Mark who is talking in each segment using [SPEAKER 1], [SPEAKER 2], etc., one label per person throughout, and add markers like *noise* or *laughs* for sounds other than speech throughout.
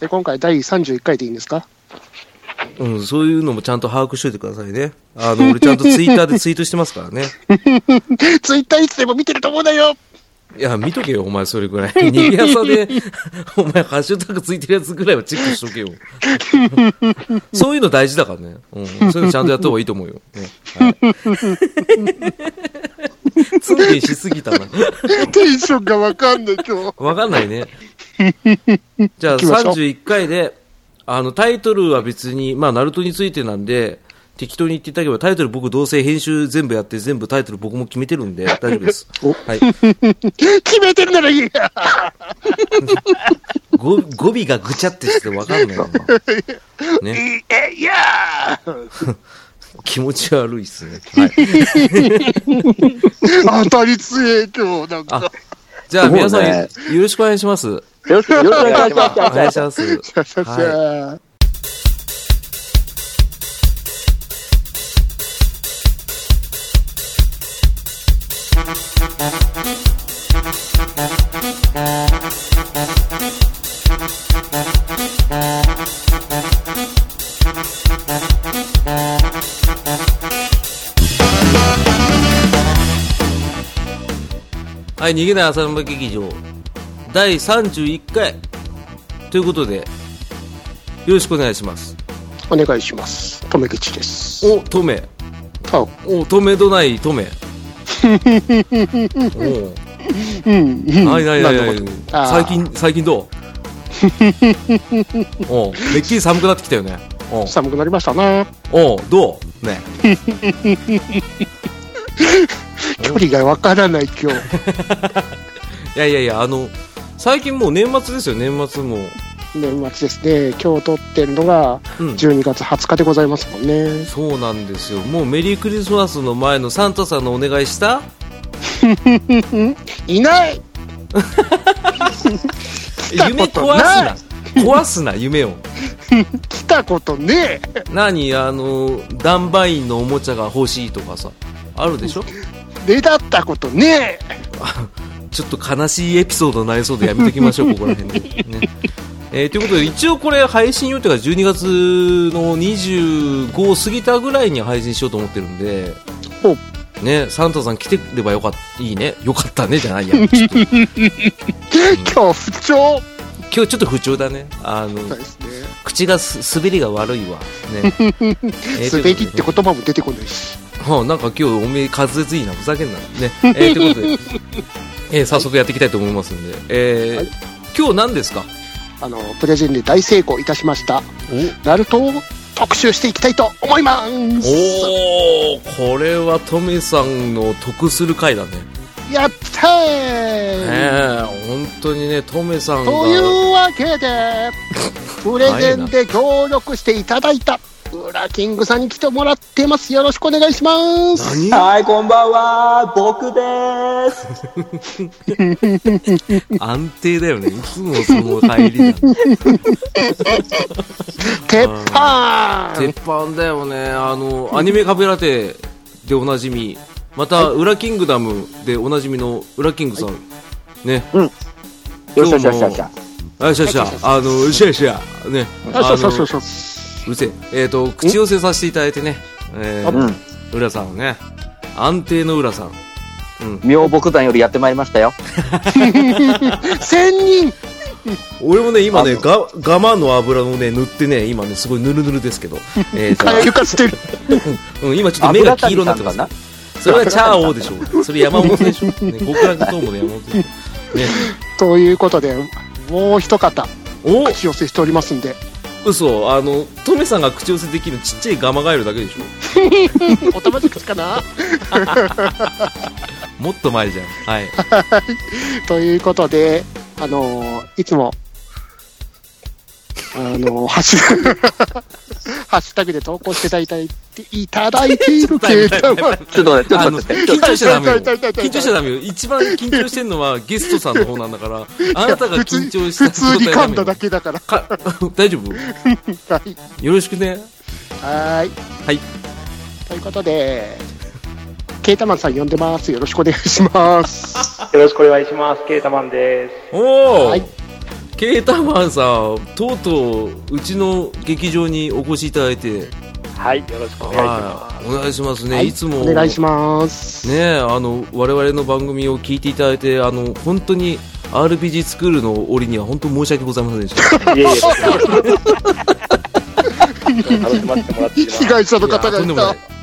[SPEAKER 1] で今回第31回でいいんですか *laughs*
[SPEAKER 2] うん、そういうのもちゃんと把握しといてくださいね。あの、俺ちゃんとツイッターでツイートしてますからね。
[SPEAKER 1] ツイッターいつでも見てると思うなよ *laughs*
[SPEAKER 2] いや、見とけよ、お前、それぐらい。逃げ朝で、 *laughs* お前、ハッシュタグついてるやつぐらいはチェックしとけよ。 *laughs* そういうの大事だからね。うん。そういうのちゃんとやった方がいいと思うよ。ね。はい。ツンケンしすぎたな。
[SPEAKER 1] テンションがわかんない今日。
[SPEAKER 2] わかんな
[SPEAKER 1] *laughs*
[SPEAKER 2] いね。じゃあ
[SPEAKER 1] 行きましょう
[SPEAKER 2] 31回で、あの、タイトルは別に、まあ、ナルトについてなんで、適当に言っていただければ、タイトル僕どうせ編集全部やって、全部タイトル僕も決めてるんで、大丈夫
[SPEAKER 1] *laughs*
[SPEAKER 2] です。はい。
[SPEAKER 1] 決めてるならいいや。
[SPEAKER 2] 語語尾がぐちゃってしてわか
[SPEAKER 1] *laughs*
[SPEAKER 2] んないよな。ね。
[SPEAKER 1] いいえ、いやー
[SPEAKER 2] 気持ち悪いっすね。はい。
[SPEAKER 1] *laughs* 当たり強え今日なん
[SPEAKER 2] あ
[SPEAKER 1] か。、
[SPEAKER 2] じゃあ
[SPEAKER 3] すごいね
[SPEAKER 2] 皆さん、よろしくお願いします。お
[SPEAKER 3] よろしく、よろしくお願いします。
[SPEAKER 2] 願い
[SPEAKER 1] *laughs*
[SPEAKER 2] します。
[SPEAKER 1] さささ
[SPEAKER 2] はい。はい、逃げない朝の劇場、第31回。ということで、よろしくお願いします。
[SPEAKER 1] お願いします。とめきちです。
[SPEAKER 2] お、トメ。
[SPEAKER 1] あ、う
[SPEAKER 2] お、トメどない、トメ。お
[SPEAKER 1] ん、うん。
[SPEAKER 2] ないないないな
[SPEAKER 1] な
[SPEAKER 2] い
[SPEAKER 1] るほどあー
[SPEAKER 2] 最近最近どうおうめっきり寒くなってきたよねおう
[SPEAKER 1] 寒くなりましたな。
[SPEAKER 2] おうどうね
[SPEAKER 1] 距離がわからない今日。 *laughs*
[SPEAKER 2] いやいやいやあの最近もう年末ですよ年末も
[SPEAKER 1] 年末ですね。今日撮ってるのが
[SPEAKER 2] うん
[SPEAKER 1] 12月20日でございますもんね。
[SPEAKER 2] そうなんですよもうメリークリスマスの前のサンタさんのお願いした
[SPEAKER 1] いない来た
[SPEAKER 2] 夢
[SPEAKER 1] こ
[SPEAKER 2] 壊す
[SPEAKER 1] とない
[SPEAKER 2] な壊すな夢を
[SPEAKER 1] 来たことねえ
[SPEAKER 2] 何あのダンバインのおもちゃが欲しいとかさあるでしょ
[SPEAKER 1] ねだったことねえ *laughs*
[SPEAKER 2] ちょっと悲しいエピソードになりそうでやめとき
[SPEAKER 1] *laughs*
[SPEAKER 2] ましょう、ここら辺で。ねえーということで、一応これ配信予定が12月の25を過ぎたぐらいに配信しようと思ってるんで、
[SPEAKER 1] ほう
[SPEAKER 2] ね、サンタさん来てればよかった、いいね。よかったね、じゃないや。今
[SPEAKER 1] 今日不調
[SPEAKER 2] 日ちょっと不調だね。あの、
[SPEAKER 1] ですね。
[SPEAKER 2] 口がす滑りが悪
[SPEAKER 1] *laughs*
[SPEAKER 2] いわ。ね。えー
[SPEAKER 1] 滑りって言
[SPEAKER 2] というこ
[SPEAKER 1] 葉も出てこないし。
[SPEAKER 2] とではあなんか今日おめえ滑舌いいな、ふざけんな。ね。えーということ
[SPEAKER 1] *laughs*
[SPEAKER 2] で、えー早速やっていきたいと思いますんで、えー
[SPEAKER 1] はい
[SPEAKER 2] 今日何ですか
[SPEAKER 1] あの、プレゼンで大成功いたしました。ナルトを特集していきたいと思います。
[SPEAKER 2] おおこれはトメさんの得する回だね、
[SPEAKER 1] やったー、
[SPEAKER 2] ええ本当にねトメさんが
[SPEAKER 1] というわけで、プレゼンで協力していただいた、ウラキングさんに来てもらってます。よろしくお願いします。
[SPEAKER 2] 何
[SPEAKER 3] はい、こんばんは、僕です。
[SPEAKER 2] 安定だよねいつもその帰りだ
[SPEAKER 1] 鉄板
[SPEAKER 2] 鉄板だよねあのアニメカフェラテでおなじみまた「ウラキングダム」でおなじみのウラキングさん、ね
[SPEAKER 3] よっしゃよっしゃよっしゃよっしゃ。
[SPEAKER 2] あしゃしゃあのしゃしゃね
[SPEAKER 1] あ、そうそうそうそ
[SPEAKER 2] う
[SPEAKER 1] う。
[SPEAKER 2] うるせええっ、と口寄せさせていただいてね、え
[SPEAKER 1] あ
[SPEAKER 2] ー、
[SPEAKER 3] うん。
[SPEAKER 2] 浦さんをね安定の浦さんうん
[SPEAKER 3] 妙木山よりやってまいりましたよ。
[SPEAKER 1] 千人
[SPEAKER 2] 俺もね、今ね、
[SPEAKER 3] あ
[SPEAKER 2] が、我慢の油をね、塗ってね、今ね、すごいぬるぬるですけ
[SPEAKER 3] *laughs*
[SPEAKER 2] ど。えーと
[SPEAKER 1] 蛙化してる。
[SPEAKER 2] うん、今ちょっと目が黄色になってます、
[SPEAKER 3] 油谷さんか
[SPEAKER 2] それはチャーオーでしょう。それ山本でしょ。ね、極楽トンボの山本でしょ。ね。
[SPEAKER 1] ということで、もう一方、
[SPEAKER 2] お
[SPEAKER 1] 口寄せしておりますんで、
[SPEAKER 2] 嘘、あの、トメさんが口寄せできるちっちゃいガマガエルだけでしょ。
[SPEAKER 1] おたまじ口かな
[SPEAKER 2] もっと前じゃん。
[SPEAKER 3] *laughs*
[SPEAKER 2] はい。
[SPEAKER 1] ということで、あのーいつも、あのーハッシュ、ハッシュタグで投稿していただいて、いただいているけれども、
[SPEAKER 3] ちょっと待って、ちょっ
[SPEAKER 2] あの、
[SPEAKER 3] と待って。
[SPEAKER 2] 緊張しちゃダメよ。
[SPEAKER 1] 痛い痛い痛い痛い
[SPEAKER 2] 緊張しちゃダメよ。一番緊張してんのはゲストさんの方なんだから、あなたが
[SPEAKER 1] 普通
[SPEAKER 2] 緊
[SPEAKER 1] に
[SPEAKER 2] 張した
[SPEAKER 1] 普通に噛んだだ
[SPEAKER 2] け。
[SPEAKER 1] けだから。
[SPEAKER 2] か大丈夫
[SPEAKER 1] はい。
[SPEAKER 2] よろしくね。
[SPEAKER 1] はーい。
[SPEAKER 2] はい。
[SPEAKER 1] ということで、ケータマンさん呼んでます。よろしくお願いします。
[SPEAKER 4] よろしくお願いします。ケータマンです。
[SPEAKER 2] おお、
[SPEAKER 1] はい
[SPEAKER 2] ケータマンさん、とうとううちの劇場にお越しいただいて、
[SPEAKER 4] はい、よろしくお願いしま
[SPEAKER 2] は
[SPEAKER 4] す
[SPEAKER 2] い、お願いしますね、
[SPEAKER 1] はい
[SPEAKER 2] い、つも
[SPEAKER 1] お願いします。
[SPEAKER 2] ねえあの我々の番組を聞いていただいてあの本当に RPG スクールの折には本当申し訳ございません
[SPEAKER 1] *laughs*
[SPEAKER 2] でした。
[SPEAKER 4] いえいえ楽しませてもらっています
[SPEAKER 1] 被害者の方が
[SPEAKER 2] いや
[SPEAKER 1] い
[SPEAKER 2] とんでもない
[SPEAKER 1] た。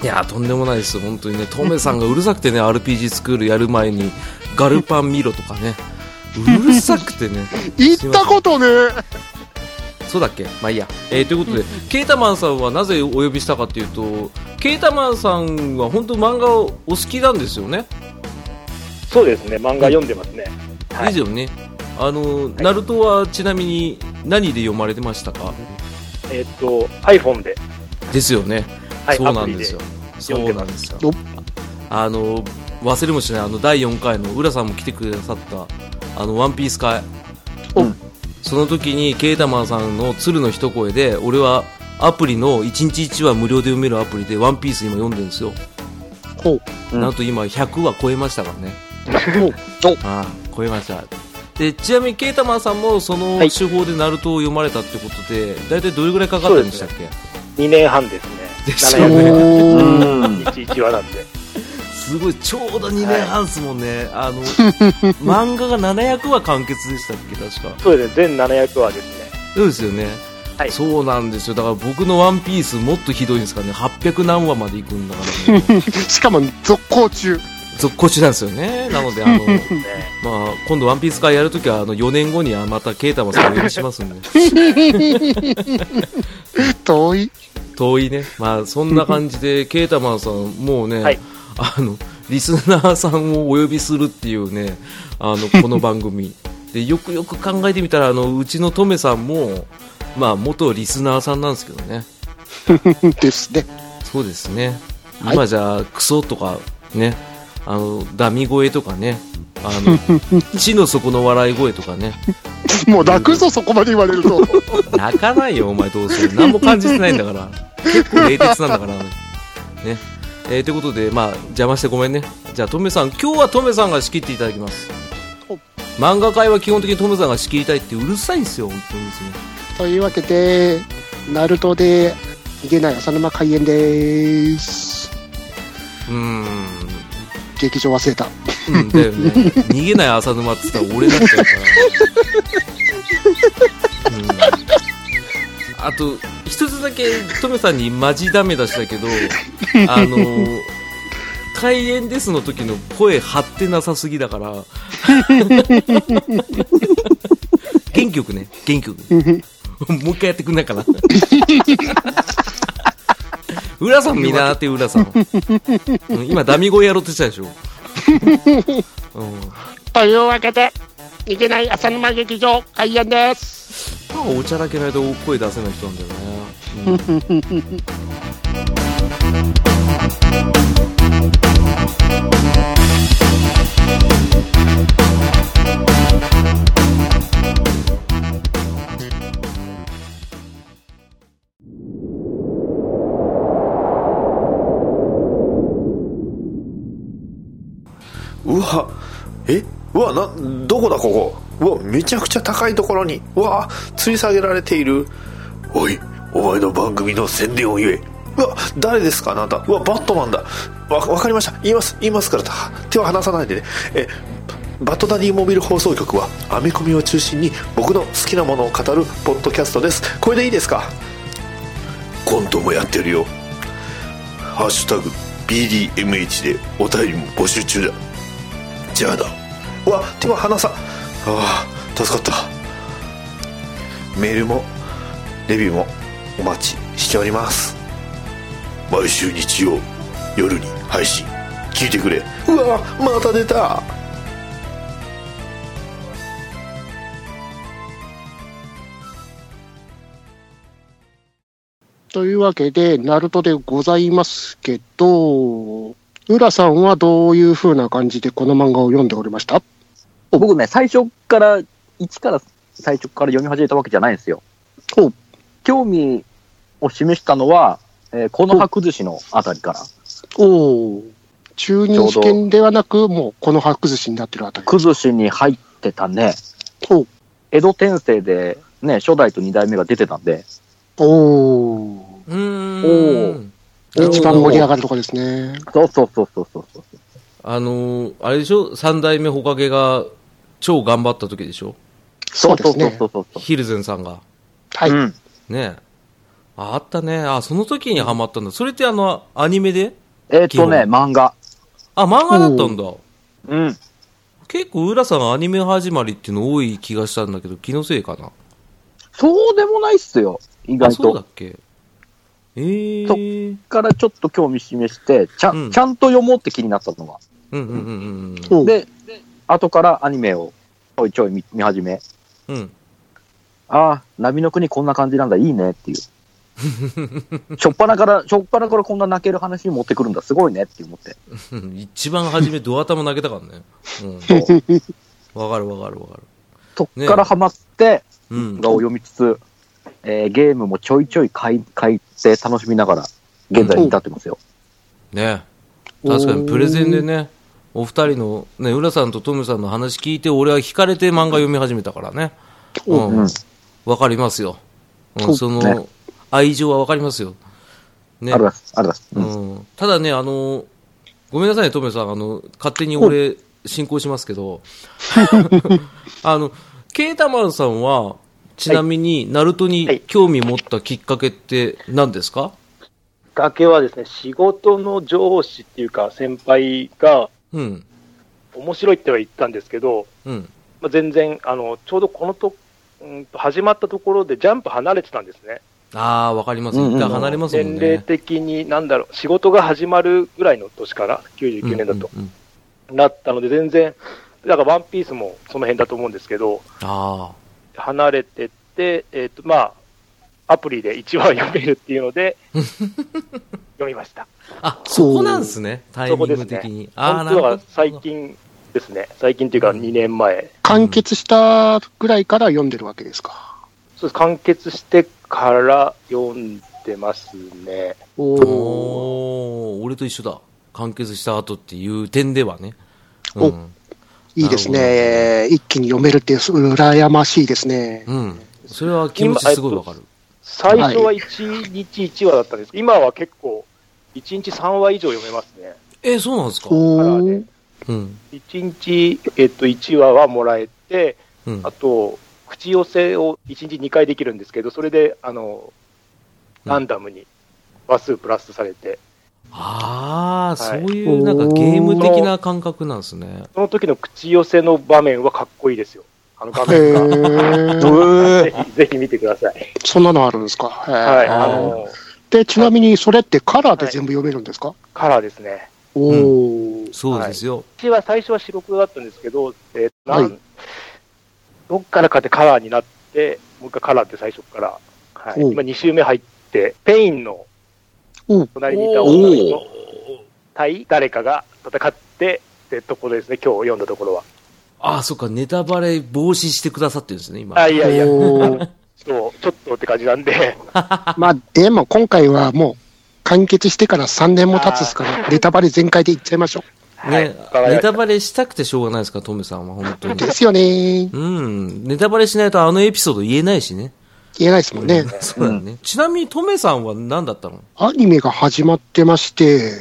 [SPEAKER 2] いやとんでもないです本当にねトメさんがうるさくてね RPG スクールやる前にガルパン見ろとかねうるさくてね
[SPEAKER 1] 行ったことね
[SPEAKER 2] そうだっけまあいいや、えーということで、ケータマンさんはなぜお呼びしたかというとケータマンさんは本当漫画をお好きなんですよね、
[SPEAKER 4] そうですね、漫画読んでますね。はい
[SPEAKER 2] ですよねあの、ナルトはちなみに何で読まれてましたか
[SPEAKER 4] えーっと、iPhone で、
[SPEAKER 2] ですよね、
[SPEAKER 4] はい、
[SPEAKER 2] そうな
[SPEAKER 4] アプ
[SPEAKER 2] ん
[SPEAKER 4] リ
[SPEAKER 2] で
[SPEAKER 4] です
[SPEAKER 2] よ。
[SPEAKER 4] 読
[SPEAKER 2] そ
[SPEAKER 4] ん
[SPEAKER 2] う
[SPEAKER 4] で
[SPEAKER 2] な
[SPEAKER 4] ま
[SPEAKER 2] んですよ
[SPEAKER 1] よ。
[SPEAKER 2] あの忘れもしないあの第4回の浦さんも来てくださったあのワンピース会。
[SPEAKER 1] お
[SPEAKER 2] その時にケータマンさんの鶴の一声で俺はアプリの1日1話無料で読めるアプリでワンピース今読んでるんですよ。
[SPEAKER 1] ほう
[SPEAKER 3] うん
[SPEAKER 2] なんと今100話超えましたからね。
[SPEAKER 1] ほう
[SPEAKER 2] ああ超えました。でちなみにケータマンさんもその
[SPEAKER 4] はい
[SPEAKER 2] 手法でナルトを読まれたってことで、大体どれぐらいかかったんでしたっけ？
[SPEAKER 4] 2年半です
[SPEAKER 2] です
[SPEAKER 4] ね。
[SPEAKER 2] よね
[SPEAKER 1] おー
[SPEAKER 3] うん。
[SPEAKER 4] 711話なんで。
[SPEAKER 2] すごいちょうど2年半っすもんね、あ *laughs* の漫画が700話完結でしたっけ確か
[SPEAKER 4] そうですね、全700話ですね。
[SPEAKER 2] そうですよね、
[SPEAKER 4] はい
[SPEAKER 2] そうなんですよだから僕の「ワンピースもっとひどいんですからね800何話までいくんだから、ね、 *laughs*
[SPEAKER 1] しかも続行中。
[SPEAKER 2] 続行中なんですよねなのであ *laughs* の、
[SPEAKER 4] ね
[SPEAKER 2] まあ、今度「ワンピース会やるときはあの4年後にはまたケータマさんお呼びしますんで
[SPEAKER 1] 遠い。
[SPEAKER 2] 遠いねまあそんな感じでケータマンさんもうね、
[SPEAKER 4] はい
[SPEAKER 2] あのリスナーさんをお呼びするっていうねあのこの番組でよくよく考えてみたらあのうちのトメさんもまあ元リスナーさんなんですけどね
[SPEAKER 1] ですね。
[SPEAKER 2] そうですね、
[SPEAKER 1] はい
[SPEAKER 2] 今じゃクソとかねあのダミ声とかねあの地の底の笑い声とかね
[SPEAKER 1] もう泣くぞ、そこまで言われると。
[SPEAKER 2] 泣かないよ、お前どうせ。何も感じてないんだから。結構冷徹なんだから。ね。えーということで、まあ、邪魔してごめんね。じゃあ、トメさん、今日はトメさんが仕切っていただきます
[SPEAKER 1] お。
[SPEAKER 2] 漫画界は基本的にトメさんが仕切りたいってうるさいんですよ、本当にですね。
[SPEAKER 1] *laughs* というわけで、ナルトで、逃げない浅沼開演です。
[SPEAKER 2] うーん。
[SPEAKER 1] 劇場忘れた。
[SPEAKER 2] うん、だよね。逃げない浅沼って言ったら俺だったから。うん。あと、一つだけトメさんにマジダメ出しだけど、あのー、開演ですの時の声張ってなさすぎだから。原曲ね、原曲。もう一回やってくんないかな。浦さん見習って浦さんを。うん今、ダミ声やろうとしたでしょ。うん
[SPEAKER 1] というわけで、逃げない浅沼劇場開演です。
[SPEAKER 2] なんかおちゃらけないと声出せない人なんだよね。うん
[SPEAKER 5] うわえうわなどこだここうわめちゃくちゃ高いところにうわ吊り下げられているおいお前の番組の宣伝を言えうわ誰ですかあなたうわバットマンだわわかりました言います言いますからた手を離さないでねえバットダディモビル放送局はアメコミを中心に僕の好きなものを語るポッドキャストですこれでいいですかコントもやってるよハッシュタグ BDMH でお便りも募集中だじゃあだうわ手は離さああ助かったメールもレビューもお待ちしております毎週日曜夜に配信聞いてくれうわまた出た
[SPEAKER 1] というわけで、ナルトでございますけど、浦さんはどういう風な感じでこの漫画を読んでおりました
[SPEAKER 3] 僕ね、最初から、1から最初から読み始めたわけじゃないんですよ。
[SPEAKER 1] ほう
[SPEAKER 3] 興味を示したのは、えーこの葉崩しのあたりから。
[SPEAKER 1] おお。中任試験ではなく、もうこの白寿司になってるあたり。
[SPEAKER 3] 崩しに入ってたね。
[SPEAKER 1] ほう
[SPEAKER 3] 江戸転生で、ね、初代と二代目が出てたんで、
[SPEAKER 1] おー。
[SPEAKER 2] *laughs* うーん。
[SPEAKER 1] 一番盛り上がるとこですね。
[SPEAKER 3] そうそうそうそうそうそう。
[SPEAKER 2] あのーあれでしょ三代目ホカゲが超頑張った時でしょ
[SPEAKER 1] そうですね
[SPEAKER 3] そ。うそうそうそう
[SPEAKER 2] ヒルゼンさんが。
[SPEAKER 1] はい。
[SPEAKER 3] うん。
[SPEAKER 2] ねえああったね。あ、その時にハマったんだ。それってあの、アニメで
[SPEAKER 3] えっ、とね、
[SPEAKER 2] 基
[SPEAKER 3] 漫画。
[SPEAKER 2] あ、漫画だったんだ。
[SPEAKER 3] うん。
[SPEAKER 2] 結構、浦さんアニメ始まりっていうの多い気がしたんだけど、気のせいかな。
[SPEAKER 3] そうでもないっすよ。意
[SPEAKER 2] あ、
[SPEAKER 3] 外
[SPEAKER 2] そう
[SPEAKER 3] と。
[SPEAKER 2] だっけえー。
[SPEAKER 3] からちょっと興味示して、ちゃ,、
[SPEAKER 2] うん
[SPEAKER 3] ん、ちゃんと読もうって気になったのが。
[SPEAKER 2] うんうんうんうんうん。
[SPEAKER 1] うん
[SPEAKER 3] で、後からアニメをちょいちょい見見始め、
[SPEAKER 2] うん。
[SPEAKER 3] ああ、波の国こんな感じなんだ、いいね
[SPEAKER 2] *laughs*
[SPEAKER 3] っていう。しょっぱなから、しょっぱなからこんな泣ける話に持ってくるんだ、すごいねって思って。
[SPEAKER 2] うん一番初め、ドア玉投げたからね。うん。わかるわかるわかる。
[SPEAKER 3] そっからハマって、
[SPEAKER 2] うん。
[SPEAKER 3] 画を読みつつ、えーゲームもちょいちょい買い、買って楽しみながら、現在に至ってますよ。
[SPEAKER 2] ね確かにプレゼンでね、お二人の、ね、浦さんとトムさんの話聞いて、俺は惹かれて漫画読み始めたからね。
[SPEAKER 1] お
[SPEAKER 2] うん
[SPEAKER 3] うん。
[SPEAKER 2] わかりますよ。う
[SPEAKER 1] そ
[SPEAKER 2] ん、
[SPEAKER 1] う
[SPEAKER 2] その
[SPEAKER 3] ね、
[SPEAKER 2] 愛情はわかりますよ。ね
[SPEAKER 3] あり。ます、あります。う
[SPEAKER 2] う
[SPEAKER 3] ん
[SPEAKER 2] ん。ただね、あの、ごめんなさいね、トメさん。あの、勝手に俺、進行しますけ
[SPEAKER 3] *laughs*
[SPEAKER 2] ど、あの、ケータマルさんは、ちなみに、ナルトに興味持ったきっかけって何ですか、
[SPEAKER 4] 崖はですね、仕事の上司っていうか、先輩が、
[SPEAKER 2] うん。
[SPEAKER 4] 面白いっては言ったんですけど、
[SPEAKER 2] うん。
[SPEAKER 4] まあ、全然あの、ちょうどこのと、うんと始まったところでジャンプ離れてたんですね。
[SPEAKER 2] ああ、わかります。
[SPEAKER 3] うんうん
[SPEAKER 2] 一旦離れますもんね。
[SPEAKER 4] 年齢的に、なんだろう、仕事が始まるぐらいの年から、99年だと、
[SPEAKER 2] うんうんうん
[SPEAKER 4] なったので、全然、だからワンピースもその辺だと思うんですけど、
[SPEAKER 2] あ
[SPEAKER 4] 離れてって、えっとまあ、アプリで1話読めるっていう
[SPEAKER 2] *laughs*
[SPEAKER 4] ので、読みました。
[SPEAKER 2] あ。あ、そこなんですね。タイミング的に。ああ、
[SPEAKER 4] 本
[SPEAKER 2] なる
[SPEAKER 4] 当
[SPEAKER 2] ほ
[SPEAKER 4] は
[SPEAKER 2] ど。
[SPEAKER 4] 最近ですね、最近というか2年前、
[SPEAKER 1] 完結したぐらいから読んでるわけですか。
[SPEAKER 4] そうです完結してから読んでますね。
[SPEAKER 1] お
[SPEAKER 2] お
[SPEAKER 1] お。
[SPEAKER 2] おー俺と一緒だ。完結した後っていう点ではね。う
[SPEAKER 1] お
[SPEAKER 2] ん。
[SPEAKER 1] いいです
[SPEAKER 2] なるほど
[SPEAKER 1] ね。一気に読めるって、羨ましいですね。
[SPEAKER 2] うん。それは気持ちすごいわかる。
[SPEAKER 4] 最初は1日1話だったんです、今は結構、1日3話以上読めますね。
[SPEAKER 2] え、そうなんですか
[SPEAKER 1] お
[SPEAKER 4] カラー
[SPEAKER 1] ー
[SPEAKER 4] で
[SPEAKER 2] うん。
[SPEAKER 4] 1日、えっと、1話はもらえて、
[SPEAKER 2] うん
[SPEAKER 4] あ。と、口寄せを1日2回できるんですけど、それで、あの、
[SPEAKER 2] うん
[SPEAKER 4] ランダムに話数プラスされて、
[SPEAKER 2] ああ、そ
[SPEAKER 4] はいう
[SPEAKER 2] いうなんかゲーム的な感覚なんですね。
[SPEAKER 4] その時の口寄せの場面はかっこいいですよ。あの画
[SPEAKER 1] へ
[SPEAKER 4] 面が。
[SPEAKER 2] *laughs*
[SPEAKER 1] ー
[SPEAKER 4] ぜひ、ぜひ見てください。
[SPEAKER 1] そんなのあるんですか。へー
[SPEAKER 4] はい。
[SPEAKER 2] あ
[SPEAKER 4] あ
[SPEAKER 2] ー
[SPEAKER 4] の、
[SPEAKER 1] で、ちなみにそれってカラーで全部読めるんですか、
[SPEAKER 4] カラーですね。
[SPEAKER 1] おお、
[SPEAKER 2] そうですよ。
[SPEAKER 4] 私は最初は白黒だったんですけど、えーなん
[SPEAKER 1] はい
[SPEAKER 4] どっからかでカラーになって、もう一回カラーって最初から、はい、
[SPEAKER 1] おう
[SPEAKER 4] 今2周目入って、ペインの
[SPEAKER 1] おう
[SPEAKER 4] 隣にいた女の人対誰かが戦ってってところですね、今日読んだところは。
[SPEAKER 2] ああ、そっか、ネタバレ防止してくださってるんですね、今。
[SPEAKER 4] あ、いやいや、
[SPEAKER 1] おー
[SPEAKER 2] *laughs*
[SPEAKER 4] そうちょっとって感じなんで、
[SPEAKER 1] まあ、でも今回はもう完結してから3年も経つですから、ネタバレ全開でいっちゃいましょ
[SPEAKER 4] はい
[SPEAKER 2] ね
[SPEAKER 4] わかりまし、た
[SPEAKER 2] ネタバレしたくてしょうがないですから、トムさんは、本当
[SPEAKER 1] う。
[SPEAKER 2] に。
[SPEAKER 1] ですよね。
[SPEAKER 2] うん。ネタバレしないとあのエピソード言えないしね。
[SPEAKER 1] 言えないですもんね。
[SPEAKER 2] そうだね。ちなみに、トメさんは何だったの
[SPEAKER 1] アニメが始まってまして、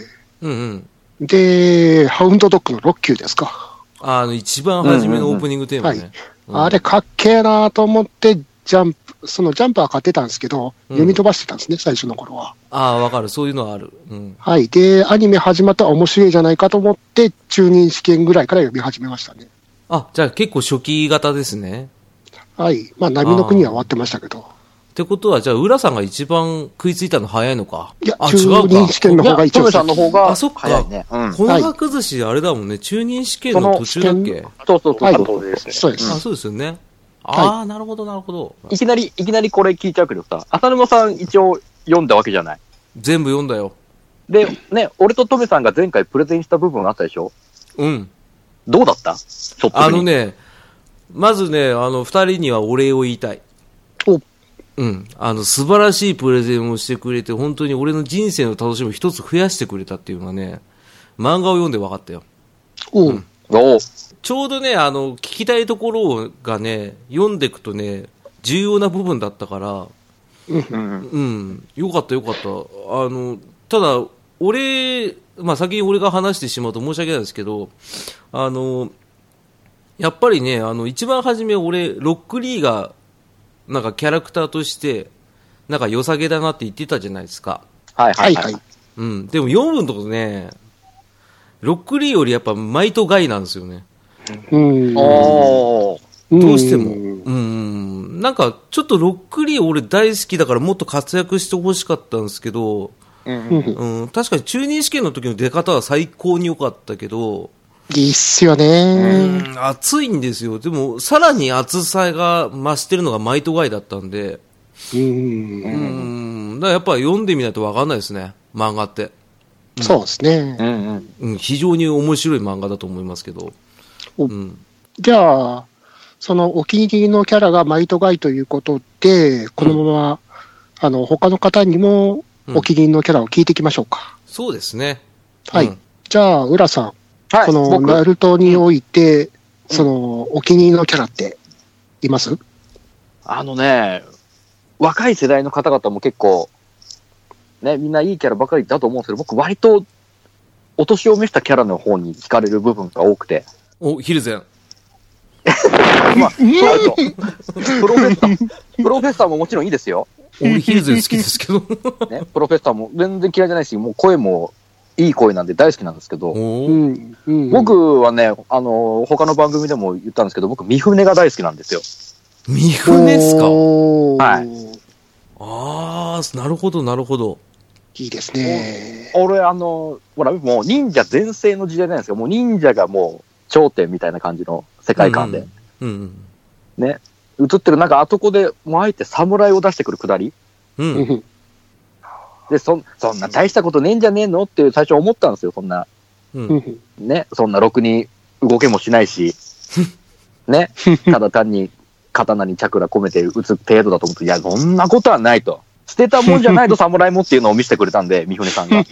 [SPEAKER 2] うんうん。
[SPEAKER 1] で、ハウンドドッグの6級ですか。
[SPEAKER 2] あの、一番初めのオープニングテーマね。うん
[SPEAKER 1] あれ、かっけえなと思って、ジャンプ、そのジャンプは買ってたんですけど、読み飛ばしてたんですね、最初の頃は。
[SPEAKER 2] ああ、わかる。そういうのはある。うん。
[SPEAKER 1] はい。で、アニメ始まったら面白いじゃないかと思って、中任試験ぐらいから読み始めましたね。
[SPEAKER 2] あ、じゃあ結構初期型ですね。
[SPEAKER 1] はい。まあ、波の国は終わってましたけど。
[SPEAKER 2] ってことは、じゃあ、浦さんが一番食いついたの早いのか。
[SPEAKER 1] いや、
[SPEAKER 2] あ、
[SPEAKER 1] 中
[SPEAKER 2] 違う
[SPEAKER 1] 任
[SPEAKER 2] か。
[SPEAKER 1] 試験の方が
[SPEAKER 3] いや
[SPEAKER 1] 一
[SPEAKER 3] ト
[SPEAKER 1] 応
[SPEAKER 3] ムさんの方が
[SPEAKER 2] あ、そっか。
[SPEAKER 3] 早いね。うん。
[SPEAKER 2] この学寿司、あれだもんね、中任試験の途中だっけ
[SPEAKER 3] そうそうそう
[SPEAKER 1] はい
[SPEAKER 3] そ
[SPEAKER 4] あ
[SPEAKER 3] うそ
[SPEAKER 4] と
[SPEAKER 3] う。
[SPEAKER 4] ですね。
[SPEAKER 1] そうです。
[SPEAKER 2] あ、そうですよね。ああ、なるほど、なるほど。
[SPEAKER 3] いきなり、いきなりこれ聞いちゃうけどさ、浅沼さん一応読んだわけじゃない。
[SPEAKER 2] 全部読んだよ。
[SPEAKER 3] で、ね、俺とトメさんが前回プレゼンした部分あったでしょ
[SPEAKER 2] うん。
[SPEAKER 3] どうだったちょっと。
[SPEAKER 2] あの。ね、まずね、あの、二人にはお礼を言いたい。
[SPEAKER 1] お
[SPEAKER 2] うん。あの、素晴らしいプレゼンをしてくれて、本当に俺の人生の楽しみを一つ増やしてくれたっていうのはね、漫画を読んで分かったよ。
[SPEAKER 1] うん。
[SPEAKER 3] おお。
[SPEAKER 2] ちょうどね、あの、聞きたいところがね、読んでいくとね、重要な部分だったから、
[SPEAKER 3] うん。
[SPEAKER 2] うん、よかったよかった。あの、ただ、俺、まあ先に俺が話してしまうと申し訳ないですけど、あの、やっぱりね、あの、一番初め俺、ロックリーが、なんかキャラクターとして、なんか良さげだなって言ってたじゃないですか。
[SPEAKER 3] はいは
[SPEAKER 1] はいい
[SPEAKER 3] は
[SPEAKER 1] はいい。。
[SPEAKER 2] うん、でも4分のとこね、ロックリーよりやっぱマイトガイなんですよね。
[SPEAKER 1] うん。
[SPEAKER 3] おお。
[SPEAKER 2] どうしても。
[SPEAKER 1] ん
[SPEAKER 2] うん。なんか、ちょっとロックリー俺大好きだからもっと活躍してほしかったんですけど、
[SPEAKER 1] うん。
[SPEAKER 2] うん、確かに中任試験の時の出方は最高に良かったけど、
[SPEAKER 1] いいっすよね。
[SPEAKER 2] うん、熱いんですよ。でも、さらに熱さが増してるのがマイトガイだったんで、
[SPEAKER 1] うん。
[SPEAKER 2] うん、だからやっぱ読んでみないとわかんないですね、漫画って。
[SPEAKER 1] そうです
[SPEAKER 3] う
[SPEAKER 1] ね。
[SPEAKER 3] んうん。
[SPEAKER 2] うん、非常に面白い漫画だと思いますけど。
[SPEAKER 1] お
[SPEAKER 2] うん。
[SPEAKER 1] じゃあ、そのお気に入りのキャラがマイトガイということで、このまま、あの、他の方にも
[SPEAKER 2] うん
[SPEAKER 1] お気に入りのキャラを聞いていきましょうか。
[SPEAKER 2] そうですね。
[SPEAKER 1] はい。
[SPEAKER 2] うん
[SPEAKER 1] じゃあ、浦さん、
[SPEAKER 3] はい。
[SPEAKER 1] このナ
[SPEAKER 3] 僕、
[SPEAKER 1] ルトにおいて、その、お気に入りのキャラって、います
[SPEAKER 3] あのね、若い世代の方々も結構、ね、みんないいキャラばかりだと思うんですけど、僕割と、お年を召したキャラの方に惹かれる部分が多くて。
[SPEAKER 2] お、ヒルゼン。
[SPEAKER 3] アウトプロフェッサー、プロフェッサーももちろんいいですよ。
[SPEAKER 2] 俺ヒルゼン好きですけ
[SPEAKER 1] *laughs*
[SPEAKER 2] ど。
[SPEAKER 3] ね、プロフェッサーも全然嫌いじゃないし、もう声もいい声なんで大好きなんですけど、
[SPEAKER 2] お
[SPEAKER 1] う
[SPEAKER 2] ー
[SPEAKER 1] ん。うん、
[SPEAKER 3] 僕はね、あの、他の番組でも言ったんですけど、僕、三船が大好きなんですよ。
[SPEAKER 2] 三船っすか
[SPEAKER 1] おー
[SPEAKER 3] はい
[SPEAKER 2] あー、なるほど、なるほど。
[SPEAKER 1] いいですね。
[SPEAKER 3] 俺、あの、ほら、もう忍者全盛の時代なんですよ。もう忍者がもう頂点みたいな感じの世界観で。
[SPEAKER 2] うんうん。
[SPEAKER 3] 映ってるなんかあとこで、もうあえて侍を出してくるくだり。
[SPEAKER 2] うん。う。
[SPEAKER 1] うんん
[SPEAKER 3] で、そんそんな大したことねえんじゃねえのって最初思ったんですよ、そんな。
[SPEAKER 2] う。
[SPEAKER 1] うんん *laughs*
[SPEAKER 3] ね、そんなろくに動けもしない *laughs* し、ね、ただ単に刀にチャクラ込めて打つ程度だと思って、いや、そんなことはないと。捨てたもんじゃ *laughs* ないと侍もっていうのを見せてくれたんで、三船さんが。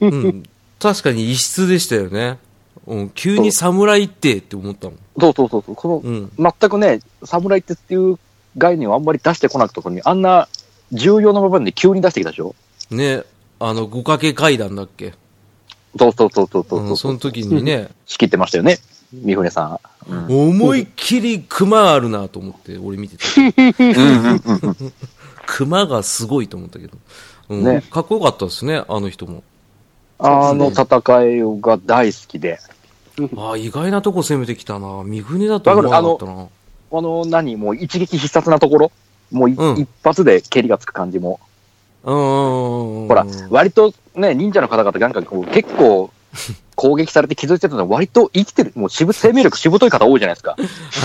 [SPEAKER 2] うん、確かに異質でしたよね。うん、急に侍ってって思ったもん。
[SPEAKER 3] そうそうそうそう。こ
[SPEAKER 2] うん。
[SPEAKER 3] の、全くね、侍ってっていう概念をあんまり出してこなくところに、あんな重要な部分で急に出してきたでしょ
[SPEAKER 2] ね、あの、五掛け階段だっけ、
[SPEAKER 3] そうそうそうそうそううそうん
[SPEAKER 2] その時にね、
[SPEAKER 3] 仕切ってましたよね、三船さん。うん
[SPEAKER 2] 思いっきり熊あるなと思って、俺見てた。
[SPEAKER 3] *laughs*
[SPEAKER 2] 熊がすごいと思ったけど。うん、
[SPEAKER 3] ね
[SPEAKER 2] かっこよかったですね、あの人も。
[SPEAKER 3] あの戦いが大好きで。
[SPEAKER 2] ああ、意外なとこ攻めてきたな。三船だと思わなかったな。
[SPEAKER 3] この何、もう一撃必殺なところ、もうい、
[SPEAKER 2] うん
[SPEAKER 3] 一発で蹴りがつく感じも、
[SPEAKER 2] うんうんうんうん。
[SPEAKER 3] ほら、割とね、忍者の方々、なんかこう結構攻撃されて傷ついてたのは、割と生きてる、もうしぶ生命力しぶとい方多いじゃないですか。
[SPEAKER 2] あ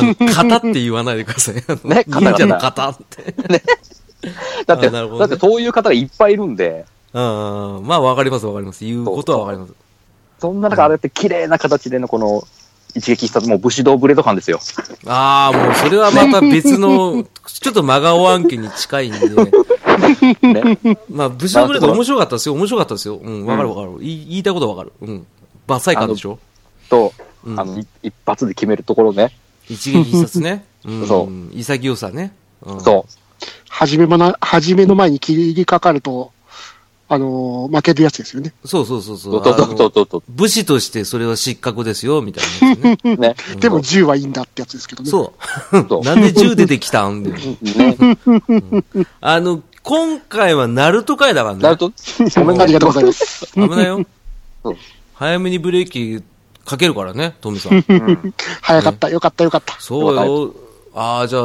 [SPEAKER 2] の、型って言わないでください。あの
[SPEAKER 3] ね
[SPEAKER 2] 忍者の型って。
[SPEAKER 3] だって、
[SPEAKER 2] あなるほ
[SPEAKER 3] だ
[SPEAKER 2] どね
[SPEAKER 3] ってそういう方がいっぱいいるんで、
[SPEAKER 2] うんうん。まあ、わかりますわかります。言うことはわかります。
[SPEAKER 3] そんな中、あれって綺麗な形でのこの一撃必殺、もう武士道ブレード感ですよ。
[SPEAKER 2] ああ、もうそれはまた別の、 *laughs* ちょっと真顔案件に近いんで。
[SPEAKER 3] ね、
[SPEAKER 2] まあ、武士のブレード面白かったですよ。面白かったですよ。うん、わかるわかる。い言いたいことわかる。うん。伐採感でしょ
[SPEAKER 3] と、
[SPEAKER 2] うん
[SPEAKER 3] あのい一発で決めるところね。
[SPEAKER 2] 一撃必殺ね。うん。
[SPEAKER 3] そ
[SPEAKER 2] 潔さね。うん
[SPEAKER 3] そ
[SPEAKER 1] 初めもな、初めの前に切りかかると、あのー負けるやつですよね。
[SPEAKER 2] う。そうそうそうそう
[SPEAKER 3] う。そうそうそ
[SPEAKER 2] あ
[SPEAKER 3] う
[SPEAKER 2] の
[SPEAKER 3] そうそう。
[SPEAKER 2] 武士としてそれは失格ですよ、みたいなやつ *laughs* ね。
[SPEAKER 3] ね。
[SPEAKER 1] でも銃はいいんだってやつですけどね。
[SPEAKER 2] そ。
[SPEAKER 3] そうう
[SPEAKER 2] *laughs* なんで銃出てきたんだよ。
[SPEAKER 3] ね。
[SPEAKER 2] あの、今回はナルト会だからね。
[SPEAKER 3] なると、ごめん
[SPEAKER 1] あ
[SPEAKER 3] な
[SPEAKER 1] りがとうございます。
[SPEAKER 2] 危ないよ
[SPEAKER 3] うん。
[SPEAKER 2] 早めにブレーキかけるからね、トムさ
[SPEAKER 3] *laughs*
[SPEAKER 2] ん。
[SPEAKER 1] 早かった、よかった、よかった。
[SPEAKER 2] そうよ。ああ、じゃあ、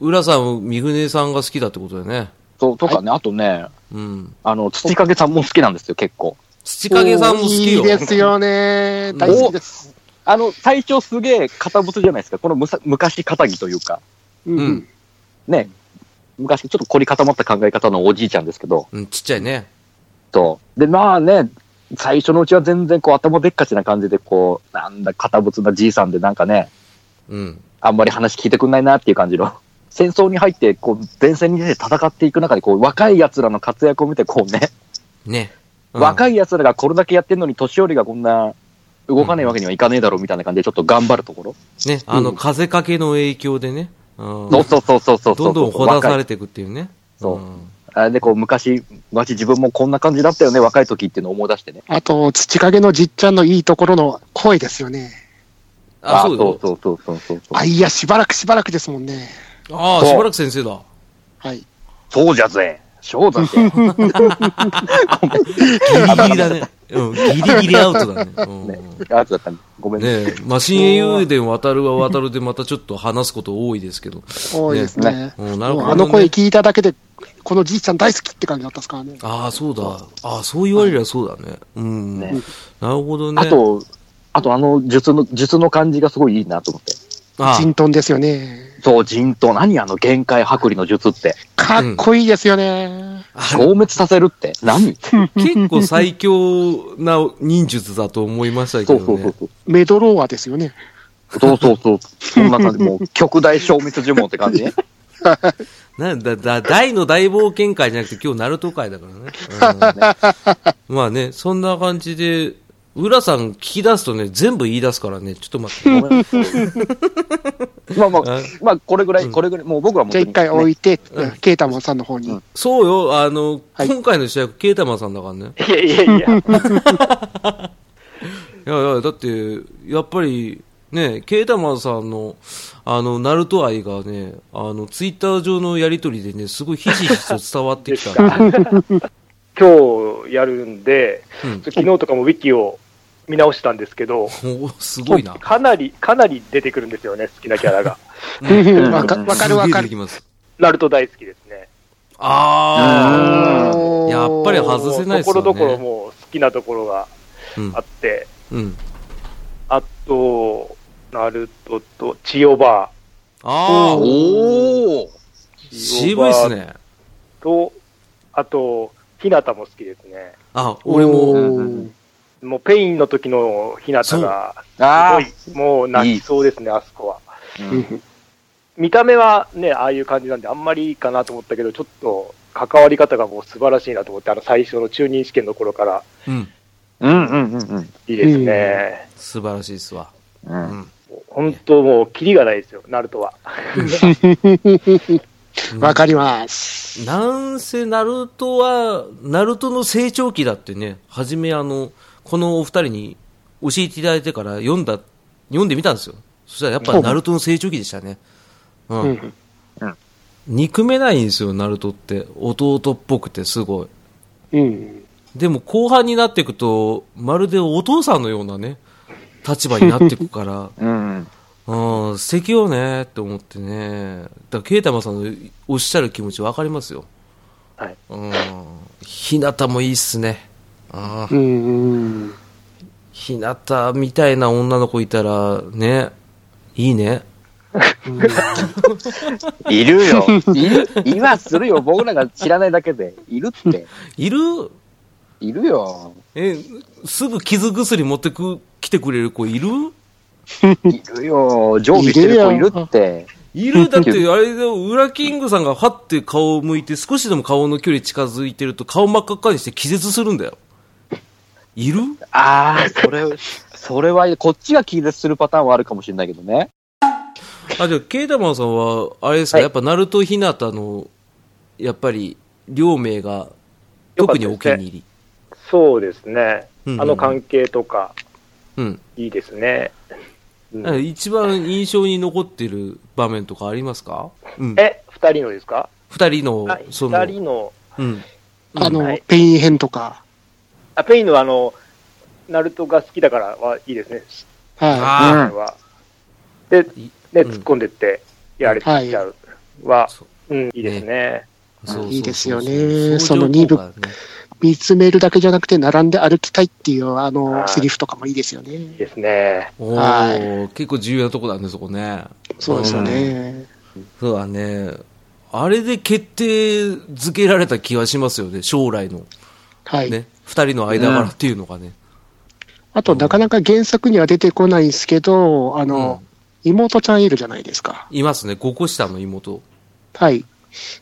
[SPEAKER 2] 浦さん、三船さんが好きだってことだよね。
[SPEAKER 3] そう、とかね、あとね、
[SPEAKER 2] うん。
[SPEAKER 3] あの、土影さんも好きなんですよ、結構。
[SPEAKER 2] 土影さんも好きよ。
[SPEAKER 1] いいですよね。大好きです。
[SPEAKER 3] あの、最初すげえ堅物じゃないですか。このむさ昔仇というか、
[SPEAKER 1] うん
[SPEAKER 2] う
[SPEAKER 1] うんん。
[SPEAKER 3] ね。昔ちょっと凝り固まった考え方のおじいちゃんですけど、
[SPEAKER 2] うん、ちっちゃいね。
[SPEAKER 3] と。で、まあね、最初のうちは全然こう頭でっかちな感じで、こう、なんだ、堅物なじいさんでなんかね、
[SPEAKER 2] うん。
[SPEAKER 3] あんまり話聞いてくんないなっていう感じの。戦争に入って、こう、前線に出て戦っていく中で、こう、若い奴らの活躍を見て、こうね、
[SPEAKER 2] ね。
[SPEAKER 3] 若
[SPEAKER 2] い。
[SPEAKER 3] い奴らがこれだけやってんのに、年寄りがこんな、動かないわけにはいかねえだろうみたいな感じで、ちょっと頑張るところ。
[SPEAKER 2] ね、あの、風かけの影響でね、うん
[SPEAKER 3] そうそうそうそうそう。
[SPEAKER 2] どんどんほだされ
[SPEAKER 3] て。
[SPEAKER 2] ていくっていうね。
[SPEAKER 3] そうんあれで、こう、昔、昔自分もこんな感じだったよね、若い時っていうのを思い出してね。
[SPEAKER 1] あと、土影のじっちゃんのいいところの声ですよね。
[SPEAKER 2] あ、そう
[SPEAKER 3] そう
[SPEAKER 2] よ。
[SPEAKER 3] そうそうそうそう。
[SPEAKER 1] あ、いや、しばらくしばらくですもんね。
[SPEAKER 2] ああ、
[SPEAKER 3] そう
[SPEAKER 2] しばらく先生だ。
[SPEAKER 1] はい。
[SPEAKER 3] そうじゃぜ。そうだぜ。
[SPEAKER 2] ギリギリだね。うん、ギリギリアウトだね。うん
[SPEAKER 3] ねあ
[SPEAKER 2] *laughs*
[SPEAKER 3] とだったね。ごめんね。
[SPEAKER 2] ねえ、まあ、新英雄伝渡るは渡るでまたちょっと話すこと多いですけど。
[SPEAKER 1] 多いですね。
[SPEAKER 3] ね
[SPEAKER 2] うんなるほどね
[SPEAKER 1] もうあの声聞いただけで、このじいちゃん大好きって感じだったですからね。
[SPEAKER 2] ああ、そうだ。ああ、そう言われりゃそうだね。うん。
[SPEAKER 3] ね
[SPEAKER 2] なるほどね。
[SPEAKER 3] あ、と、あとあの術の、術の感じがすごいいいなと思って。
[SPEAKER 2] あ
[SPEAKER 1] ジントンですよね。
[SPEAKER 3] そう、人と何あの限界剥離の術って。
[SPEAKER 1] かっこいいですよね。
[SPEAKER 3] 消滅させるって何
[SPEAKER 2] 結構最強な忍術だと思いましたけど
[SPEAKER 3] そう
[SPEAKER 2] ね。
[SPEAKER 3] そうそうそう。
[SPEAKER 1] メドローアですよね。
[SPEAKER 3] そうそうそう。そんな感
[SPEAKER 2] *laughs*
[SPEAKER 3] じ。もう、極大消滅呪文って感じね。
[SPEAKER 2] なんだ、だ、大の大冒険会じゃなくて今日ナルト会だからね。
[SPEAKER 3] *laughs*
[SPEAKER 2] うんまあね、そんな感じで、浦さん聞き出すとね、全部言い出すからね、ちょっと待って。
[SPEAKER 3] ごめんまあまあ
[SPEAKER 2] え、
[SPEAKER 3] まあ、これぐらい、これぐらい、もう僕はもう、
[SPEAKER 1] じゃあ一回置
[SPEAKER 3] い。
[SPEAKER 1] いて、ケータマンさんの方に。
[SPEAKER 3] ん
[SPEAKER 2] そうよ、あの、
[SPEAKER 1] はい
[SPEAKER 2] 今回の主役、ケータマンさんだからね。
[SPEAKER 4] いやいやいや、
[SPEAKER 2] いやいや、だって、やっぱり、ね、ケータマンさんの、あの、ナルト愛がね、あの、ツイッター上のやりとりでね、すごいひしひしと伝わってきたんで。
[SPEAKER 4] 今日やるんで、
[SPEAKER 2] うん
[SPEAKER 4] 昨日とかもウィキを見直したんですけど、
[SPEAKER 2] おーすごいな。
[SPEAKER 4] かなり、かなり出てくるんですよね、好きなキャラ
[SPEAKER 2] *laughs*
[SPEAKER 4] が。
[SPEAKER 1] うんわかわかるわか
[SPEAKER 2] すげえ出てき
[SPEAKER 1] る。
[SPEAKER 2] ます。
[SPEAKER 4] ナルト大好きですね。
[SPEAKER 2] あー。
[SPEAKER 1] おー
[SPEAKER 2] やっぱり外せないですよね
[SPEAKER 4] ところどころもう好きなところが
[SPEAKER 2] うん
[SPEAKER 4] あ。って、
[SPEAKER 2] うん。
[SPEAKER 4] あと、ナルトと千代バ
[SPEAKER 2] あー。
[SPEAKER 3] おー
[SPEAKER 2] 渋いっすね。
[SPEAKER 4] と、あと、ひなたも好きですね。
[SPEAKER 2] あ、俺も、
[SPEAKER 1] おー
[SPEAKER 4] もうペインの時のひなたが、
[SPEAKER 3] ああ。
[SPEAKER 4] すごい、もう泣きそうですね、あそこは。
[SPEAKER 3] うん
[SPEAKER 4] 見た目はね、ああいう感じなんで、あんまりいいかなと思ったけど、ちょっと関わり方がもう素晴らしいなと思って、あの最初の中任試験の頃から、
[SPEAKER 2] うん。
[SPEAKER 3] うんうんうん
[SPEAKER 4] いいですね。
[SPEAKER 2] 素晴らしいっすわ。
[SPEAKER 3] う。
[SPEAKER 2] うんん。
[SPEAKER 4] 本当もう、キリがないですよ、ナルトは。
[SPEAKER 1] わかります。
[SPEAKER 2] なんせ、ナルトは、ナルトの成長期だってね、はじめあの、このお二人に教えていただいてから読んだ、読んでみたんですよ。そしたらやっぱナルトの成長期でしたね。うん。
[SPEAKER 1] うん
[SPEAKER 2] 憎めないんですよ、ナルトって。弟っぽくてすごい。
[SPEAKER 1] うん。
[SPEAKER 2] でも後半になっていくと、まるでお父さんのようなね、立場になっていくから、
[SPEAKER 3] うん。
[SPEAKER 2] うん、素敵よねって思ってね。だから、ケイタマさんのおっしゃる気持ちわかりますよ。
[SPEAKER 4] はい。
[SPEAKER 2] うん。ひなたもいいっすね。ああ。
[SPEAKER 1] うん。
[SPEAKER 2] ひなたみたいな女の子いたら、ね、いいね。
[SPEAKER 3] いるよ。いる。今するよ。僕らが知らないだけで。いるって。
[SPEAKER 2] いる
[SPEAKER 3] いるよ。
[SPEAKER 2] え、すぐ傷薬持ってく、来てくれる子いる
[SPEAKER 3] いるよ。常備してる子いるって。
[SPEAKER 2] いるだって、 *laughs* あれで、ウラキングさんがはって顔を向いて、少しでも顔の距離近づいてると、顔真っ赤っかにして気絶するんだよ。いる
[SPEAKER 3] ああ、それ、それは、こっちが気絶するパターンはあるかもしれないけどね。
[SPEAKER 2] あ、じゃあ、ケイタマンさんは、あれですか、
[SPEAKER 3] はい
[SPEAKER 2] やっぱ、ナルト・ヒナタの、やっぱり、両名が、
[SPEAKER 4] よかっ
[SPEAKER 2] 特
[SPEAKER 4] た
[SPEAKER 2] に
[SPEAKER 4] ですね
[SPEAKER 2] お気に入り。
[SPEAKER 4] そうですね。
[SPEAKER 2] うん
[SPEAKER 4] あの関係とか、
[SPEAKER 2] うん。
[SPEAKER 4] いいですね。うん
[SPEAKER 2] なんか一番印象に残ってる場面とかありますかうん。
[SPEAKER 4] え、二人のですか
[SPEAKER 2] 二人の
[SPEAKER 4] はい、
[SPEAKER 2] その、
[SPEAKER 4] 二人の、
[SPEAKER 2] うん。
[SPEAKER 1] あ
[SPEAKER 4] は
[SPEAKER 1] の
[SPEAKER 4] い、
[SPEAKER 1] ペイン編とか。
[SPEAKER 4] あ、ペインのあの、ナルトが好きだからはいいですね、
[SPEAKER 1] は
[SPEAKER 3] う
[SPEAKER 2] あ
[SPEAKER 3] ん
[SPEAKER 4] あれは。で、ね、
[SPEAKER 2] い
[SPEAKER 4] 突っ込んでって、やられてきちゃう。は、
[SPEAKER 2] そう
[SPEAKER 4] うん、いいですね。
[SPEAKER 2] そうそう
[SPEAKER 1] いいですよね
[SPEAKER 2] うう
[SPEAKER 1] その
[SPEAKER 2] 情報がね
[SPEAKER 1] い。見つめるだけじゃなくて、並んで歩きたいっていう、あ
[SPEAKER 4] は
[SPEAKER 1] の、
[SPEAKER 4] い
[SPEAKER 1] セリフとかもいいですよ
[SPEAKER 4] いい
[SPEAKER 1] ね。
[SPEAKER 4] ですね。
[SPEAKER 2] お
[SPEAKER 1] は
[SPEAKER 2] ー結構重要なとこだね、そこね。
[SPEAKER 1] そうですよね。
[SPEAKER 2] そうだね。あれで決定づけられた気はしますよね、将来の。
[SPEAKER 1] はい。
[SPEAKER 2] ね。二人の間柄っていうのがね。
[SPEAKER 1] あと、なかなか原作には出てこないんですけど、あの、妹ちゃんいるじゃないですか。
[SPEAKER 2] いますね、5個下の妹。
[SPEAKER 1] はい。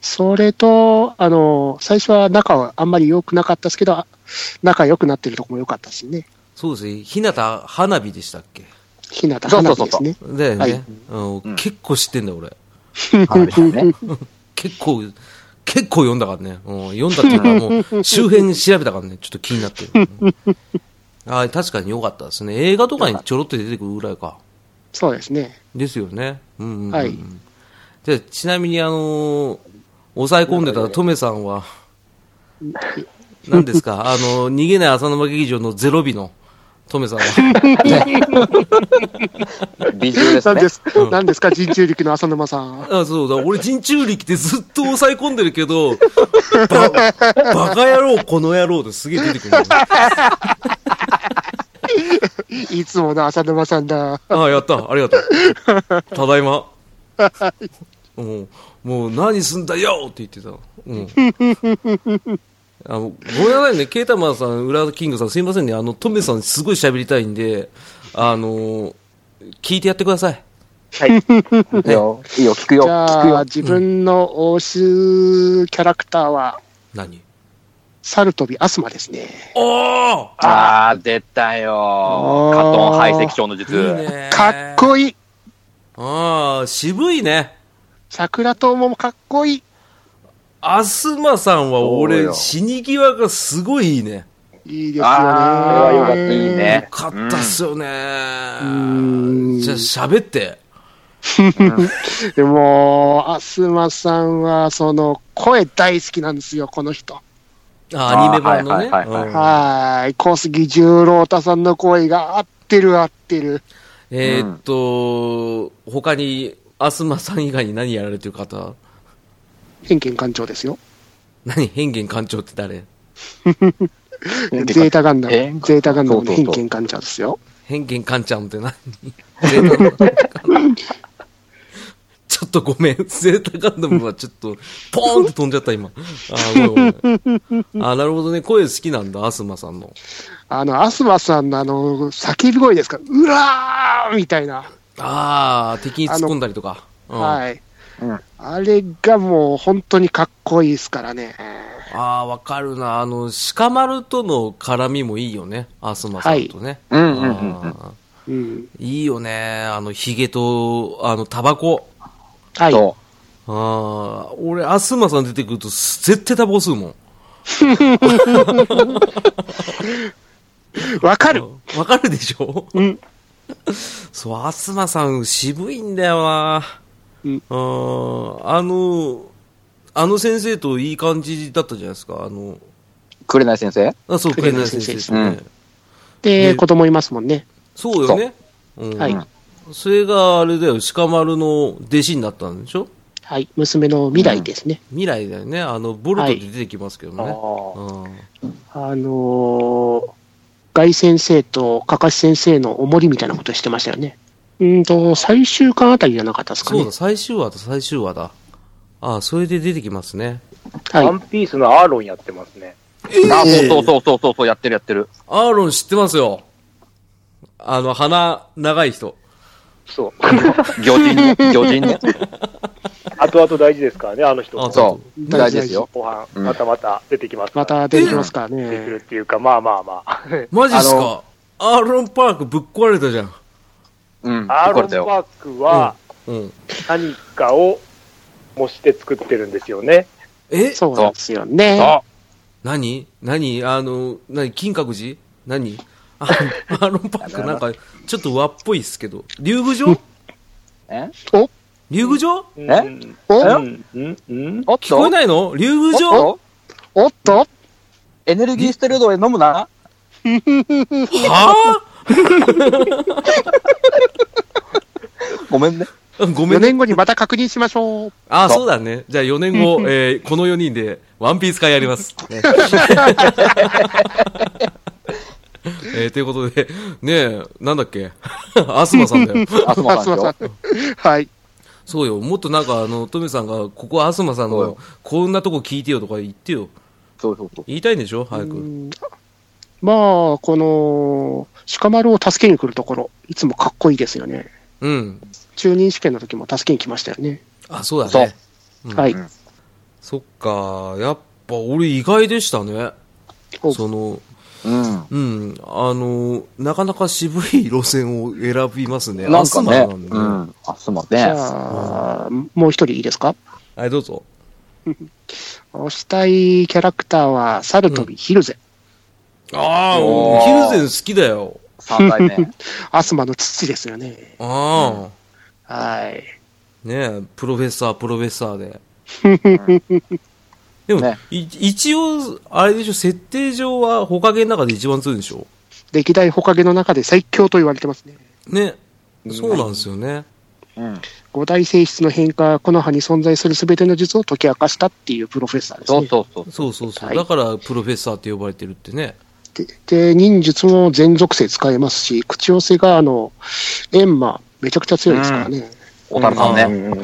[SPEAKER 1] それと、あの、最初は仲はあんまり良くなかったですけど、あ仲良くなってるとこも良かったしね。
[SPEAKER 2] そうですね、日向花火でしたっけ
[SPEAKER 1] ひなた花火ですね。
[SPEAKER 2] だよね、
[SPEAKER 1] はい
[SPEAKER 2] うん結構知ってんだよ俺。
[SPEAKER 3] 花火だね。
[SPEAKER 2] 結構、結構読んだからね。うん、読んだっていうかもう、周辺調べたからね、ちょっと気になってる。うんあー確かに良かったですね。映画とかにちょろっと出てくるぐらいか。
[SPEAKER 1] そうですね。
[SPEAKER 2] ですよね。うんうんうん、
[SPEAKER 1] はい
[SPEAKER 2] じゃあちなみに、あのー抑え込んでたトメさんは、何ですかあの、逃げない浅沼劇場のゼロ日のトメさんは、
[SPEAKER 3] 美獣です
[SPEAKER 1] 何
[SPEAKER 3] ね
[SPEAKER 1] で。す何ですか、人中力の浅沼さん。
[SPEAKER 2] あそうだ、俺人中力ってずっと抑え込んでるけど、ばバカ野郎、この野郎ですげえ出てくるの。
[SPEAKER 1] いつもの浅沼さんだ。
[SPEAKER 2] ああ、やった。ありがとう。ただいま。もう、もう何すんだよって言ってた。うん。あの、ごめんなさいね。ケータマンさん、ウラキングさん、すいませんね。あの、トメさんすごい喋りたいんで、あの、聞いてやってください。
[SPEAKER 3] いいよ、いいよ聞く
[SPEAKER 1] じ
[SPEAKER 3] よ、聞く
[SPEAKER 1] ゃあ、
[SPEAKER 3] よ。
[SPEAKER 1] 自分の推しキャラクターは、
[SPEAKER 2] 何
[SPEAKER 1] サルトビ、アスマですね。
[SPEAKER 2] おー
[SPEAKER 3] あー、出たよ。カトン排斥症の術。
[SPEAKER 2] いいね。
[SPEAKER 1] かっこいい
[SPEAKER 2] ああ、渋いね。
[SPEAKER 1] 桜ともかっこいい
[SPEAKER 2] アスマさんは
[SPEAKER 3] そう
[SPEAKER 2] 俺、
[SPEAKER 3] よ
[SPEAKER 2] 死に際がすごいいいね。
[SPEAKER 1] いいですよね。
[SPEAKER 3] あー、よかった、いい
[SPEAKER 2] よ
[SPEAKER 3] ね。
[SPEAKER 2] かったっすよね。
[SPEAKER 1] ん
[SPEAKER 2] じゃあ、喋って。
[SPEAKER 1] でも、アスマさんは、その、声大好きなんですよ、この人。
[SPEAKER 2] あ、アニメ版のね。
[SPEAKER 3] あーはいはいはいはい
[SPEAKER 2] うん
[SPEAKER 1] はーい。小杉十郎太さんの声が合ってる合ってる。
[SPEAKER 2] えーっと、他に、アスマさん以外に何やられてる方
[SPEAKER 1] 偏見感情ですよ。
[SPEAKER 2] 何変幻館長って誰
[SPEAKER 1] ゼータガンダ
[SPEAKER 3] 偏
[SPEAKER 1] ム。
[SPEAKER 3] 見
[SPEAKER 1] ゼータガンダムの
[SPEAKER 3] そうそ
[SPEAKER 1] 偏
[SPEAKER 3] うそう
[SPEAKER 1] 見感情ですよ。
[SPEAKER 2] 変幻館ちゃんって何ゼータガンダムちょっとごめん。ゼータガンダムはちょっと、ポーンって飛んじゃった、今。あーごめんごめんあー、なるほどね。声好きなんだ、アスマさんの。
[SPEAKER 1] あの、アスマさんのあの、叫び声ですかうらーみたいな。
[SPEAKER 2] ああ、敵に突っ込んだりとか。うん
[SPEAKER 1] はい。
[SPEAKER 3] うん
[SPEAKER 1] あれがもう本当にかっこいいですからね。
[SPEAKER 2] ああ、わかるな。あの、鹿丸との絡みもいいよね。アスマさんとね。
[SPEAKER 3] うんうんうんうん。
[SPEAKER 2] あ
[SPEAKER 1] うん。
[SPEAKER 2] ーいいよね。あの、ヒゲと、あの、タバコ。
[SPEAKER 1] はい。
[SPEAKER 3] そ
[SPEAKER 2] ああ、俺、アスマさん出てくると、絶対タバコ吸うもん。
[SPEAKER 1] わかる
[SPEAKER 2] わかるでしょ
[SPEAKER 1] うん。
[SPEAKER 2] そう、アスマさん、渋いんだよな。
[SPEAKER 1] うん
[SPEAKER 2] あーあの、あの先生といい感じだったじゃないですか。あの、
[SPEAKER 3] う。くれない先生
[SPEAKER 2] あそう、紅先生ですね。
[SPEAKER 3] うん
[SPEAKER 1] で、
[SPEAKER 2] ね
[SPEAKER 1] 子供いますもんね。
[SPEAKER 2] そうよね。うん
[SPEAKER 1] はい。
[SPEAKER 2] それがあれだよ、鹿丸の弟子になったんでしょ
[SPEAKER 1] はい。娘の未来ですね。
[SPEAKER 2] 未来だよね。あの、ボルトで出てきますけどね。
[SPEAKER 4] あ
[SPEAKER 1] あのー、ガイ先生とカカシ先生のおもりみたいなことしてましたよね。うーんと、最終巻あたりじゃなかったですか
[SPEAKER 2] そう
[SPEAKER 1] ね
[SPEAKER 2] だ、。最終話だ、最終話だ。ああ、それで出てきますね。
[SPEAKER 4] あ、ワ
[SPEAKER 1] はい
[SPEAKER 4] ン。ピースのアーロンやってますね。
[SPEAKER 3] あ、そうそうそうそうそう、やってるやってる。
[SPEAKER 2] アーロン知ってますよ。あの、鼻、長い人。
[SPEAKER 4] そう。 *laughs*
[SPEAKER 3] 魚人 *laughs* ね、魚人ね。
[SPEAKER 4] 後々大事ですからね、あの人も。
[SPEAKER 2] あ
[SPEAKER 3] そう、大事ですよ。
[SPEAKER 4] 後半、
[SPEAKER 3] うん
[SPEAKER 4] またまた出てきますから。
[SPEAKER 1] また出てきますから
[SPEAKER 4] 出てくる
[SPEAKER 1] ね。
[SPEAKER 4] っていうか、まあまあまあ。
[SPEAKER 2] マジっす
[SPEAKER 3] あ
[SPEAKER 2] か
[SPEAKER 3] の
[SPEAKER 2] アーロンパークぶっ壊れたじゃん。
[SPEAKER 3] うん、
[SPEAKER 4] アー
[SPEAKER 3] これ
[SPEAKER 4] ロン・
[SPEAKER 3] だ
[SPEAKER 4] パ
[SPEAKER 3] よ。
[SPEAKER 4] ークは
[SPEAKER 2] うん。
[SPEAKER 4] 何かを模して作ってるんですよね。
[SPEAKER 2] え
[SPEAKER 1] そうなんですよね。
[SPEAKER 3] あ、
[SPEAKER 2] 何何あの、何金閣寺何あ
[SPEAKER 3] *laughs*
[SPEAKER 2] アーロンパークなんか、ちょっと和っぽいっすけど。竜宮城
[SPEAKER 3] え
[SPEAKER 1] お
[SPEAKER 2] 竜宮城
[SPEAKER 4] え
[SPEAKER 3] ん
[SPEAKER 1] お
[SPEAKER 4] うん、うん、うん。
[SPEAKER 3] おっ
[SPEAKER 2] 聞こえ
[SPEAKER 3] と
[SPEAKER 2] ないの竜宮城
[SPEAKER 3] おっと
[SPEAKER 1] おっと
[SPEAKER 3] エネルギーステロイドで飲むな
[SPEAKER 2] は
[SPEAKER 3] ご *laughs* めんね。
[SPEAKER 2] あごめ
[SPEAKER 1] 4
[SPEAKER 2] んね。
[SPEAKER 1] 年後にまた確認しましょう。
[SPEAKER 2] ああ、そうだね。じゃあ4年後、えーこの4人で、ワンピース会やります。
[SPEAKER 3] *laughs*
[SPEAKER 2] *laughs* ねえーということで、ねえ、なんだっけ *laughs* アスマさん
[SPEAKER 3] *laughs*
[SPEAKER 2] だよ。
[SPEAKER 3] あすま
[SPEAKER 1] 松
[SPEAKER 3] さん
[SPEAKER 1] 本
[SPEAKER 3] で
[SPEAKER 1] さ
[SPEAKER 3] し
[SPEAKER 1] ん。はい。
[SPEAKER 2] そうよ。もっとなんか、あの、トメさんが、ここアスマさん
[SPEAKER 3] そう
[SPEAKER 2] の
[SPEAKER 3] よ、
[SPEAKER 2] こんなとこ聞いてよとか言ってよ。
[SPEAKER 3] ょ。そうそうそう。
[SPEAKER 2] 言いたいんでしょ早
[SPEAKER 1] う
[SPEAKER 2] く。
[SPEAKER 1] んまあ、この、鹿丸を助けに来るところ、いつもかっこいいですよね。
[SPEAKER 2] うん。
[SPEAKER 1] 中任試験の時も助けに来ましたよね。
[SPEAKER 2] あ、そうだね。うん
[SPEAKER 1] はい。
[SPEAKER 3] うん
[SPEAKER 2] そっか。やっぱ、俺意外でしたね。
[SPEAKER 1] お
[SPEAKER 2] その、
[SPEAKER 3] うん。
[SPEAKER 2] うん、あの、なかなか渋い路線を選びますね。
[SPEAKER 3] なんかね、
[SPEAKER 2] アスマなんで
[SPEAKER 3] う
[SPEAKER 2] ね
[SPEAKER 3] ん。あすま
[SPEAKER 1] じ
[SPEAKER 3] ね。
[SPEAKER 1] ゃあ、もう一人いいですか
[SPEAKER 2] はい、どうぞ。
[SPEAKER 1] 推したいキャラクターは、サルトビ、ヒルゼ、
[SPEAKER 2] あ
[SPEAKER 3] お
[SPEAKER 2] あ、
[SPEAKER 3] ー
[SPEAKER 2] ヒルゼン好きだよ。
[SPEAKER 3] 三代目。
[SPEAKER 1] アスマの父ですよね。
[SPEAKER 2] ああ、
[SPEAKER 1] はい。
[SPEAKER 2] ねえプロフェッサー、プロフェッサーで。
[SPEAKER 3] *laughs*
[SPEAKER 2] でも、
[SPEAKER 3] ね
[SPEAKER 2] い一応、あれでしょ、設定上は、ほかげの中で一番強いんでしょ
[SPEAKER 1] 歴代ホカゲの中で最強と言われてますね。
[SPEAKER 2] ね。そうなんですよね。
[SPEAKER 3] うん。
[SPEAKER 1] 五大性質の変化、この葉に存在する全ての術を解き明かしたっていうプロフェッサーですね。
[SPEAKER 3] そうそう *laughs* そう。
[SPEAKER 2] そうそうそう。
[SPEAKER 1] はい
[SPEAKER 2] だから、プロフェッサーって呼ばれてるってね。
[SPEAKER 1] で、で忍術も全属性使えますし、口寄せが、あの、エンマ、めちゃくちゃ強いですからね。
[SPEAKER 3] 小樽さん
[SPEAKER 2] う
[SPEAKER 3] ね。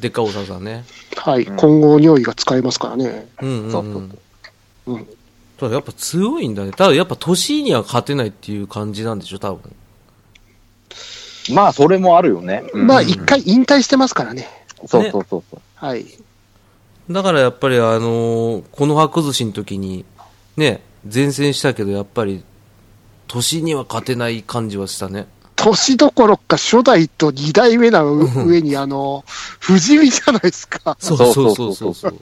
[SPEAKER 2] でっかいおささんね。
[SPEAKER 1] はい。混合尿意が使えますからね。
[SPEAKER 2] うんうん、。
[SPEAKER 3] そううそうん
[SPEAKER 1] そううん
[SPEAKER 2] ただやっぱ強いんだね。ただやっぱ年には勝てないっていう感じなんでしょ、多分。
[SPEAKER 3] まあ、それもあるよね。うん
[SPEAKER 1] まあ、一回引退してますからね。
[SPEAKER 3] そうそうそうそう。
[SPEAKER 1] はい。
[SPEAKER 2] だからやっぱりあのーこの白寿司の時に、ね、前線したけどやっぱり、年には勝てない感じはしたね。
[SPEAKER 1] 年どころか初代と二代目な上に、あの、不死身じゃないですか。
[SPEAKER 2] そう
[SPEAKER 3] そう
[SPEAKER 2] そうそうそうそう。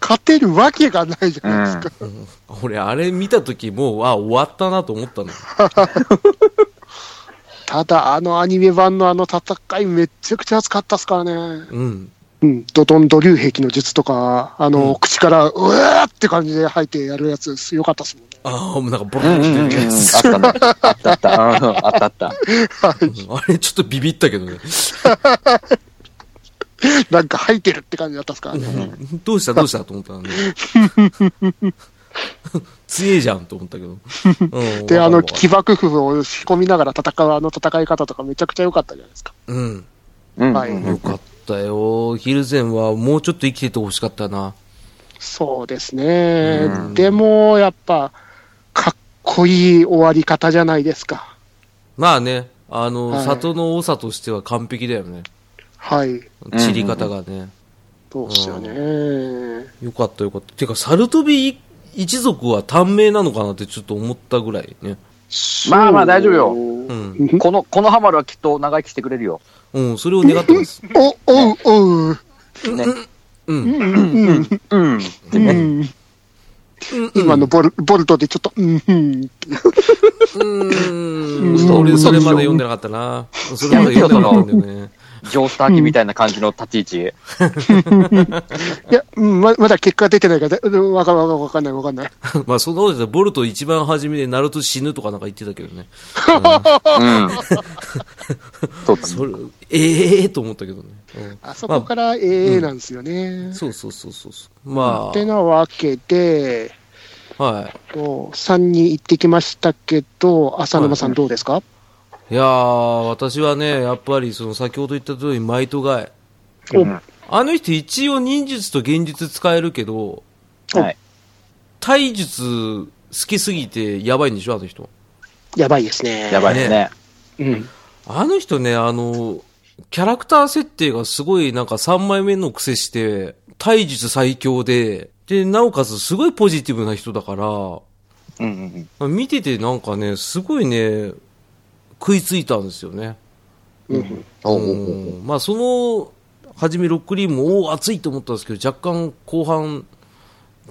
[SPEAKER 1] 勝てるわけがないじゃ
[SPEAKER 3] う *laughs*
[SPEAKER 1] ないです
[SPEAKER 3] ん
[SPEAKER 1] か。。
[SPEAKER 2] *laughs* 俺あれ見た時もう、あ、終わったなと思ったの。
[SPEAKER 1] ただ、あのアニメ版のあの戦いめっちゃくちゃ熱かったですからね。
[SPEAKER 2] うん。
[SPEAKER 1] うん、ドドンド竜兵器の術とか、あの、口から、うわーって感じで吐いてやるやつ、よかったっすもんね。
[SPEAKER 2] ああ、もうなんかボロ
[SPEAKER 3] う
[SPEAKER 2] ッと
[SPEAKER 3] んう
[SPEAKER 2] きて
[SPEAKER 3] んう
[SPEAKER 2] る
[SPEAKER 3] んうん
[SPEAKER 2] ね。
[SPEAKER 3] あったね。あったあった。うんあったあった。
[SPEAKER 2] うんあれちょっとビビったけどね。
[SPEAKER 1] なんか吐いてるって感じだったっすからね。
[SPEAKER 2] どうしたどうしたと思ったのね。 *laughs* 強えじゃんと思ったけど。うん
[SPEAKER 1] で、あ
[SPEAKER 2] わ
[SPEAKER 1] の、
[SPEAKER 2] かるわ
[SPEAKER 1] 起爆符を仕込みながら戦うあの戦い方とかめちゃくちゃ良かったじゃないですか。
[SPEAKER 2] うん。
[SPEAKER 3] うん
[SPEAKER 1] はい
[SPEAKER 2] よかったよ。ヒルゼンはもうちょっと生きててほしかったな。
[SPEAKER 1] そうですね。でも、やっぱ、かっこいい終わり方じゃないですか。
[SPEAKER 2] まあね、あの、
[SPEAKER 1] はい
[SPEAKER 2] 里の多さとしては完璧だよね。
[SPEAKER 1] はい。
[SPEAKER 2] 散り方がね。
[SPEAKER 1] そうっすよね。
[SPEAKER 2] よかったよかった。てか、サルトビ一族は短命なのかなってちょっと思ったぐらいね。
[SPEAKER 3] まあまあ大丈夫よ
[SPEAKER 1] そう
[SPEAKER 2] うん。
[SPEAKER 3] この、このハマルはきっと長生きしてくれるよ。
[SPEAKER 2] うん、それを願って
[SPEAKER 1] *laughs*
[SPEAKER 2] ます。
[SPEAKER 1] お、おう、おう。
[SPEAKER 3] ね。
[SPEAKER 2] うん。
[SPEAKER 3] うん。
[SPEAKER 1] う
[SPEAKER 3] でね。
[SPEAKER 1] ん。今のボルボルトでちょっと、うん、うん。
[SPEAKER 2] うん。俺、それまで読んでなかったな。それまで読んでなかったんだよね。
[SPEAKER 3] ジョースター機みたいな感じの立ち位置。
[SPEAKER 1] いや、うんままだ結果出てないから、うんわかんない、わかんない、わかんない。
[SPEAKER 2] *laughs* まあ、そのことで、ボルト一番初めでナルト死ぬとかなんか言ってたけどね。
[SPEAKER 3] うん。そうだね
[SPEAKER 2] それ、ええと思ったけどね。うん
[SPEAKER 1] あそこから、ええなんですよね。
[SPEAKER 2] そうそうそうそうそう。ま
[SPEAKER 1] ってなわけで、
[SPEAKER 2] あ、は
[SPEAKER 1] と3に行ってきましたけど、浅沼さんどうですか、
[SPEAKER 2] い。いやー、私はね、やっぱり、その、先ほど言った通り、マイトガイ。
[SPEAKER 1] お
[SPEAKER 2] あの人、一応、忍術と現実使えるけど、
[SPEAKER 3] はい。
[SPEAKER 2] 体術、好きすぎて、やばいんでしょ、あの人。
[SPEAKER 1] やばいですね。
[SPEAKER 3] やばいですね。
[SPEAKER 1] うん。
[SPEAKER 2] あの人ね、あの、キャラクター設定がすごいなんか3枚目の癖して、体術最強で、で、なおかつすごいポジティブな人だから
[SPEAKER 3] うんうん、
[SPEAKER 2] 見ててなんかね、すごいね、食いついたんですよね。
[SPEAKER 1] うん。
[SPEAKER 3] うん。
[SPEAKER 2] うんまあその、初めロックリーム、おお、熱いと思ったんですけど、若干後半、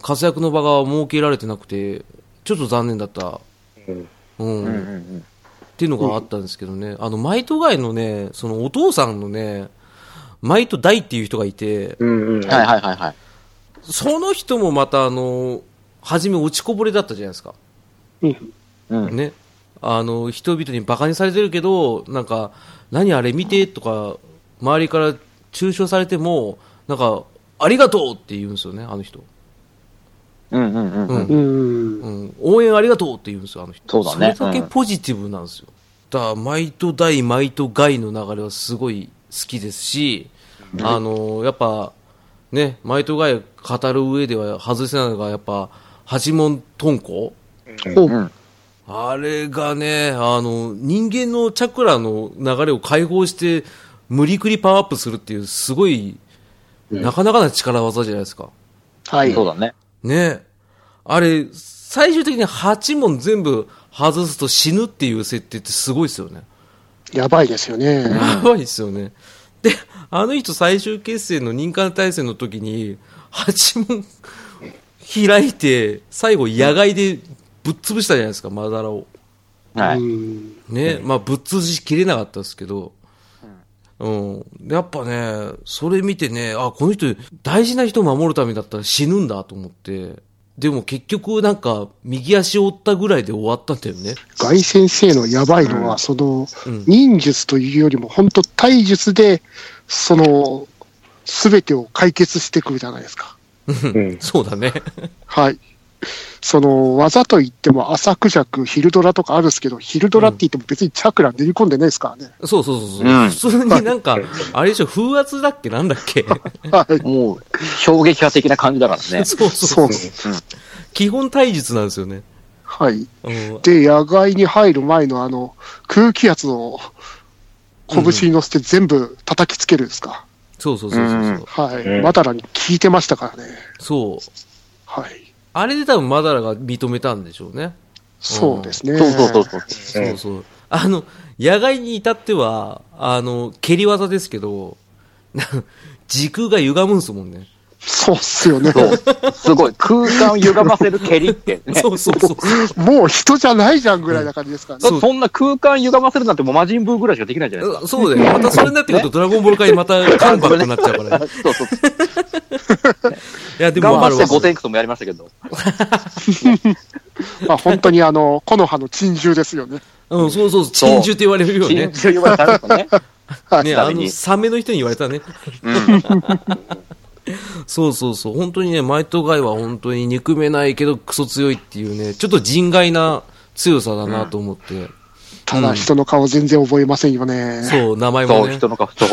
[SPEAKER 2] 活躍の場が設けられてなくて、ちょっと残念だった。うん
[SPEAKER 3] うんうん
[SPEAKER 2] っていうのがあったんですけどね、あの、マイトガイのね、そのお父さんのね、マイトダイっていう人がいて、
[SPEAKER 3] うん。はいはいはいはい。
[SPEAKER 2] その人もまたあの、初め落ちこぼれだったじゃないですか。
[SPEAKER 1] うん。
[SPEAKER 3] うん。
[SPEAKER 2] ね。あの、人々にバカにされてるけど、なんか、何あれ見てとか、周りから中傷されても、なんか、ありがとうって言うんですよね、あの人。
[SPEAKER 3] うんうんうんうん。
[SPEAKER 1] うん。
[SPEAKER 2] うん、応援ありがとうって言うんですよ、あの人。
[SPEAKER 3] そうだね
[SPEAKER 2] それだけポジティブなんですよ。だから、マイト大、マイト外の流れはすごい好きですし、あの、やっぱ、ね、マイト外語る上では外せないのが、やっぱ、八門トンコ
[SPEAKER 3] うん。
[SPEAKER 2] あれがね、あの、人間のチャクラの流れを解放して、無理くりパワーアップするっていう、すごい、なかなかな力技じゃないですか。
[SPEAKER 1] はい。
[SPEAKER 3] そうだね。
[SPEAKER 2] ねあれ、最終的に8問全部外すと死ぬっていう設定ってすごいですよね。
[SPEAKER 1] やばいですよね。
[SPEAKER 2] やばいですよね。で、あの人最終決戦の任間対戦の時に、8問開いて、最後野外でぶっ潰したじゃないですか、マダラを。
[SPEAKER 3] は
[SPEAKER 1] う
[SPEAKER 3] い。
[SPEAKER 1] ん
[SPEAKER 2] ね、まあぶっ潰しきれなかったですけど、うん。やっぱね、それ見てね、あ、この人大事な人を守るためだったら死ぬんだと思って、でも結局なんか右足を折ったぐらいで終わったんだよね。
[SPEAKER 1] ガイ先生のやばいのは、その
[SPEAKER 2] うん、
[SPEAKER 1] 忍術というよりも、本当体術で、その、すべてを解決してくるじゃないですか。
[SPEAKER 4] うん。
[SPEAKER 2] *laughs* そうだね。
[SPEAKER 1] はい。その、技といっても、浅く弱、ヒルドラとかあるんですけど、ヒルドラって言っても別にチャクラ練り込んでないですからね。
[SPEAKER 2] そうそうそうそう、
[SPEAKER 3] うん
[SPEAKER 2] 普通になんか、あれでしょ、風圧だっけなんだっけ
[SPEAKER 1] はい。
[SPEAKER 3] もう、衝撃波的な感じだからね。
[SPEAKER 2] *laughs* そうそ
[SPEAKER 1] そうう。
[SPEAKER 2] 基本体術なんですよね。
[SPEAKER 1] はい。
[SPEAKER 2] うん、
[SPEAKER 1] で、野外に入る前のあの、空気圧を拳に乗せて全部叩きつけるんですか。
[SPEAKER 2] そうそうそうそうそう、
[SPEAKER 3] うん
[SPEAKER 1] はい。マダラに効いてましたからね。
[SPEAKER 2] そう。
[SPEAKER 1] はい。
[SPEAKER 2] あれで多分マダラが認めたんでしょうね。
[SPEAKER 1] そうですね。
[SPEAKER 3] そうそうそう。
[SPEAKER 4] うん
[SPEAKER 2] そうそう。あの、野外に至っては、あの、蹴り技ですけど、な時空が歪むんすもんね。
[SPEAKER 1] そうっすよね。
[SPEAKER 3] そう。すごい。空間を歪ませる蹴り *laughs* ってね。
[SPEAKER 2] そうそうそう。
[SPEAKER 1] もう人じゃないじゃんぐらいな感じですからね。
[SPEAKER 3] そんな空間歪ませるなんてもう魔人ブーぐらいしかできないじゃないですか。
[SPEAKER 2] うんそうだよ。またそれになってくると、ドラゴンボール界にまたカンバックになっちゃうからね。
[SPEAKER 3] そうそう。
[SPEAKER 2] いや、でも
[SPEAKER 3] 頑
[SPEAKER 2] わかるわ
[SPEAKER 3] 張って
[SPEAKER 2] か
[SPEAKER 3] ゴテ
[SPEAKER 2] る。
[SPEAKER 3] ンクスもやりましたけど。
[SPEAKER 1] まあ本当にあの、木の葉の珍獣ですよね。
[SPEAKER 2] うん、そうそう、珍獣って言われるよね
[SPEAKER 3] 真。珠呼ばれたんですかね。
[SPEAKER 2] ね、
[SPEAKER 3] た
[SPEAKER 2] あ
[SPEAKER 3] めに
[SPEAKER 2] の、サメの人に言われたね。 *laughs* そうそうそう。本当にね、マイトガイは本当に憎めないけどクソ強いっていうね、ちょっと人外な強さだなと思って。
[SPEAKER 1] ただ人の顔全然覚えませんよね。
[SPEAKER 2] そう、名前も
[SPEAKER 3] そう、
[SPEAKER 2] ね。
[SPEAKER 3] 人の顔、そう。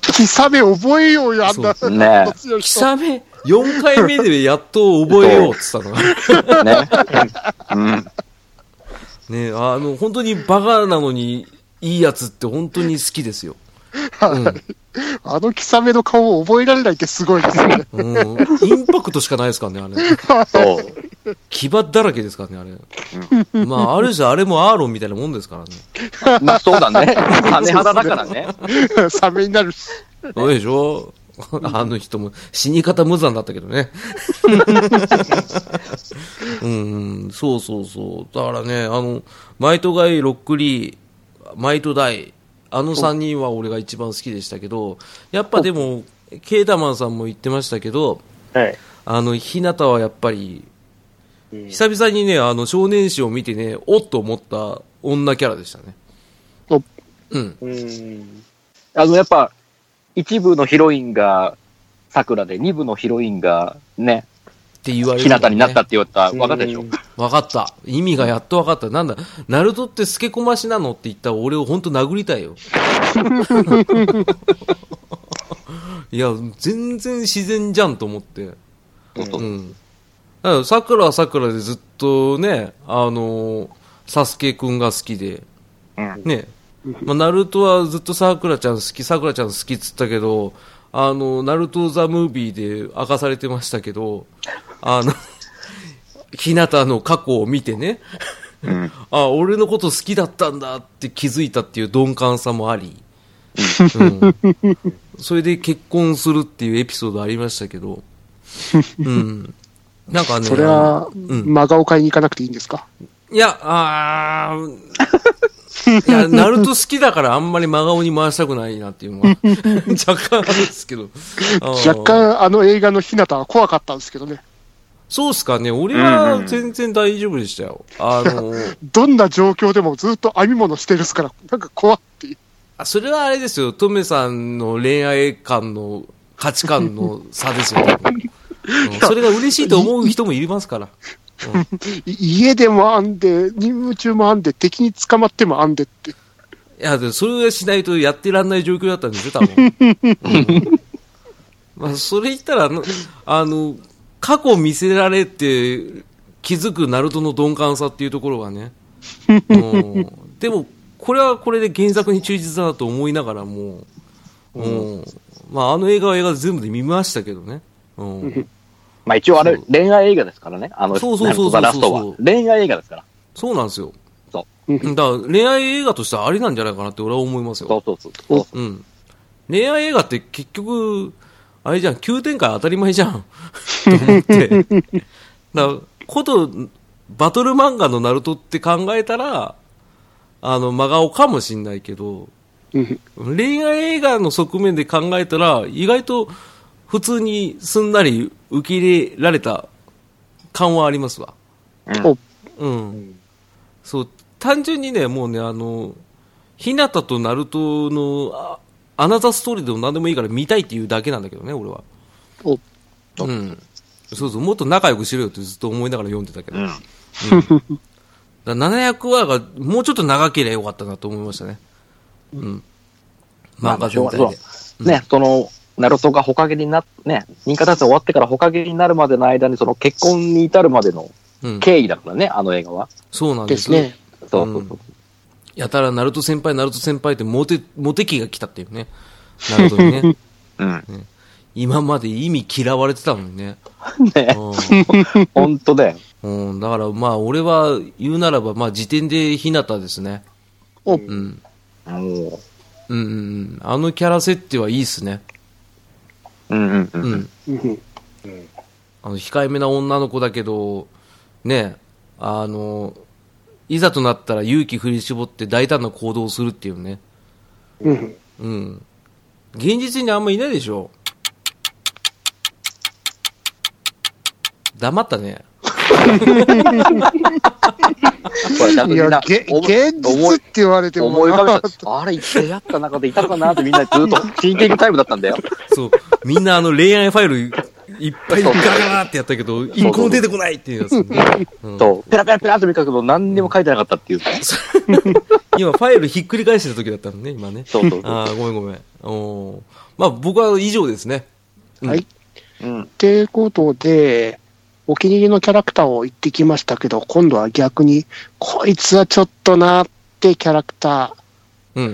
[SPEAKER 1] 貴様覚えようよ、あんな。
[SPEAKER 2] そ
[SPEAKER 3] *laughs* ね
[SPEAKER 1] 強い
[SPEAKER 2] 貴
[SPEAKER 1] 人。
[SPEAKER 2] 様、4回目でやっと覚えようって言ったの。
[SPEAKER 3] え。ねえ。うん。
[SPEAKER 2] *laughs* ね、あの、本当にバカなのに、いいやつって本当に好きですよ。
[SPEAKER 1] *laughs* あの貴様の顔を覚えられないってすごいですね。
[SPEAKER 2] うん。インパクトしかないですからね、あれ。
[SPEAKER 3] そう。
[SPEAKER 2] 牙だらけですからね、あれ。まあ、ある種あれもアーロンみたいなもんですからね。
[SPEAKER 3] まあそうだね。羽肌だからね。
[SPEAKER 1] *laughs* サメになるし。
[SPEAKER 2] そうでしょあの人も死に方無残だったけどね。 *laughs* うんうん、そうそうそう。だからね、あの、マイトガイ、ロックリー、マイトダイ、あの3人は俺が一番好きでしたけど、やっぱでも、ケータマンさんも言ってましたけど、
[SPEAKER 4] はい。
[SPEAKER 2] あの、日向はやっぱり、
[SPEAKER 4] うん
[SPEAKER 2] 久々にね、あの、少年誌を見てね、おっと思った女キャラでしたね。
[SPEAKER 1] お
[SPEAKER 2] うん。
[SPEAKER 4] うん。
[SPEAKER 3] *laughs* あの、やっぱ、一部のヒロインが桜で、二部のヒロインがね、
[SPEAKER 2] って言われる、
[SPEAKER 3] 日
[SPEAKER 2] ね。
[SPEAKER 3] 向になったって言った分かったでしょ
[SPEAKER 4] うん。
[SPEAKER 2] わかった。意味がやっとわかった。なんだ、ナルトってスケコマシなのって言ったら俺を本当殴りたいよ。いや、全然自然じゃんと思って。。
[SPEAKER 3] そうそううん
[SPEAKER 2] だから、桜は桜でずっとね、あの、サスケくんが好きで、
[SPEAKER 3] うん
[SPEAKER 2] ね、まあ、ナルトはずっと桜ちゃん好き、桜ちゃん好きっつったけど、あの、ナルトザムービーで明かされてましたけど、あの、 *laughs* 日向の過去を見てね、
[SPEAKER 3] うん
[SPEAKER 2] あ、俺のこと好きだったんだって気づいたっていう鈍感さもあり、うん、それで結婚するっていうエピソードありましたけど、うん。なんかね、
[SPEAKER 1] それは、
[SPEAKER 2] ん
[SPEAKER 1] 真顔買いに行かなくていいんですか
[SPEAKER 2] いや、あーいや、ナルト好きだからあんまり真顔に回したくないなっていう
[SPEAKER 1] *laughs*
[SPEAKER 2] のは、若干あるんですけど。あー
[SPEAKER 1] 若。干あの映画の日向は怖かったんですけどね。
[SPEAKER 2] そうっすかね。俺は全然大丈夫でしたよ。あの、
[SPEAKER 1] どんな状況でもずっと編み物してるっすから、なんか怖っていう。
[SPEAKER 2] あそれはあれですよ。トメさんの恋愛観の価値観の差で
[SPEAKER 1] *laughs*
[SPEAKER 2] すよ。多分うんそれが嬉しいと思う人もいますから。
[SPEAKER 1] い家でも編んで、任務中も編んで、敵に捕まっても編んでって。
[SPEAKER 2] いや、でもそれがしないとやってらんない状況だったんでしょ、多分。うんまあ、それ言ったら、あの、あの過去見せられて気づくナルトの鈍感さっていうところがね。うんでも、これはこれで原作に忠実だなと思いながらも、うんまあ、あの映画は映画で全部で見ましたけどね。うん
[SPEAKER 3] まあ一応あれ
[SPEAKER 2] そう
[SPEAKER 3] 恋愛映画ですからね。あの、
[SPEAKER 2] そうそうそうそうそう
[SPEAKER 3] なんとかラストは。恋愛映画ですから。
[SPEAKER 2] そうなんですよ。
[SPEAKER 3] そ
[SPEAKER 2] だから恋愛映画としてはありなんじゃないかなって俺は思います
[SPEAKER 3] そ
[SPEAKER 2] よ
[SPEAKER 3] う。そうそうそう。
[SPEAKER 2] うん。恋愛映画って結局、あれじゃん、急展開当たり前じゃん。 *laughs* と思って。だからこと、バトル漫画のナルトって考えたら、あの、真顔かもしんないけど、
[SPEAKER 1] うん
[SPEAKER 2] 恋愛映画の側面で考えたら、意外と普通にすんなり受け入れられた感はありますわ。
[SPEAKER 1] お
[SPEAKER 2] うん。そう、単純にね、もうね、あの、ひなたとナルトのあアナザーストーリーでも何でもいいから見たいっていうだけなんだけどね、俺は。
[SPEAKER 1] お
[SPEAKER 2] うん。そうそう、もっと仲良くしろよってずっと思いながら読んでたけど。
[SPEAKER 5] う
[SPEAKER 2] うんん。だ700話がもうちょっと長ければよかったなと思いましたね。うん。漫画
[SPEAKER 3] しょう
[SPEAKER 2] 全
[SPEAKER 3] が
[SPEAKER 2] 体
[SPEAKER 3] ない
[SPEAKER 2] で。。
[SPEAKER 3] そのね、その、ナルトがほかげにな、ね、認可達成終わってからほかげになるまでの間に、その結婚に至るまでの
[SPEAKER 2] うん。
[SPEAKER 3] 経緯だからね、あの映画は。
[SPEAKER 2] そうなんで
[SPEAKER 1] です
[SPEAKER 2] す
[SPEAKER 1] ね。。
[SPEAKER 3] そうそうそう。
[SPEAKER 2] やたら、ナルト先輩、ナルト先輩ってモテ、モテ期が来たっていうね。ナルトにね。
[SPEAKER 3] うん。
[SPEAKER 2] 今まで意味嫌われてたのにね。
[SPEAKER 3] *laughs* ね、本当だよ。
[SPEAKER 2] うん、うんだからまあ俺は言うならば、まあ時点で日向ですね。
[SPEAKER 1] お
[SPEAKER 2] うん。
[SPEAKER 3] も
[SPEAKER 2] うんうんうん。あのキャラ設定はいいっすね。
[SPEAKER 3] う、うんうんうん。
[SPEAKER 2] うん。
[SPEAKER 1] うん
[SPEAKER 2] あの、控えめな女の子だけど、ね、あの、いざとなったら勇気振り絞って大胆な行動をするっていうね。
[SPEAKER 1] うん
[SPEAKER 2] うん。現実にあんまいないでしょ。黙ったね。
[SPEAKER 3] これ、逆
[SPEAKER 1] い
[SPEAKER 3] に
[SPEAKER 1] や
[SPEAKER 3] な、
[SPEAKER 1] げ
[SPEAKER 3] 思い
[SPEAKER 1] 現実って言われても
[SPEAKER 3] 思い浮か
[SPEAKER 1] な
[SPEAKER 3] べた。あれ、出会った中でいたかなってみんなずっとシンキングタイムだったんだよ。
[SPEAKER 2] そう。みんなあの恋愛ファイルいっぱいガラガラってやったけど、一個も出てこないっていうやつ、うん
[SPEAKER 3] そう。ペラペラペラって見たけど、何にも書いてなかったっていう。
[SPEAKER 2] 今ファイルひっくり返してる時だったのね、今ね。
[SPEAKER 3] そうそうそ
[SPEAKER 2] ああ、ごめんごめん。おーまあ僕は以上ですね。うん
[SPEAKER 1] はい。っ
[SPEAKER 3] う。うん。
[SPEAKER 1] てことで、お気に入りのキャラクターを言ってきましたけど、今度は逆に、こいつはちょっとなってキャラクター
[SPEAKER 2] うん。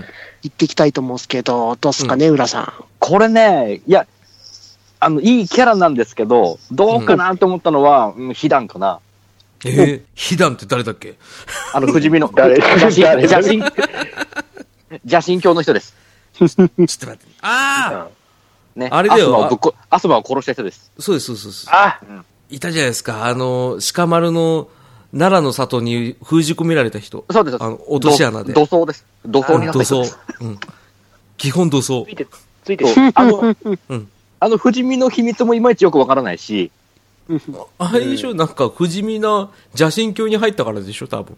[SPEAKER 1] 言ってきたいと思うんですけど、どうっすかね、浦さん。
[SPEAKER 3] これね、いや、あの、いいキャラなんですけど、どうかなと思ったのは、うん、被弾かな。
[SPEAKER 2] えー、ヒダンって誰だっけ
[SPEAKER 3] あの、不死
[SPEAKER 1] *laughs*
[SPEAKER 3] 身の、
[SPEAKER 4] 誰
[SPEAKER 3] 邪神、
[SPEAKER 4] 誰
[SPEAKER 3] 邪神、邪神教の人です。
[SPEAKER 2] ちょっと待って。あ
[SPEAKER 3] ね。
[SPEAKER 2] あれだよ
[SPEAKER 3] アスマをぶっこ、アスマを殺した人です。
[SPEAKER 2] あそうです、そうですそうです。
[SPEAKER 4] あ、
[SPEAKER 2] いたじゃないですか。あの、鹿丸の奈良の里に封じ込められた人。
[SPEAKER 3] そうです。
[SPEAKER 2] あの、落とし穴で。
[SPEAKER 3] 土葬です。土葬になった
[SPEAKER 2] 土
[SPEAKER 3] 人
[SPEAKER 2] 葬
[SPEAKER 3] です。。
[SPEAKER 2] うん。基本土葬
[SPEAKER 4] つい。て、ついて
[SPEAKER 3] そ
[SPEAKER 4] る
[SPEAKER 3] う。あの、
[SPEAKER 2] うん。
[SPEAKER 3] あの、不死身の秘密もいまいちよくわからないし、
[SPEAKER 2] あれでしょ、なんか不死身な邪神教に入ったからでしょ、多分。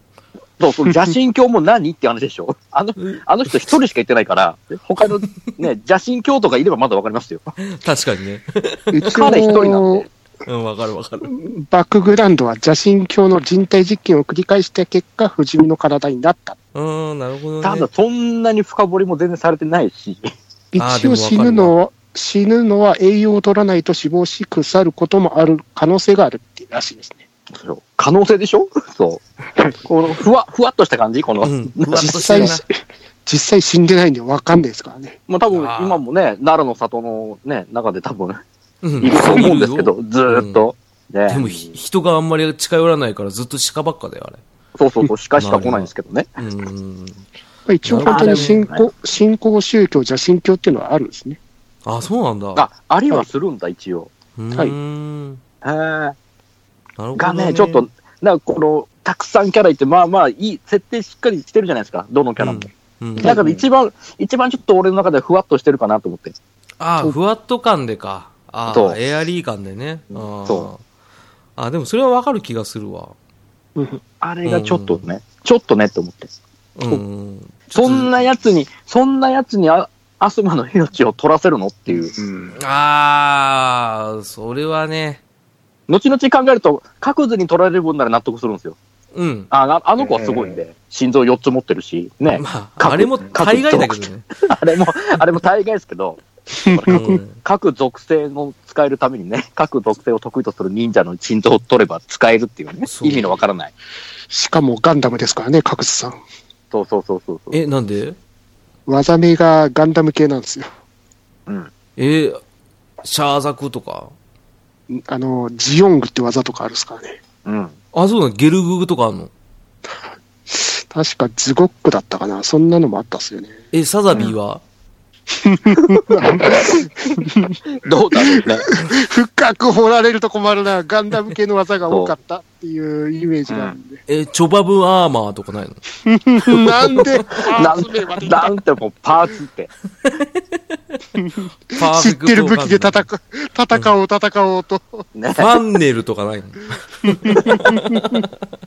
[SPEAKER 3] そうそう、邪神教も何って話でしょあの
[SPEAKER 2] うん、
[SPEAKER 3] あの人一人しか行ってないから、他のね、
[SPEAKER 2] *laughs*
[SPEAKER 3] 邪神教とかいればまだわかりますよ。
[SPEAKER 2] 確かにね。
[SPEAKER 1] 一
[SPEAKER 3] 彼一人なん
[SPEAKER 1] 応
[SPEAKER 3] で、
[SPEAKER 2] うん、わかるわかる。
[SPEAKER 1] バックグラウンドは邪神教の人体実験を繰り返した結果、不死身の体になった。
[SPEAKER 2] うん、なるほどね。
[SPEAKER 3] ただそんなに深掘りも全然されてないし、
[SPEAKER 2] あー
[SPEAKER 1] 一
[SPEAKER 2] で
[SPEAKER 1] 応
[SPEAKER 2] もわかるわ
[SPEAKER 1] 死ぬのは、死ぬのは栄養を取らないと死亡し、腐ることもある可能性があるっていうらしいですね。
[SPEAKER 3] そう可能性でしょそう。この、ふわ、ふわっとした感じこの、
[SPEAKER 2] うん、ふわっと
[SPEAKER 1] 実
[SPEAKER 2] してる
[SPEAKER 1] 際
[SPEAKER 2] な。、
[SPEAKER 1] *laughs* 実際死んでないんで分かんないですからね。
[SPEAKER 3] もう多分
[SPEAKER 2] あー
[SPEAKER 3] 今もね、奈良の里のね、中で多分
[SPEAKER 2] うん
[SPEAKER 3] いると思うんですけど、ずーっと。ね
[SPEAKER 2] でもひ人があんまり近寄らないからずっと鹿ばっかだよ、
[SPEAKER 3] そうそうそう、しかしか来ないんですけどね。
[SPEAKER 2] あれ。うん。
[SPEAKER 1] まあ一応本当に信
[SPEAKER 3] なるほ
[SPEAKER 1] 仰、信仰宗教、邪神教っていうのはあるんですね。
[SPEAKER 2] あ、そうなんだ。
[SPEAKER 3] あ、ありはするんだ、一応。
[SPEAKER 2] うー
[SPEAKER 1] はい
[SPEAKER 2] ん。な
[SPEAKER 3] へー
[SPEAKER 2] るほど、ね。
[SPEAKER 3] がね、ちょっと、なんかこの、たくさんキャラいて、まあまあ、いい、設定しっかりしてるじゃないですか、どのキャラも。
[SPEAKER 2] うん、うん
[SPEAKER 3] だから一番、一番ちょっと俺の中でふわっとしてるかなと思って。
[SPEAKER 2] あーふわっと感でか。あ
[SPEAKER 3] そ
[SPEAKER 2] あ、
[SPEAKER 3] う
[SPEAKER 2] エアリー感でね。あー
[SPEAKER 3] そ
[SPEAKER 2] あ、でもそれはわかる気がするわ。
[SPEAKER 3] あれがちょっとね、ちょっとねって思って。
[SPEAKER 2] うん。
[SPEAKER 3] そんなやつに、そんなやつにあ、アスマの命を取らせるのっていう。
[SPEAKER 2] ああ、それはね。
[SPEAKER 3] 後々考えると、各自に取られる分なら納得するんですよ。
[SPEAKER 2] うん。
[SPEAKER 3] あ、なあの子はすごいんで、心臓4つ持ってるし、ね。
[SPEAKER 2] まあ、
[SPEAKER 3] 各
[SPEAKER 2] あれも大概だけどね。
[SPEAKER 3] あれも、あれも大概ですけど、
[SPEAKER 2] うん
[SPEAKER 3] 各属性を使えるためにね、 *laughs* 各属性を得意とする忍者の心臓を取れば使えるっていうね、
[SPEAKER 2] そう
[SPEAKER 3] 意味のわからない。
[SPEAKER 1] しかもガンダムですからね、角津さん。
[SPEAKER 3] そうそうそうそうそう。
[SPEAKER 2] え、なんで
[SPEAKER 1] 技名がガンダム系なんですよ。
[SPEAKER 3] うん。
[SPEAKER 2] えーシャーザクとか。
[SPEAKER 1] あの、ジオングって技とかあるっすからね。
[SPEAKER 3] うん。
[SPEAKER 2] あ、そうなのゲルググとかあんの
[SPEAKER 1] 確かズゴックだったかな。そんなのもあったっすよね。
[SPEAKER 2] え、サザビーは、
[SPEAKER 3] どうだろうね。
[SPEAKER 2] *laughs*
[SPEAKER 1] 深く掘られると困るな。ガンダム系の技が多かったっていうイメージがあるんで。
[SPEAKER 2] え、チョバブアーマーとかないの
[SPEAKER 1] なんで、
[SPEAKER 3] な
[SPEAKER 1] あ集めまで
[SPEAKER 3] んなんてもうパーツって。
[SPEAKER 2] パー
[SPEAKER 1] 知
[SPEAKER 2] フェ
[SPEAKER 1] っ
[SPEAKER 2] クト
[SPEAKER 1] てる武器で
[SPEAKER 2] ガンダ
[SPEAKER 1] 戦
[SPEAKER 2] ム
[SPEAKER 1] う、戦おう、戦おうと。
[SPEAKER 3] ね。
[SPEAKER 2] ファンネルとかないの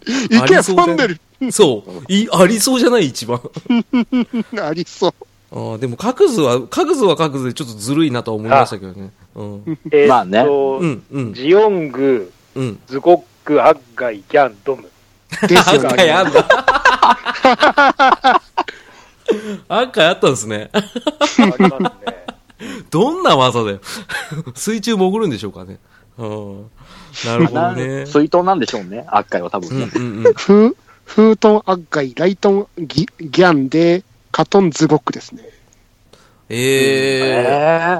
[SPEAKER 1] いけ、フ
[SPEAKER 2] ありそうだよ
[SPEAKER 1] ァンネル
[SPEAKER 2] そう。い、ありそうじゃない一番。 *laughs*
[SPEAKER 1] ありそう。
[SPEAKER 2] あーでも、各図は、各図は各図でちょっとずるいなとは思いましたけどね。うん。
[SPEAKER 4] えーっと
[SPEAKER 3] まあね
[SPEAKER 2] うん、うん、
[SPEAKER 4] ジオング、
[SPEAKER 2] うん。
[SPEAKER 4] ズゴック、アッガイ、ギャン、ドム。
[SPEAKER 1] ですよ
[SPEAKER 2] *laughs* 赤いあ
[SPEAKER 1] ね。
[SPEAKER 2] んだ。 *laughs* 赤いあったんですね。
[SPEAKER 4] ありますね。
[SPEAKER 2] どんな技だよ。 *laughs* 水中潜るんでしょうかね。うん。 *laughs* なるほどね。
[SPEAKER 3] 水筒なんでしょうね。悪海は多
[SPEAKER 2] う
[SPEAKER 3] 分
[SPEAKER 2] ん
[SPEAKER 3] ね。
[SPEAKER 2] うんうん。
[SPEAKER 1] フー、フートンアッガイ、ライトンギギャンで、カトンズゴックですね。
[SPEAKER 2] ええ
[SPEAKER 3] え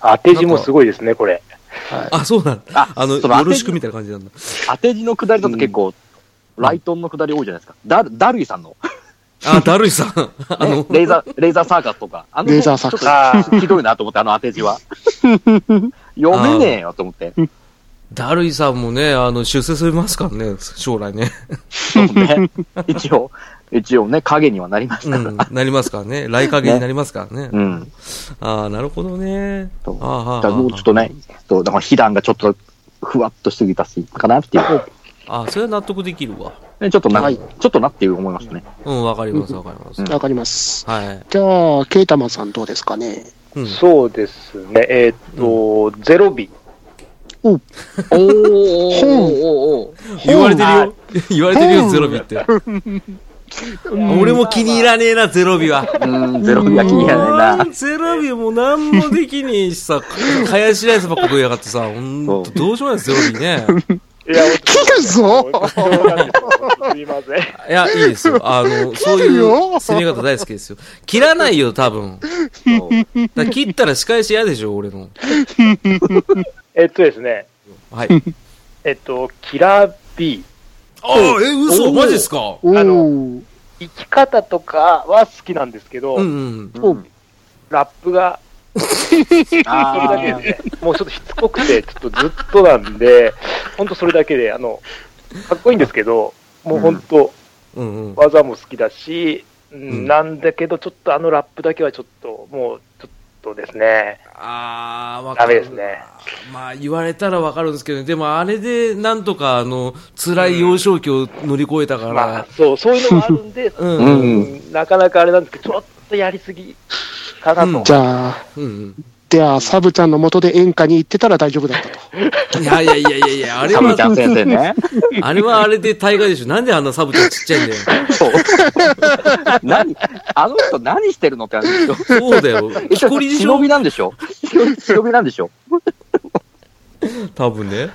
[SPEAKER 4] 当て字もすごいですね、これ。
[SPEAKER 2] ー。あ、そうなんだ
[SPEAKER 3] あ。
[SPEAKER 2] あの、
[SPEAKER 3] その
[SPEAKER 2] よろしくみたいな感じなんだ。
[SPEAKER 3] ー当て字の下りだと結構、ライトンの下り多いじゃないですか。ダルダルイさんの、ね
[SPEAKER 2] あ、だるいさん。あの、
[SPEAKER 3] レーザー、レーザーサーカスとか。あの
[SPEAKER 1] レーザーサーカス
[SPEAKER 3] ちょっ
[SPEAKER 4] あ
[SPEAKER 3] とひどいなと思って、あの当て
[SPEAKER 2] *laughs*
[SPEAKER 3] 字は。読めねえよと思って。
[SPEAKER 2] だるいさんもね、あの、出世されますからね、将来ね。
[SPEAKER 3] そうね。一応、一応ね、影にはなりまし
[SPEAKER 2] う
[SPEAKER 3] たか
[SPEAKER 2] ん、なりますからね。
[SPEAKER 3] *laughs*
[SPEAKER 2] 来影になりますからね。
[SPEAKER 3] ら。うん。
[SPEAKER 2] ああ、なるほどね。あ
[SPEAKER 3] そう
[SPEAKER 2] あああ
[SPEAKER 3] だからもうちょっとね、そう、だから、被弾がちょっと、ふわっとしすぎたし、かなっていう。
[SPEAKER 2] ああ、それは納得できるわ。
[SPEAKER 3] ねちょっとな、
[SPEAKER 1] はい
[SPEAKER 3] ちょっとなっていう思いましたね。
[SPEAKER 2] うん、わかります、わかります。
[SPEAKER 3] うん
[SPEAKER 1] わかります。
[SPEAKER 2] はい。
[SPEAKER 1] じゃあ、ケイタマンさんどうですかね。
[SPEAKER 2] うん。
[SPEAKER 4] そうですね。えーっと、ゼロ日。
[SPEAKER 3] おーおーおーお
[SPEAKER 2] 言われてる
[SPEAKER 3] はい
[SPEAKER 2] よ。 *laughs* 言われてる
[SPEAKER 1] う
[SPEAKER 2] よ、
[SPEAKER 1] ん
[SPEAKER 2] ゼロ日って。俺も気に入らねえな、ゼロ日は。
[SPEAKER 3] ー *laughs* うん、ゼロ焼きにやねんな。
[SPEAKER 2] ゼロ日も何もできねえしさ、林ライスばっか食いやがってさ、ほんと、
[SPEAKER 3] そう
[SPEAKER 2] どうしようもないです、ゼロ日ね。
[SPEAKER 4] いや、
[SPEAKER 1] 来るぞ
[SPEAKER 4] すみません。
[SPEAKER 2] いや、いいです
[SPEAKER 3] *laughs*
[SPEAKER 2] よ。あの、そう
[SPEAKER 1] 切る
[SPEAKER 2] い
[SPEAKER 1] よ
[SPEAKER 2] う攻め方大好きですよ。切らないよ、多分。
[SPEAKER 3] そう
[SPEAKER 2] だから切ったら仕返し嫌でしょ、俺の。
[SPEAKER 4] えっとですね、
[SPEAKER 2] はい。
[SPEAKER 4] えっと、キラー B。
[SPEAKER 2] *laughs* ああ、え、嘘マジっすか
[SPEAKER 1] お
[SPEAKER 4] あの
[SPEAKER 1] ー
[SPEAKER 4] 生き方とかは好きなんですけど、
[SPEAKER 2] うんうん。
[SPEAKER 1] おう
[SPEAKER 4] ラップが、それだけ
[SPEAKER 3] あ
[SPEAKER 4] ですね、もうちょっとしつこくて、ちょっとずっとな
[SPEAKER 2] *laughs*
[SPEAKER 4] んで、本当それだけで、あの、かっこいいんですけど、もう本当、
[SPEAKER 2] うんうん。
[SPEAKER 4] 技も好きだし、うん
[SPEAKER 2] ん
[SPEAKER 4] なんだけど、ちょっとあのラップだけはちょっと、もう、ちょっとですね、
[SPEAKER 2] あー、わ
[SPEAKER 4] ダメですね。
[SPEAKER 2] まあ、言われたらわかるんですけどね。でも、あれで、なんとか、あの、辛い幼少期を乗り越えたか
[SPEAKER 4] まあ
[SPEAKER 2] ら、、
[SPEAKER 4] そう、そういうのもある
[SPEAKER 2] *laughs*
[SPEAKER 4] んで、
[SPEAKER 2] うん
[SPEAKER 3] う
[SPEAKER 2] うん。
[SPEAKER 3] ん。
[SPEAKER 4] なかなかあれなんですけど、ちょっとやりすぎかなと。
[SPEAKER 2] うん
[SPEAKER 1] じゃあ、
[SPEAKER 2] うん
[SPEAKER 1] では、サブちゃんの元で演歌に行ってたら大丈夫だったと。
[SPEAKER 2] うん。いやいやいやいやいや、あれ
[SPEAKER 3] サム
[SPEAKER 2] は
[SPEAKER 3] ち、ゃん先生ね。
[SPEAKER 2] あれはあれで大概でしょ。なんであんなサブちゃんちっちゃいんだよ。
[SPEAKER 3] そう。 *laughs* 何あの人何してるのって話でしょ。
[SPEAKER 2] そうだよ。木こりでしょ
[SPEAKER 3] 忍びなんでしょ忍びなんでしょ
[SPEAKER 2] 多分ね。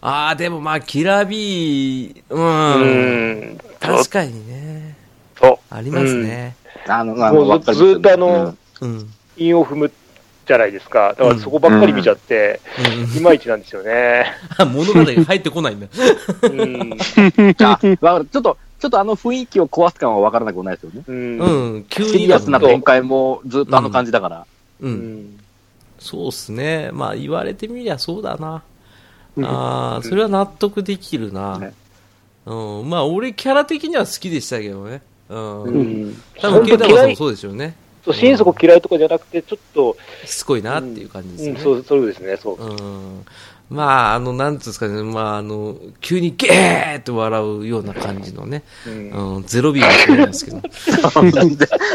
[SPEAKER 2] ああ、でもまあ、キラビー、
[SPEAKER 4] う
[SPEAKER 2] うん。
[SPEAKER 4] ん、
[SPEAKER 2] 確かにね。
[SPEAKER 4] そう。
[SPEAKER 2] ありますね。
[SPEAKER 3] あの、あの、
[SPEAKER 4] もうず
[SPEAKER 3] わかります
[SPEAKER 4] ずーっとあの
[SPEAKER 2] うん。
[SPEAKER 4] 韻を踏むじゃないですか。だからそこばっかり見ちゃって、
[SPEAKER 2] うん
[SPEAKER 4] いまいちなんですよ
[SPEAKER 2] *laughs*
[SPEAKER 4] ね。
[SPEAKER 2] あ物語が入ってこないんだ。
[SPEAKER 4] うん。
[SPEAKER 3] あ、わかる。ちょっと、ちょっとあの雰囲気を壊す感はわからなくもないですよね。
[SPEAKER 4] うん。
[SPEAKER 2] うん、急
[SPEAKER 3] シ
[SPEAKER 2] に
[SPEAKER 3] リ
[SPEAKER 2] だ
[SPEAKER 3] ア
[SPEAKER 2] も
[SPEAKER 3] ス
[SPEAKER 2] ん
[SPEAKER 3] な
[SPEAKER 2] ね。
[SPEAKER 3] 展開もずっとあの感じだから。
[SPEAKER 2] う。
[SPEAKER 4] うんん
[SPEAKER 2] そうっすね。まあ、言われてみりゃそうだな。
[SPEAKER 1] うん
[SPEAKER 2] ああ、それは納得できるな。
[SPEAKER 3] ね
[SPEAKER 2] うん。まあ、俺、キャラ的には好きでしたけどね。うん。
[SPEAKER 4] うん。
[SPEAKER 2] 多分、ケイタマさん
[SPEAKER 4] 嫌
[SPEAKER 2] も
[SPEAKER 4] い、
[SPEAKER 2] そうでしょうね。
[SPEAKER 4] そう、心底嫌いとかじゃなくて、ちょっと、
[SPEAKER 2] しつこいなっていう感じです
[SPEAKER 4] う
[SPEAKER 2] よ
[SPEAKER 4] ん、
[SPEAKER 2] ね。
[SPEAKER 4] そう、そうですね、そう。
[SPEAKER 2] うんまあ、あの、なんつうんですかね、まあ、あの、急にゲーって笑うような感じのね、
[SPEAKER 4] うん
[SPEAKER 2] うん、ゼロビーもそうなんですけど、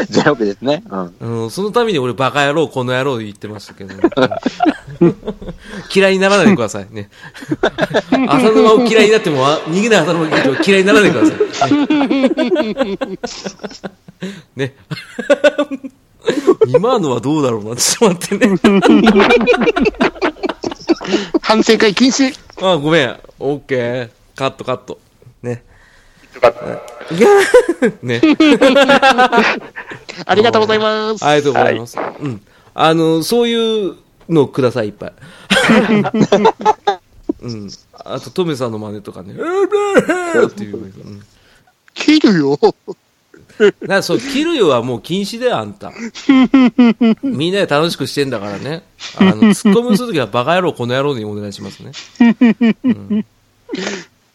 [SPEAKER 3] じゃあ、OK ですね。うん。
[SPEAKER 2] うん、そのために俺バカ野郎、この野郎言ってましたけど、ね、嫌いにならないでくださいね。浅沼を嫌いになっても、あ逃げない浅沼を嫌いにならないでください。ね。ね今のはどうだろうな、ちょっと待ってね。
[SPEAKER 1] 反省会禁止
[SPEAKER 2] あ、ごめん。オッケー。カットカット。ね。
[SPEAKER 4] よかった。
[SPEAKER 2] い *laughs* やね。
[SPEAKER 1] ありがとうございます。
[SPEAKER 2] ありがとうございます。うん。あの、そういう、のください、いっぱい。 *laughs* うん。あと、トメさんの真似とかね、うーっていう。うん
[SPEAKER 1] 切るよ。
[SPEAKER 2] だからそう、切るよはもう禁止だよ、あんた。みんなで楽しくしてんだからね。あの、ツッコミをするときはバカ野郎、この野郎にお願いしますね。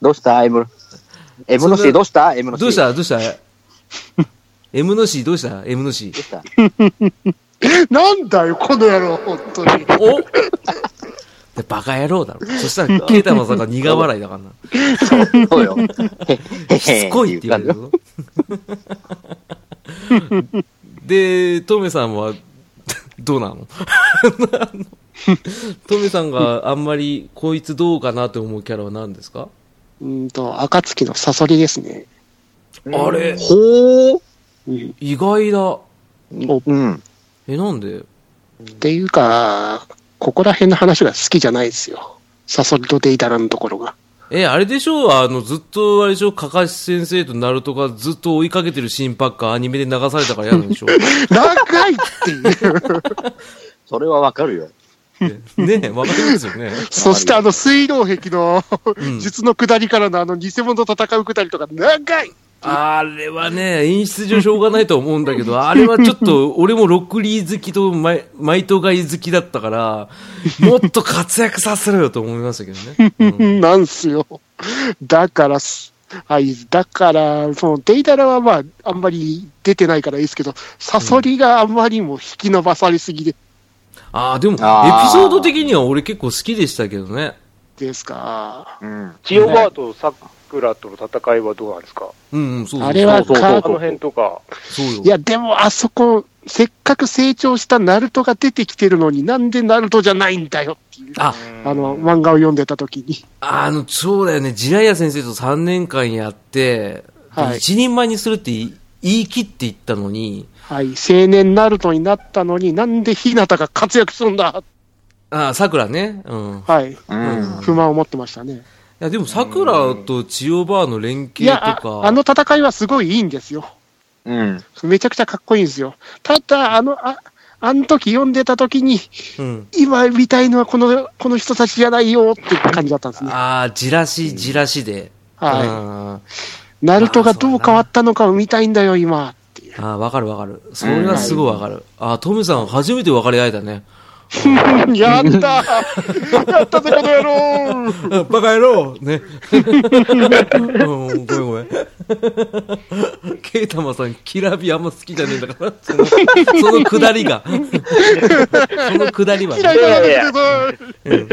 [SPEAKER 3] どうした ?M。M の
[SPEAKER 2] それ
[SPEAKER 3] C どうした ?M の C。
[SPEAKER 2] どうしたどうした ?M の C どうした ?M の C
[SPEAKER 3] ど。うした
[SPEAKER 1] なんだよ、この野郎、本当に。
[SPEAKER 2] おでバカ野郎だろ。そしたら、ケイタマさんが苦笑いだからな。
[SPEAKER 3] そうそうよ。へへ
[SPEAKER 2] *laughs*
[SPEAKER 3] へ
[SPEAKER 2] しつこいって言われるぞ。 *laughs* で、トメさんは、 *laughs* どうなの *laughs* トメさんがあんまり、こいつどうかなと思うキャラは何ですか
[SPEAKER 1] うんと、暁のサソリですね。
[SPEAKER 2] あれ
[SPEAKER 3] ほー
[SPEAKER 1] うん、
[SPEAKER 2] 意外だ。
[SPEAKER 3] うん。
[SPEAKER 2] え、なんで
[SPEAKER 1] っていうか、ここら辺の話が好きじゃないですよ。サソリとデイダラのところが。
[SPEAKER 2] え、あれでしょあの、ずっと、あれでしょかかし先生とナルトがずっと追いかけてる新パッカーアニメで流されたから嫌
[SPEAKER 3] *laughs*
[SPEAKER 2] なんでしょ
[SPEAKER 1] 長いっていう。
[SPEAKER 3] それはわかるよ。
[SPEAKER 2] ねえ、わかりますよね。
[SPEAKER 1] *laughs* そしてあの水道壁の
[SPEAKER 2] ん
[SPEAKER 1] 術の下りからのあの偽物と戦う下りとか長い
[SPEAKER 2] あれはね、演出上しょうがないと思うんだけど、 *laughs* あれはちょっと、俺もロックリー好きとマイマイトガイ好きだっ
[SPEAKER 1] *laughs*
[SPEAKER 2] たから、もっと活躍させろよと思いましたけどね。
[SPEAKER 1] なんすよ。だからす、はい、だから、そのデイダラはまあ、あんまり出てないからいいですけど、サソリがあんまりも引き伸ばされすぎで
[SPEAKER 2] ああ、でも、エピ
[SPEAKER 3] あー
[SPEAKER 2] ソード的には俺結構好きでしたけどね。
[SPEAKER 1] ですか。
[SPEAKER 3] うん。
[SPEAKER 4] 千代川と桜との戦いはどうなんですか
[SPEAKER 2] うん、うん、そうそうそう
[SPEAKER 1] あれは
[SPEAKER 3] そうそう
[SPEAKER 1] か
[SPEAKER 4] あ、の辺とか、
[SPEAKER 2] そうよ
[SPEAKER 1] い。や、でもあそこ、せっかく成長したナルトが出てきてるのになんでナルトじゃないんだよっていう。
[SPEAKER 2] あ、
[SPEAKER 1] あの、漫画を読んでた時に。
[SPEAKER 2] あの、そうだよね。ジライア先生と3年間やって、
[SPEAKER 1] はい
[SPEAKER 2] 一人前にするって言い言い切って言ったのに、
[SPEAKER 1] はい、青年ナルトになったのになんで日向が活躍するんだ
[SPEAKER 2] ああ、桜ね。うん。い
[SPEAKER 1] はい、
[SPEAKER 3] うん。
[SPEAKER 1] 不満を持ってましたね。
[SPEAKER 2] や、でも桜と千代バーの連
[SPEAKER 1] い
[SPEAKER 2] 携
[SPEAKER 1] や、
[SPEAKER 2] とか。
[SPEAKER 1] ああの戦いはすごいいいんですよ。
[SPEAKER 3] うん。
[SPEAKER 1] めちゃくちゃかっこいいんですよ。ただ、あの、あ、あの時読んでた時に、
[SPEAKER 2] うん。
[SPEAKER 1] 今見たいのはこの、この人たちじゃないよって感じだったんですね。
[SPEAKER 2] ああ、じらし、じらしで。
[SPEAKER 1] は
[SPEAKER 2] あ
[SPEAKER 1] い。ナルトがどう変わったのかを見たいんだよ、今。っていう。
[SPEAKER 2] あ、わかるわかる。それはすごいわかる。ああ、トムさん初めて分かり合えたね。
[SPEAKER 1] やった *laughs* ーやったぜ、この野郎
[SPEAKER 2] バカ野郎ね。 *laughs* うん、ごめんごめん。ケイタマさん、キラビあんま好きじゃねえんだから。その、そのくだり
[SPEAKER 1] *laughs*
[SPEAKER 2] が。そのくだりはね
[SPEAKER 1] 嫌いにならないで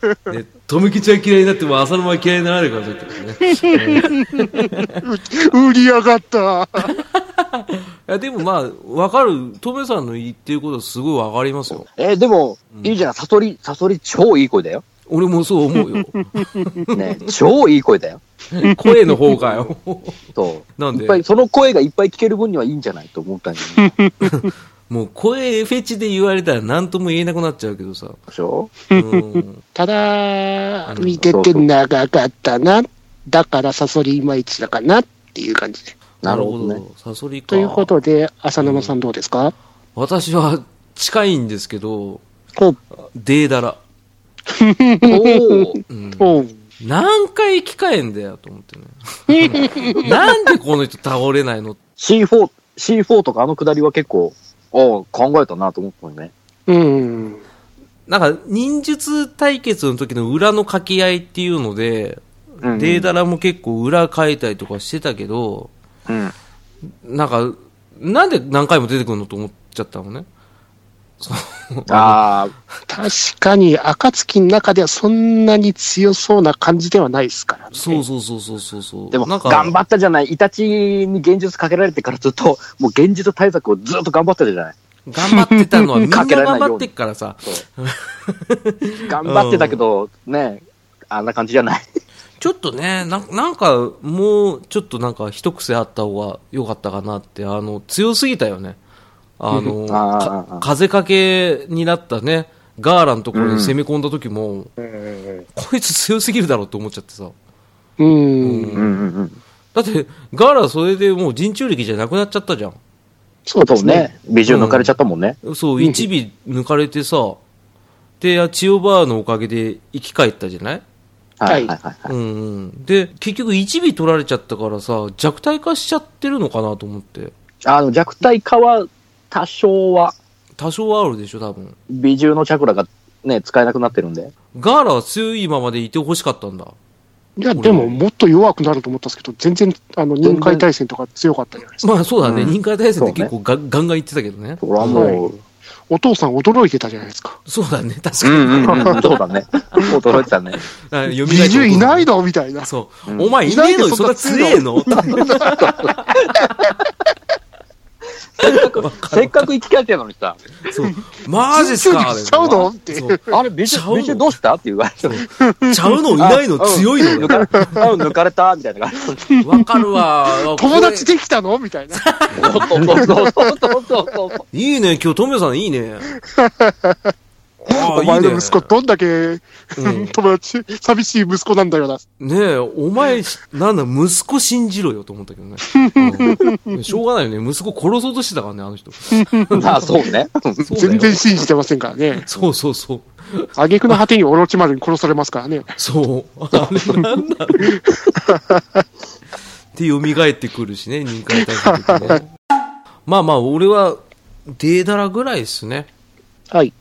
[SPEAKER 1] ください
[SPEAKER 2] ね。トムキちゃん嫌いになっても、浅沼は嫌いになられるから、ちょっとね。
[SPEAKER 1] 売り上がった
[SPEAKER 2] いや、でもまあ、わかる。トムさんの言ってることはすごいわかりますよ。
[SPEAKER 3] えー、でも、いいじゃん。サソリ、サソリ超いい声だよ。
[SPEAKER 2] 俺もそう
[SPEAKER 1] *laughs*
[SPEAKER 2] 思うよ。 *laughs*
[SPEAKER 3] ね。超いい声だよ。
[SPEAKER 2] 声の方かよ。
[SPEAKER 3] そう。
[SPEAKER 2] なんで
[SPEAKER 3] いっぱい、その声がいっぱい聞ける分にはいいんじゃないと思ったんじゃない
[SPEAKER 2] もう声フェチで言われたら何とも言えなくなっちゃうけど
[SPEAKER 3] *laughs*
[SPEAKER 2] さ。
[SPEAKER 3] でしょ
[SPEAKER 2] *laughs* うん。
[SPEAKER 1] ただ、見てて長かったな。だからサソリいまいちだかなっていう感じで。
[SPEAKER 3] なるほど
[SPEAKER 2] な
[SPEAKER 3] ね。。
[SPEAKER 2] サソリか。
[SPEAKER 1] ということで、浅沼さんどうですか、
[SPEAKER 2] 私は近いんですけど、
[SPEAKER 1] ほう
[SPEAKER 2] デーダラ。
[SPEAKER 3] おー
[SPEAKER 2] うん。
[SPEAKER 1] ほう
[SPEAKER 2] 何回生き返んだよと思っ
[SPEAKER 1] *laughs*
[SPEAKER 2] てね。なんでこの人倒れないの
[SPEAKER 3] C4、C4 とかあのくだりは結構、ああ、考えたなと思ったのね。
[SPEAKER 1] うん。
[SPEAKER 2] なんか忍術対決の時の裏の書き合いっていうので、
[SPEAKER 3] うん
[SPEAKER 2] デーダラも結構裏書いたりとかしてたけど、
[SPEAKER 3] うん。
[SPEAKER 2] なんか、なんで何回も出てくるのと思っちゃったのね。
[SPEAKER 3] あ
[SPEAKER 1] 確かに、暁の中ではそんなに強そうな感じではないですから、ね。
[SPEAKER 2] そうそうそうそうそうそう。
[SPEAKER 3] あ、でも、
[SPEAKER 2] なんか
[SPEAKER 3] 頑張ったじゃない。イタチに現実かけられてからず
[SPEAKER 2] *laughs*
[SPEAKER 3] っと、もう現実対策をずっと頑張ってたじゃない。
[SPEAKER 2] 頑張ってた *laughs* のはみんな
[SPEAKER 3] かけられな
[SPEAKER 2] 頑
[SPEAKER 3] いように
[SPEAKER 2] 張ってっからさ。
[SPEAKER 3] 頑張ってたけど、ね、あんな感じじゃない。
[SPEAKER 2] ちょっとね、ななんか、もう、ちょっとなんか、一癖あった方が良かったかなって、あの、強すぎたよね。 *laughs* あの、
[SPEAKER 3] あー
[SPEAKER 2] か風かけになったね、ガーラのところに攻め込んだ時も、こいつ強すぎるだろうと思っちゃってさ。
[SPEAKER 1] うん。
[SPEAKER 3] うんうんうん。
[SPEAKER 2] だって、ガーラそれでもう人中力じゃなくなっちゃったじゃん。
[SPEAKER 1] そうで
[SPEAKER 3] そう
[SPEAKER 1] すね。
[SPEAKER 3] ね。ビジュ抜かれちゃったもんね。
[SPEAKER 2] そう、一尾抜かれてさ、で、あ千代バーのおかげで生き返ったじゃない
[SPEAKER 3] はいはいはい。
[SPEAKER 2] うんうん。で、結局一尾取られちゃったからさ、弱体化しちゃってるのかなと思って。
[SPEAKER 3] あの、弱体化は、多少は、
[SPEAKER 2] 多少はあるでしょ、多分。
[SPEAKER 3] 美獣のチャクラがね、使えなくなってるんで。
[SPEAKER 2] ガーラは強いままでいてほしかったんだ。
[SPEAKER 1] いや、でも、もっと弱くなると思ったんですけど、全然、あの、任海対戦とか強かったじゃないですか。
[SPEAKER 2] まあそうだね、
[SPEAKER 3] うん
[SPEAKER 2] 任海大戦って結構ガ,、ガンガン言ってたけどね。
[SPEAKER 3] それはもう、
[SPEAKER 1] お父さん驚いてたじゃないですか。
[SPEAKER 2] そうだね、確
[SPEAKER 3] う
[SPEAKER 2] かに。
[SPEAKER 3] んう
[SPEAKER 2] *laughs*
[SPEAKER 3] んうん、そうだね。驚いてたね。
[SPEAKER 2] あ蘇った
[SPEAKER 1] 二重いないのみたいな。
[SPEAKER 2] そう、
[SPEAKER 3] うん
[SPEAKER 2] お前いねえのにそんな強えの
[SPEAKER 3] せっかく生き返ってたのに
[SPEAKER 2] *laughs*
[SPEAKER 3] さ、
[SPEAKER 2] そう。マジっすか
[SPEAKER 1] 二重にしちゃうのって。
[SPEAKER 2] そう
[SPEAKER 3] あれ、美
[SPEAKER 2] ちゃう
[SPEAKER 3] 獣、美獣どうしたって言われても、
[SPEAKER 2] ちゃうのいないの
[SPEAKER 3] あうん
[SPEAKER 2] 強いの
[SPEAKER 3] 抜かれた、あ抜かれた、みたいな感じ。
[SPEAKER 2] わかるわ。
[SPEAKER 1] 友達できたのみたいな。
[SPEAKER 3] そうそうそうそうそうそうそう。
[SPEAKER 2] いいね、今日、トミヤさんいいね。ああ
[SPEAKER 1] お前の息子、
[SPEAKER 2] い
[SPEAKER 1] どんだけ、
[SPEAKER 2] いね
[SPEAKER 1] *laughs* 友達、寂しい息子なんだよな。
[SPEAKER 2] うんねえ、お前、なんだ、息子信じろよと思ったけどね。うんしょうがないよね。息子殺そうとしてたからね、あの人。そう
[SPEAKER 3] まあ、そうね。
[SPEAKER 2] だよ
[SPEAKER 1] 全然信じてませんからね。
[SPEAKER 2] そうそうそう。
[SPEAKER 1] 挙句の果てにオロチマルに殺されますからね。
[SPEAKER 2] そう。あれなんだろう。で、蘇ってくるしね、任海大戦の時ね。まあまあ、俺は、デーダラぐらいですね。
[SPEAKER 1] はい。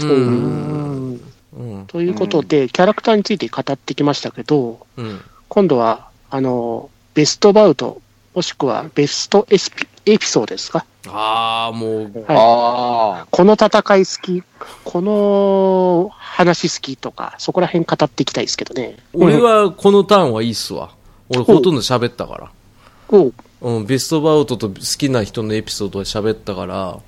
[SPEAKER 2] うん。うん。
[SPEAKER 1] ということで、キャラクターについて語ってきましたけど、
[SPEAKER 2] うん。
[SPEAKER 1] 今度は、あの、ベストバウト、もしくはベストエスピエピソードですか
[SPEAKER 2] ああ、もう、
[SPEAKER 1] は
[SPEAKER 3] あ
[SPEAKER 1] い。この戦い好き、この話好きとか、そこら辺語っていきたいですけどね。
[SPEAKER 2] 俺はこのターンはいいっすわ。俺ほとんど喋ったから。
[SPEAKER 1] うん、おう
[SPEAKER 2] うん、ベストバウトと好きな人のエピソードは喋ったから、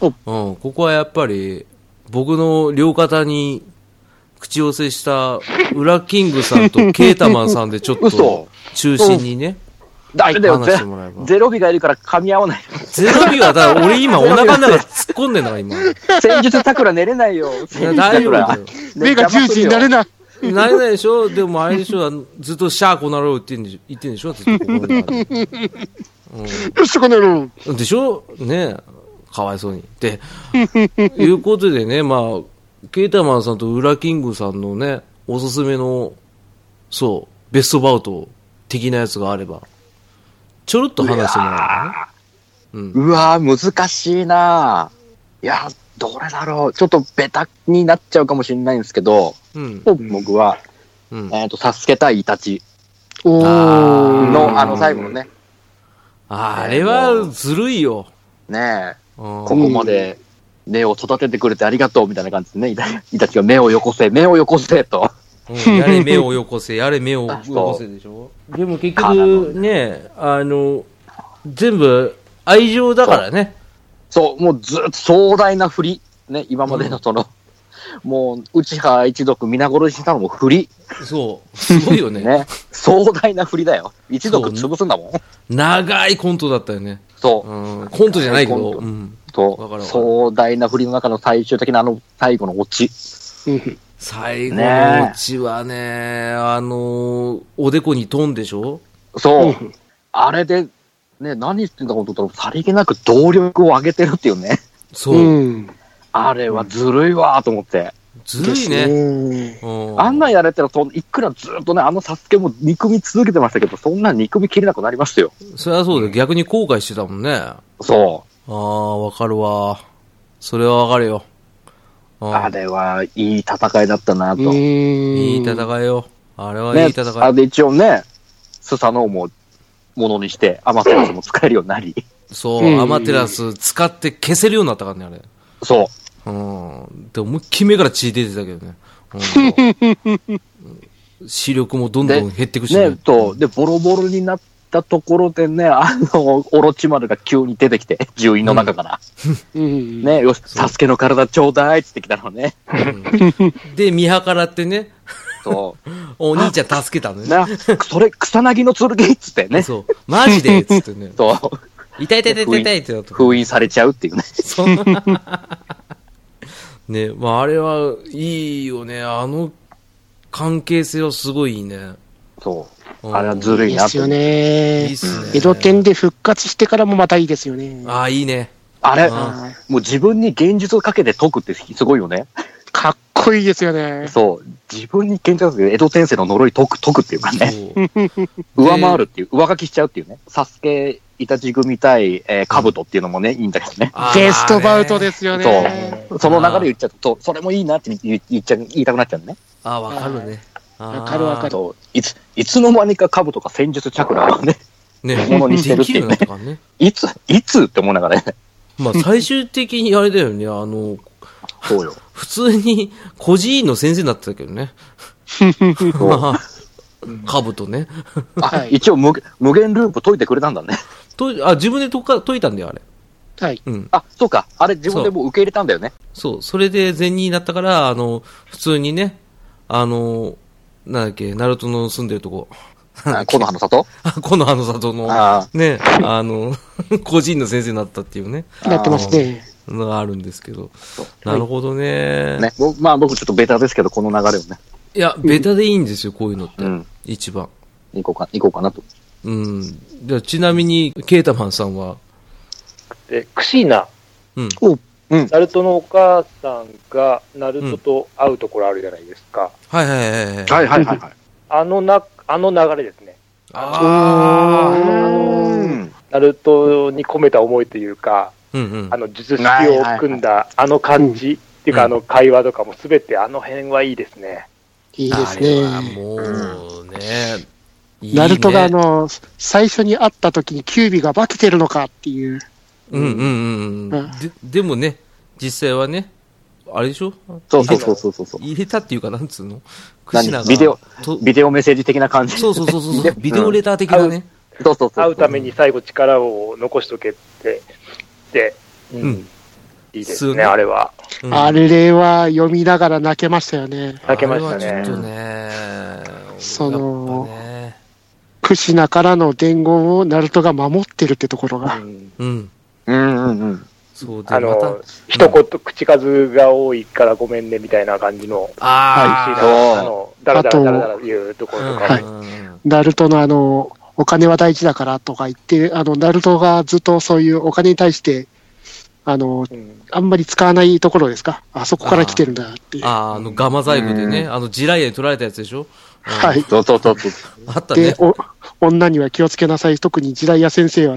[SPEAKER 1] お
[SPEAKER 2] うん、ここはやっぱり、僕の両肩に口寄せした、ウラキングさんとケータマンさんでちょっと
[SPEAKER 3] 嘘、
[SPEAKER 2] 中心にね、
[SPEAKER 3] あ。誰だよ、
[SPEAKER 2] 話
[SPEAKER 3] ゼ
[SPEAKER 2] してもらえば
[SPEAKER 3] ゼロ日がいるから噛み合わない。
[SPEAKER 2] ゼロ日は、だから俺今お腹の中突っ込んでんだから今。
[SPEAKER 3] 戦術桜寝れないよ。
[SPEAKER 2] や大丈夫だよ
[SPEAKER 1] 目が10時になれ
[SPEAKER 3] ない。
[SPEAKER 1] ない。
[SPEAKER 2] なれないでしょでもあれでしょあのずっとシャーこなろうって言ってんでしょ言ってんでしょずっと心の中で
[SPEAKER 1] よし、この野郎。
[SPEAKER 2] でしょねえかわいそうに。で、 *laughs* いうことでね、まあ、ケータマンさんとウラキングさんのね、おすすめの、そう、ベストバウト的なやつがあれば、ちょろっと話してもらえばね。うん。
[SPEAKER 3] うわー難しいなぁいやー、どれだろう。ちょっとベタになっちゃうかもしれないんですけど、
[SPEAKER 2] うん。
[SPEAKER 3] 僕は、
[SPEAKER 2] うん。
[SPEAKER 3] えっ、と、助けたいイタチ
[SPEAKER 1] お
[SPEAKER 2] あー
[SPEAKER 1] ー。
[SPEAKER 3] の、あの、最後のね、
[SPEAKER 2] あれはずるいよ。
[SPEAKER 3] ねえ、
[SPEAKER 2] うん
[SPEAKER 3] ここまで、目を育ててくれてありがとうみたいな感じでね、イタイタチが目をよこせ、目をよこせと。
[SPEAKER 2] うんやれ目をよこせ、やれ目をよこせでしょでも結局ね、あの、全部愛情だからね。
[SPEAKER 3] そう、もうずっと壮大な振り。ね、今までのその、もう、内葉一族皆殺しにしたのも振り。
[SPEAKER 2] そう。すごいよね。
[SPEAKER 3] ね。壮大な振りだよ。一族潰すんだもん。
[SPEAKER 2] 長いコントだったよね。
[SPEAKER 3] そう。
[SPEAKER 2] うん、コントじゃないけど、
[SPEAKER 3] コント
[SPEAKER 2] うん、わかるわ
[SPEAKER 3] と、
[SPEAKER 2] かる
[SPEAKER 3] 壮大な振りの中の最終的なあの最後のオチ。
[SPEAKER 1] うん
[SPEAKER 2] 最後のうちはね、あのーおでこに飛んでしょ
[SPEAKER 3] そう。あれで、ね、何してんだろうと思ったら、さりげなく動力を上げてるっていうね。
[SPEAKER 2] そう、
[SPEAKER 1] うん。
[SPEAKER 3] あれはずるいわーと思って。
[SPEAKER 2] ずるいね。
[SPEAKER 1] ね。
[SPEAKER 2] うん、
[SPEAKER 3] あんなんやれたら、そんいくらずっとね、あのサスケも憎み続けてましたけど、そんなん憎みきれなくなりましたよ。
[SPEAKER 2] そりゃそうだよ、逆に後悔してたもんね。あ
[SPEAKER 3] そ
[SPEAKER 2] あ、わかるわ。それはわかるよ。う
[SPEAKER 3] う。
[SPEAKER 2] ん
[SPEAKER 3] あれはいい戦いだったなと。
[SPEAKER 1] う
[SPEAKER 3] ね、
[SPEAKER 1] ん。
[SPEAKER 2] いい
[SPEAKER 1] い。
[SPEAKER 2] 戦いよ。あれはいい戦い。
[SPEAKER 3] あれで一応ね、スサノオもものにして、アマテラスも使えるようになり。
[SPEAKER 2] そうう、
[SPEAKER 1] ん
[SPEAKER 2] アマテラス使って消せるようになったからね、あれ。
[SPEAKER 3] そう。
[SPEAKER 2] うん。で、思いっきり目から血出てたけどね。うん視力もどんどん減ってくし
[SPEAKER 3] ね、と、で、ボロボロになったところでね、あの、オロチマルが急に出てき *laughs* て、獣医の中から。
[SPEAKER 1] うん。
[SPEAKER 3] ね、よし、サスケの体ちょうだいっつってきたのね。
[SPEAKER 2] で、見計らってね、
[SPEAKER 3] そ
[SPEAKER 2] お兄ちゃん助けたの
[SPEAKER 3] う。
[SPEAKER 2] ね。
[SPEAKER 3] *laughs* な、それ、草薙の剣っつってね。そ
[SPEAKER 2] そう。マジでっつってね。
[SPEAKER 3] う。
[SPEAKER 2] 痛い痛い痛い痛い痛いってなった。
[SPEAKER 3] *laughs* 封印されちゃうっていうね。
[SPEAKER 2] そう *laughs* ね、まああれはいいよね。あの関係性はすごいいいね。
[SPEAKER 3] そう。
[SPEAKER 2] うん
[SPEAKER 3] あれはずる
[SPEAKER 1] い
[SPEAKER 3] い
[SPEAKER 1] い
[SPEAKER 3] な
[SPEAKER 1] で
[SPEAKER 3] っ
[SPEAKER 1] す
[SPEAKER 3] て
[SPEAKER 1] よ。
[SPEAKER 2] い
[SPEAKER 1] ね
[SPEAKER 2] いっ。すね。
[SPEAKER 1] 江戸店で復活してからもまたいいですよね。
[SPEAKER 2] ああ、いいね。
[SPEAKER 3] あれ、
[SPEAKER 2] あ
[SPEAKER 3] もう自分に現実をかけて解くってすごいよね。
[SPEAKER 1] かっこいいですよね。
[SPEAKER 3] そう、自分に喧嘩ですけど、江戸天聖の呪い解く、解くっていうかね、
[SPEAKER 2] う
[SPEAKER 3] 上回るっていう、上書きしちゃうっていうね、サスケ、イタチ組対、えー、カブトっていうのもね、いいんだけどね。
[SPEAKER 1] ベストバウト
[SPEAKER 2] す
[SPEAKER 1] ですよね。
[SPEAKER 3] そう、その流れ言っちゃうと、それもいいなって言言っちゃう言いたくなっちゃうね。
[SPEAKER 2] あーわかるねわ
[SPEAKER 1] わかるわかる
[SPEAKER 3] といつ、いつの間にか株とか戦術チャクラをね、 *laughs*
[SPEAKER 2] ね
[SPEAKER 3] ものにしてる
[SPEAKER 2] で
[SPEAKER 3] って
[SPEAKER 2] き
[SPEAKER 3] い
[SPEAKER 2] るよう
[SPEAKER 3] う
[SPEAKER 2] になった
[SPEAKER 3] ね
[SPEAKER 2] からね
[SPEAKER 3] いつ、いつって思いながらね、 *laughs*
[SPEAKER 2] まあ最終的にあれだよねあの
[SPEAKER 3] そうよ。
[SPEAKER 2] 普通に孤児院の先生になってたけど
[SPEAKER 3] *laughs*
[SPEAKER 2] ね
[SPEAKER 3] そう
[SPEAKER 2] カブトね
[SPEAKER 1] は
[SPEAKER 3] あ
[SPEAKER 1] い
[SPEAKER 3] 一応無、無限ループ解いてくれたんだね。
[SPEAKER 2] とあ自分で解か解いたんだよあれ
[SPEAKER 1] はい。
[SPEAKER 2] うん
[SPEAKER 3] あ、そうか、あれ自分でもう受け入れたんだよね。
[SPEAKER 2] そうそれで善人になったからあの普通にねあのなんだっけナルトの住んでるとこ *laughs*
[SPEAKER 3] あ木の葉の里
[SPEAKER 2] あこのあの里の
[SPEAKER 3] あ
[SPEAKER 2] ねあの *laughs* 孤児院の先生になったっていうね
[SPEAKER 1] なってますね。
[SPEAKER 2] のがあるんですけどなるほどね
[SPEAKER 3] あ、ね。僕まあ僕ちょっとベタですけど、この流れをね、
[SPEAKER 2] いやベタでいいんですよこういうのって、
[SPEAKER 3] うん
[SPEAKER 2] 一番
[SPEAKER 3] 行こうか、行こうかなと。
[SPEAKER 2] うんじゃあちなみにケータマンさんは
[SPEAKER 4] で、クシーナ、
[SPEAKER 2] うん
[SPEAKER 4] ナルトのお母さんがナルトと会うところあるじゃないですか。
[SPEAKER 2] はいはいはいはい
[SPEAKER 5] はいはいはいはい。
[SPEAKER 4] あのな、あの流れですね。
[SPEAKER 2] あ
[SPEAKER 3] う
[SPEAKER 2] あ
[SPEAKER 3] ん。
[SPEAKER 4] ナルトに込めた思いというか、
[SPEAKER 2] うんうん
[SPEAKER 4] あの、術式を組んだ、あの感じ、っていうか、
[SPEAKER 2] うん
[SPEAKER 4] あの会話とかもすべてあの辺はいいですね。
[SPEAKER 1] いいです
[SPEAKER 2] あれは
[SPEAKER 1] ね。
[SPEAKER 2] もうね、いいね
[SPEAKER 1] ナルトがあ、の、最初に会った時にキュービが化けてるのかっていう。
[SPEAKER 2] うんうんうんう
[SPEAKER 1] うんん。
[SPEAKER 2] ででもね、実際はね、あれでしょ
[SPEAKER 3] そうそうそうそうそうそう。
[SPEAKER 2] 入れたっていうか、なんつうのク
[SPEAKER 3] 何
[SPEAKER 2] シナが。
[SPEAKER 3] ビデオ
[SPEAKER 2] と
[SPEAKER 3] ビデオメッセージ的な感じ。
[SPEAKER 2] そうそうそうそう
[SPEAKER 3] ビ
[SPEAKER 2] そ
[SPEAKER 3] デ
[SPEAKER 2] う。ビデオレター的なね。
[SPEAKER 3] そうそうそう。
[SPEAKER 4] 会うために最後力を残しとけって、で、うん
[SPEAKER 2] うん
[SPEAKER 4] いいで
[SPEAKER 2] そう
[SPEAKER 4] す
[SPEAKER 2] ね
[SPEAKER 4] ね、あれは。
[SPEAKER 2] うん
[SPEAKER 1] あれは読みながら泣けましたよね。
[SPEAKER 4] 泣けましたね
[SPEAKER 2] あれはちょっとね。
[SPEAKER 1] その
[SPEAKER 2] やっぱね
[SPEAKER 1] クシナからの伝言をナルトが守ってるってところが。
[SPEAKER 2] うん。
[SPEAKER 3] うんうんうん。
[SPEAKER 2] そうで、
[SPEAKER 4] あ
[SPEAKER 2] また
[SPEAKER 4] の、一言、口数が多いからごめんねみたいな感じの、
[SPEAKER 2] あ
[SPEAKER 4] シ
[SPEAKER 2] ー
[SPEAKER 4] ーナがあの、だらだらだらだら言うとこ
[SPEAKER 2] う
[SPEAKER 4] ろ
[SPEAKER 2] ん
[SPEAKER 4] と
[SPEAKER 2] う
[SPEAKER 4] か、
[SPEAKER 1] はい
[SPEAKER 2] んうん
[SPEAKER 1] ナルトのあの、お金は大事だからとか言って、あの、ナルトがずっとそういうお金に対して、あの、
[SPEAKER 4] うん
[SPEAKER 1] あんまり使わないところですかあそこから来てるんだっていう。
[SPEAKER 2] あー、あの、ガマ細部でね、あの、地雷で取られたやつでしょ
[SPEAKER 1] は。
[SPEAKER 2] うん
[SPEAKER 1] い。
[SPEAKER 3] そうそうそうそう。
[SPEAKER 2] あったね
[SPEAKER 1] で。、お、女には気をつけなさい。特に地雷屋先生は。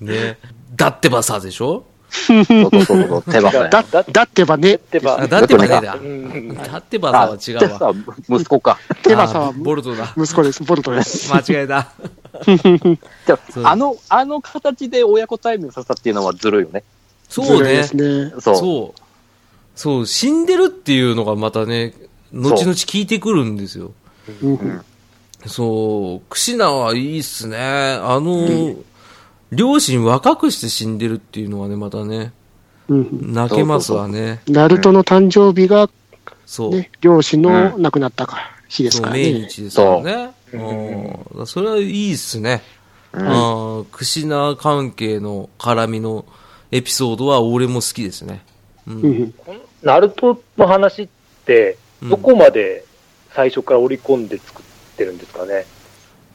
[SPEAKER 2] ね。だってばさでしょ
[SPEAKER 3] そうそ
[SPEAKER 2] *laughs*
[SPEAKER 3] うそうそう。手羽
[SPEAKER 4] だ
[SPEAKER 3] 先
[SPEAKER 1] だ、だってばね、
[SPEAKER 4] で
[SPEAKER 2] あ
[SPEAKER 4] ば、
[SPEAKER 2] だってばねえだ
[SPEAKER 4] う。ん、
[SPEAKER 2] だってばさは違うわ。
[SPEAKER 3] あ息子か。
[SPEAKER 1] 手羽さは
[SPEAKER 2] あボルト
[SPEAKER 1] *laughs*
[SPEAKER 2] だ。
[SPEAKER 1] 息子です。ボルトです。
[SPEAKER 2] 間違えた。
[SPEAKER 3] でも
[SPEAKER 2] そう
[SPEAKER 3] あの、あの形で親子対面させたっていうのはずるいよね。
[SPEAKER 2] そう
[SPEAKER 1] ずるいで
[SPEAKER 2] ね
[SPEAKER 1] す。ね。
[SPEAKER 3] そう。
[SPEAKER 2] そう。そう、死んでるっていうのがまたね、後々聞いてくるんですよ。
[SPEAKER 1] うん
[SPEAKER 2] そう、クシナはいいっすね。あの、両親若くして死んでるっていうのはね、またね、
[SPEAKER 1] うん
[SPEAKER 2] 泣けますわね。
[SPEAKER 1] ナルトの誕生日が、
[SPEAKER 2] そう。
[SPEAKER 1] ね、両親の亡くなったか日です
[SPEAKER 2] そ
[SPEAKER 1] か
[SPEAKER 2] う、
[SPEAKER 1] ら
[SPEAKER 2] 命
[SPEAKER 1] ね。
[SPEAKER 2] 日ですよね。うん。それはいいっすね。うん。クシナ関係の絡みのエピソードは俺も好きですね。
[SPEAKER 1] うん
[SPEAKER 4] ナルトの話って、どこまで最初から織り込んで作ってるんですかね。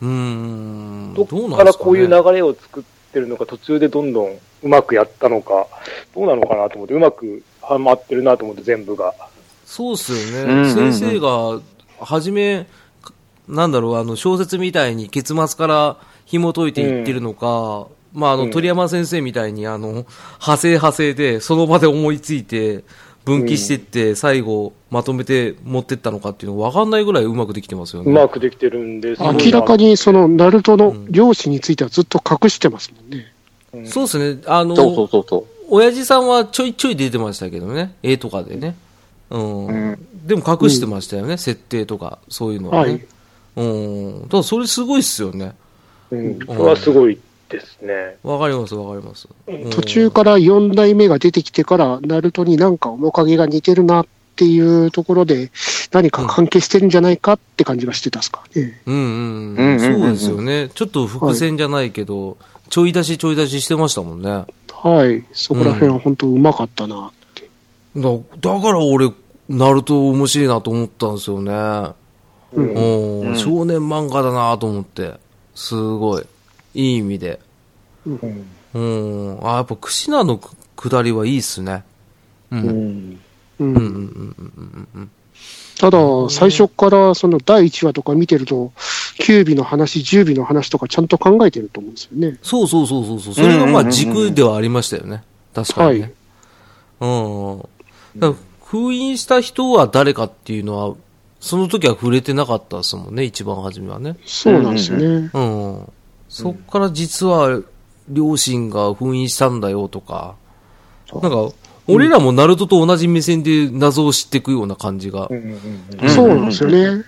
[SPEAKER 2] うーん。
[SPEAKER 4] ど
[SPEAKER 2] う
[SPEAKER 4] こ
[SPEAKER 2] なん
[SPEAKER 4] か
[SPEAKER 2] で
[SPEAKER 4] ら
[SPEAKER 2] すかね
[SPEAKER 4] こういう流れを作ってるのか、途中でどんどんうまくやったのか、どうなのかなと思って、うまくはまってるなと思って、全部が。
[SPEAKER 2] そうっすよ
[SPEAKER 3] うん
[SPEAKER 2] ね。
[SPEAKER 3] うんうん
[SPEAKER 2] 先生が、初め、かなんだろう、あの、小説みたいに結末から紐解いていってるのか、まあ、あの、
[SPEAKER 4] うん
[SPEAKER 2] 鳥山先生みたいに、あの、派生派生で、その場で思いついて、分岐してって、最後、まとめて持ってったのかっていうのわかんないぐらいうまくできてますよ
[SPEAKER 4] う
[SPEAKER 2] ね。
[SPEAKER 4] まくできてるんですごいな
[SPEAKER 1] 明らかにそのナルトの両親についてはずっと隠してますもんね。
[SPEAKER 2] そうですね。あの、
[SPEAKER 3] そうそうそうそう。
[SPEAKER 2] 親父さんはちょいちょい出てましたけどね。絵とかでね。うん。でも隠してましたよね。設定とか、そういうのはね。
[SPEAKER 1] はい
[SPEAKER 2] うん。だからそれすごいっすよね。
[SPEAKER 4] うんそれはすごいですね。
[SPEAKER 2] わかります、わかります。うん
[SPEAKER 1] 途中から4代目が出てきてから、ナルトになんか面影が似てるなっていうところで、何か関係してるんじゃないかって感じがしてたっすかね。
[SPEAKER 2] うん
[SPEAKER 3] うん
[SPEAKER 2] う。
[SPEAKER 3] うんん
[SPEAKER 2] そ
[SPEAKER 3] うん
[SPEAKER 2] うですよね。ちょっと伏線じゃないけど、ちょい出しちょい出ししてましたもんね。だ
[SPEAKER 1] はい。そこら辺は本当うまかったな。
[SPEAKER 2] だから俺、ナルト面白いなと思ったんですよね。うん少年漫画だなと思って。すごい。いい意味で。うん。あ、やっぱクシナの下りはいいっすね。うん。うん
[SPEAKER 1] う
[SPEAKER 2] うんう
[SPEAKER 1] ん
[SPEAKER 2] んうんうんうん
[SPEAKER 1] ただ、最初からその第1話とか見てると、9尾の話、10尾の話とかちゃんと考えてると思うんですよね。
[SPEAKER 2] そうそうそうそうそう。それがまあ軸ではありましたよね。確かにね。うん。だから封印した人は誰かっていうのは、その時は触れてなかったですもんね、一番初めはね。
[SPEAKER 1] そうなんですよね。
[SPEAKER 2] うん。そっから実は、両親が封印したんだよとか、なんか、俺らもナルトと同じ目線で謎を知っていくような感じが、
[SPEAKER 1] そうなんですよね。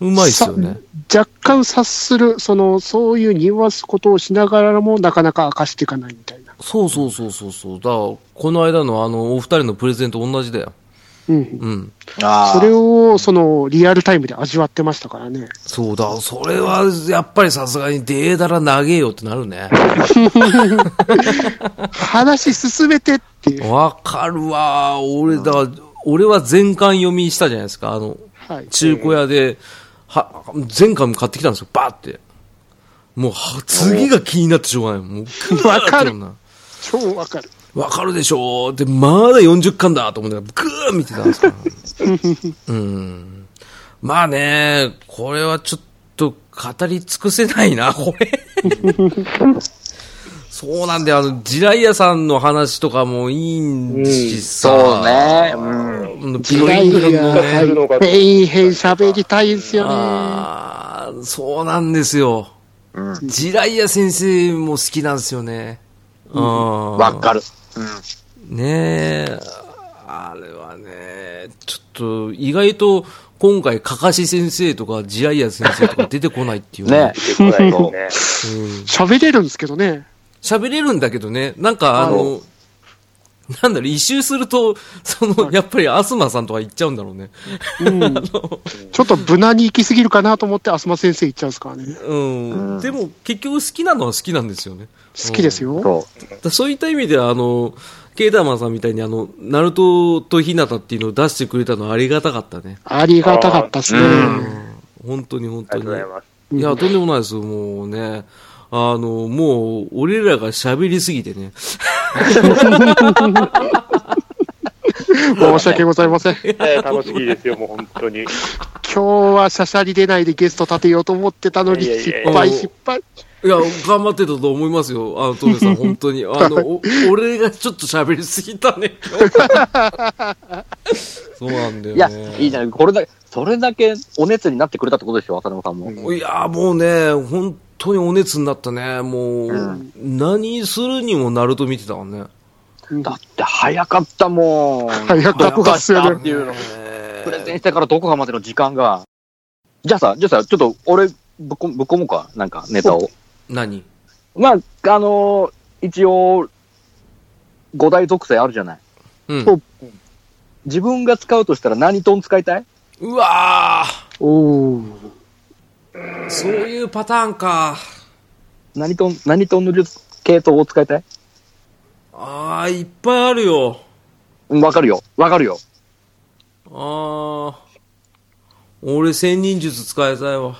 [SPEAKER 2] うまいっすよね。
[SPEAKER 1] 若干察する、その、そういう匂わすことをしながらも、なかなか明かしていかないみたいな。
[SPEAKER 2] そうそうそうそうそう。だから、この間のあの、お二人のプレゼンと同じだよ。
[SPEAKER 1] うん。
[SPEAKER 2] うん。
[SPEAKER 3] あ
[SPEAKER 1] それを、その、リアルタイムで味わってましたからね。
[SPEAKER 2] そうだ、それは、やっぱりさすがにデーダラ長えよってなる *laughs* ね。
[SPEAKER 1] 話進めてっていう。
[SPEAKER 2] わかるわ。俺、だから、俺は全巻読みしたじゃないですか。あの、
[SPEAKER 1] はい。
[SPEAKER 2] 中古屋で、は、前回も買ってきたんですよ、バーって。もう、は次が気になってしょうがない。もう、
[SPEAKER 1] わかる
[SPEAKER 2] ぐーってな
[SPEAKER 1] *laughs* 超わかる。
[SPEAKER 2] わかるでしょうって、まだ40巻だと思って、ぐー見てたんですから。うん。まあね、これはちょっと語り尽くせないな、これ。そうなんだよ、あの、ジライアさんの話とかもいいんしさ。
[SPEAKER 3] そう。ね。うん。
[SPEAKER 1] 時代が入って、メイン編喋りたいんですよね。
[SPEAKER 2] ああ、そうなんですよ。ジライア先生も好きなんですよね。うん。
[SPEAKER 3] わかる。
[SPEAKER 2] ねえ。あれはね、ちょっと、意外と、今回、かかし先生とか、ジライア先生とか出てこないっていう。
[SPEAKER 3] ね。
[SPEAKER 4] 出てこないです
[SPEAKER 1] 喋れるんですけどね。
[SPEAKER 2] 喋れるんだけどね、なんかあの、なんだろう、一周すると、その、やっぱり、アスマさんとか行っちゃうんだろうね。
[SPEAKER 1] *laughs* うん。ちょっと無難に行きすぎるかなと思って、浅間先生行っちゃうんですからね。
[SPEAKER 2] うん。でも、結局好きなのは好きなんですよね。
[SPEAKER 1] 好きですよ。
[SPEAKER 3] そ
[SPEAKER 2] だからそういった意味では、あの、ケータマンさんみたいに、あの、ナルトとヒナタっていうのを出してくれたのはありがたかったね。
[SPEAKER 1] ありがたかったですね。
[SPEAKER 2] 本当に本
[SPEAKER 4] あ
[SPEAKER 2] 当に。
[SPEAKER 4] りがとうございます。
[SPEAKER 2] いや、とんでもないです。もうね。あの、もう、俺らが喋りすぎてね。
[SPEAKER 1] 申し訳ございません。
[SPEAKER 4] *laughs*
[SPEAKER 1] 今
[SPEAKER 4] ええ楽しみですよ、もう本当に。
[SPEAKER 1] 日はしゃしゃり出ないでゲスト立てようと思ってたのに、
[SPEAKER 4] いやいやい
[SPEAKER 1] 失
[SPEAKER 4] や
[SPEAKER 1] 敗、失敗。
[SPEAKER 2] いや、頑張ってたと思いますよ。あの、トメ
[SPEAKER 4] *laughs*
[SPEAKER 2] さん、本当に。あの、お俺がちょっと喋りすぎた
[SPEAKER 4] *laughs*
[SPEAKER 2] ね、今日そうなんだ
[SPEAKER 3] う。
[SPEAKER 2] よ
[SPEAKER 3] いや、
[SPEAKER 2] ね。
[SPEAKER 3] いいじゃない。これだけ、それだけお熱になってくれたってことでしょ、浅沼さんも。
[SPEAKER 2] いや、もうね、本当にお熱になったね。もう、何するにもナルト見てたもんね。
[SPEAKER 3] だって早かったもん。
[SPEAKER 1] 早かったっすよね
[SPEAKER 3] 早かったっていうの。プレゼンしてからどこかまでの時間が。じゃあさ、じゃあさ、ちょっと俺、ぶっこ、ぶっこもうか。なんか、ネタを。
[SPEAKER 2] 何
[SPEAKER 3] まあ、あのー一応、五大属性あるじゃない。
[SPEAKER 2] うん。
[SPEAKER 3] 自分が使うとしたら何トン使いたいう
[SPEAKER 2] わー
[SPEAKER 1] おお。
[SPEAKER 2] そういうパターンか。
[SPEAKER 3] 何トン、何トンの術系統を使いたい
[SPEAKER 2] ああ、いっぱいあるよ。
[SPEAKER 3] うんわかるよ。わかるよ。
[SPEAKER 2] ああ。俺、千人術使いたいわ。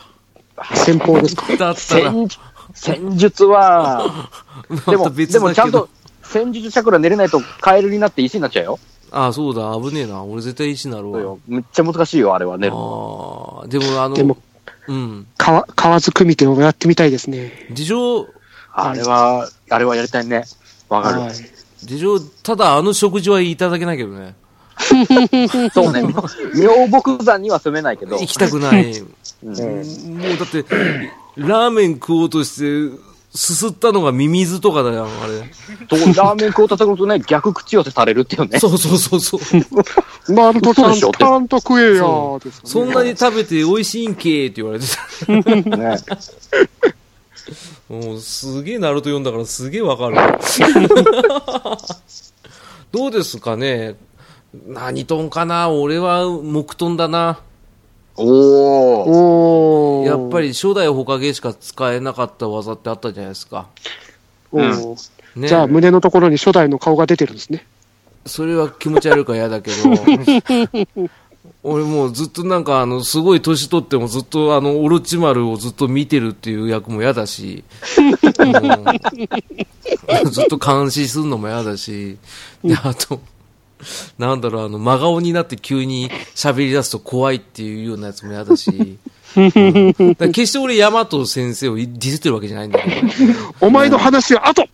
[SPEAKER 1] 先方ですか。
[SPEAKER 2] だったら、
[SPEAKER 3] 戦術、戦術
[SPEAKER 2] *laughs*
[SPEAKER 3] は、で
[SPEAKER 2] また
[SPEAKER 3] も、
[SPEAKER 2] 別だけ
[SPEAKER 3] で
[SPEAKER 2] ど。
[SPEAKER 3] もちゃんと、戦術チャクラ寝れないとカエルになって石になっちゃうよ。
[SPEAKER 2] ああ、そうだ、危ねえな。俺絶対石になる
[SPEAKER 3] そう
[SPEAKER 2] わ。
[SPEAKER 3] よ。めっちゃ難しいよ、あれは寝るの。
[SPEAKER 2] ああ、でもあの、
[SPEAKER 1] でも、
[SPEAKER 2] うん。
[SPEAKER 1] 川、川津組手をやってみたいですね。
[SPEAKER 2] 事情、
[SPEAKER 3] あれは、あれはやりたいね。わか
[SPEAKER 1] は
[SPEAKER 3] る。
[SPEAKER 1] い。
[SPEAKER 2] 事情、ただあの食事はいただけないけどね。
[SPEAKER 3] そうね。 *laughs* 妙木山には住めないけど
[SPEAKER 2] 行。きたくない。も
[SPEAKER 3] うん
[SPEAKER 2] うだって、ラーメン食おうとして、すすったのがミミズとかだよ、あれ。
[SPEAKER 3] そうラーメン食おうとするとね、逆口寄せされるっていうね。
[SPEAKER 2] そうそうそうそう。
[SPEAKER 1] ナルトちゃ
[SPEAKER 3] 嘘
[SPEAKER 1] ん、
[SPEAKER 3] でしょ
[SPEAKER 1] ちゃんと食えよーですかね
[SPEAKER 2] そんなに食べて美味しいんけーって言われてた。
[SPEAKER 3] ね
[SPEAKER 2] もうすげえナルト読んだからすげえわかる。 *laughs* どうですかね何トンかな俺は木トンだな。
[SPEAKER 3] おー。
[SPEAKER 1] おお。
[SPEAKER 2] やっぱ。り初代ほかげしか使えなかった技ってあったじゃないですか。
[SPEAKER 1] おお。
[SPEAKER 2] ね、
[SPEAKER 1] じゃあ、胸のところに初代の顔が出てるんですね。
[SPEAKER 2] それは気持ち悪いから嫌だけど、俺もうずっとなんかあのすごい年取ってもずっとあのオロチマルをずっと見てるっていう役も嫌だしうんずっと監視するのも嫌だしであとなんだろうあの真顔になって急に喋り出すと怖いっていうようなやつも嫌だし、うんだから決して俺大和先生をディスってるわけじゃないんだけど
[SPEAKER 1] お前の話は後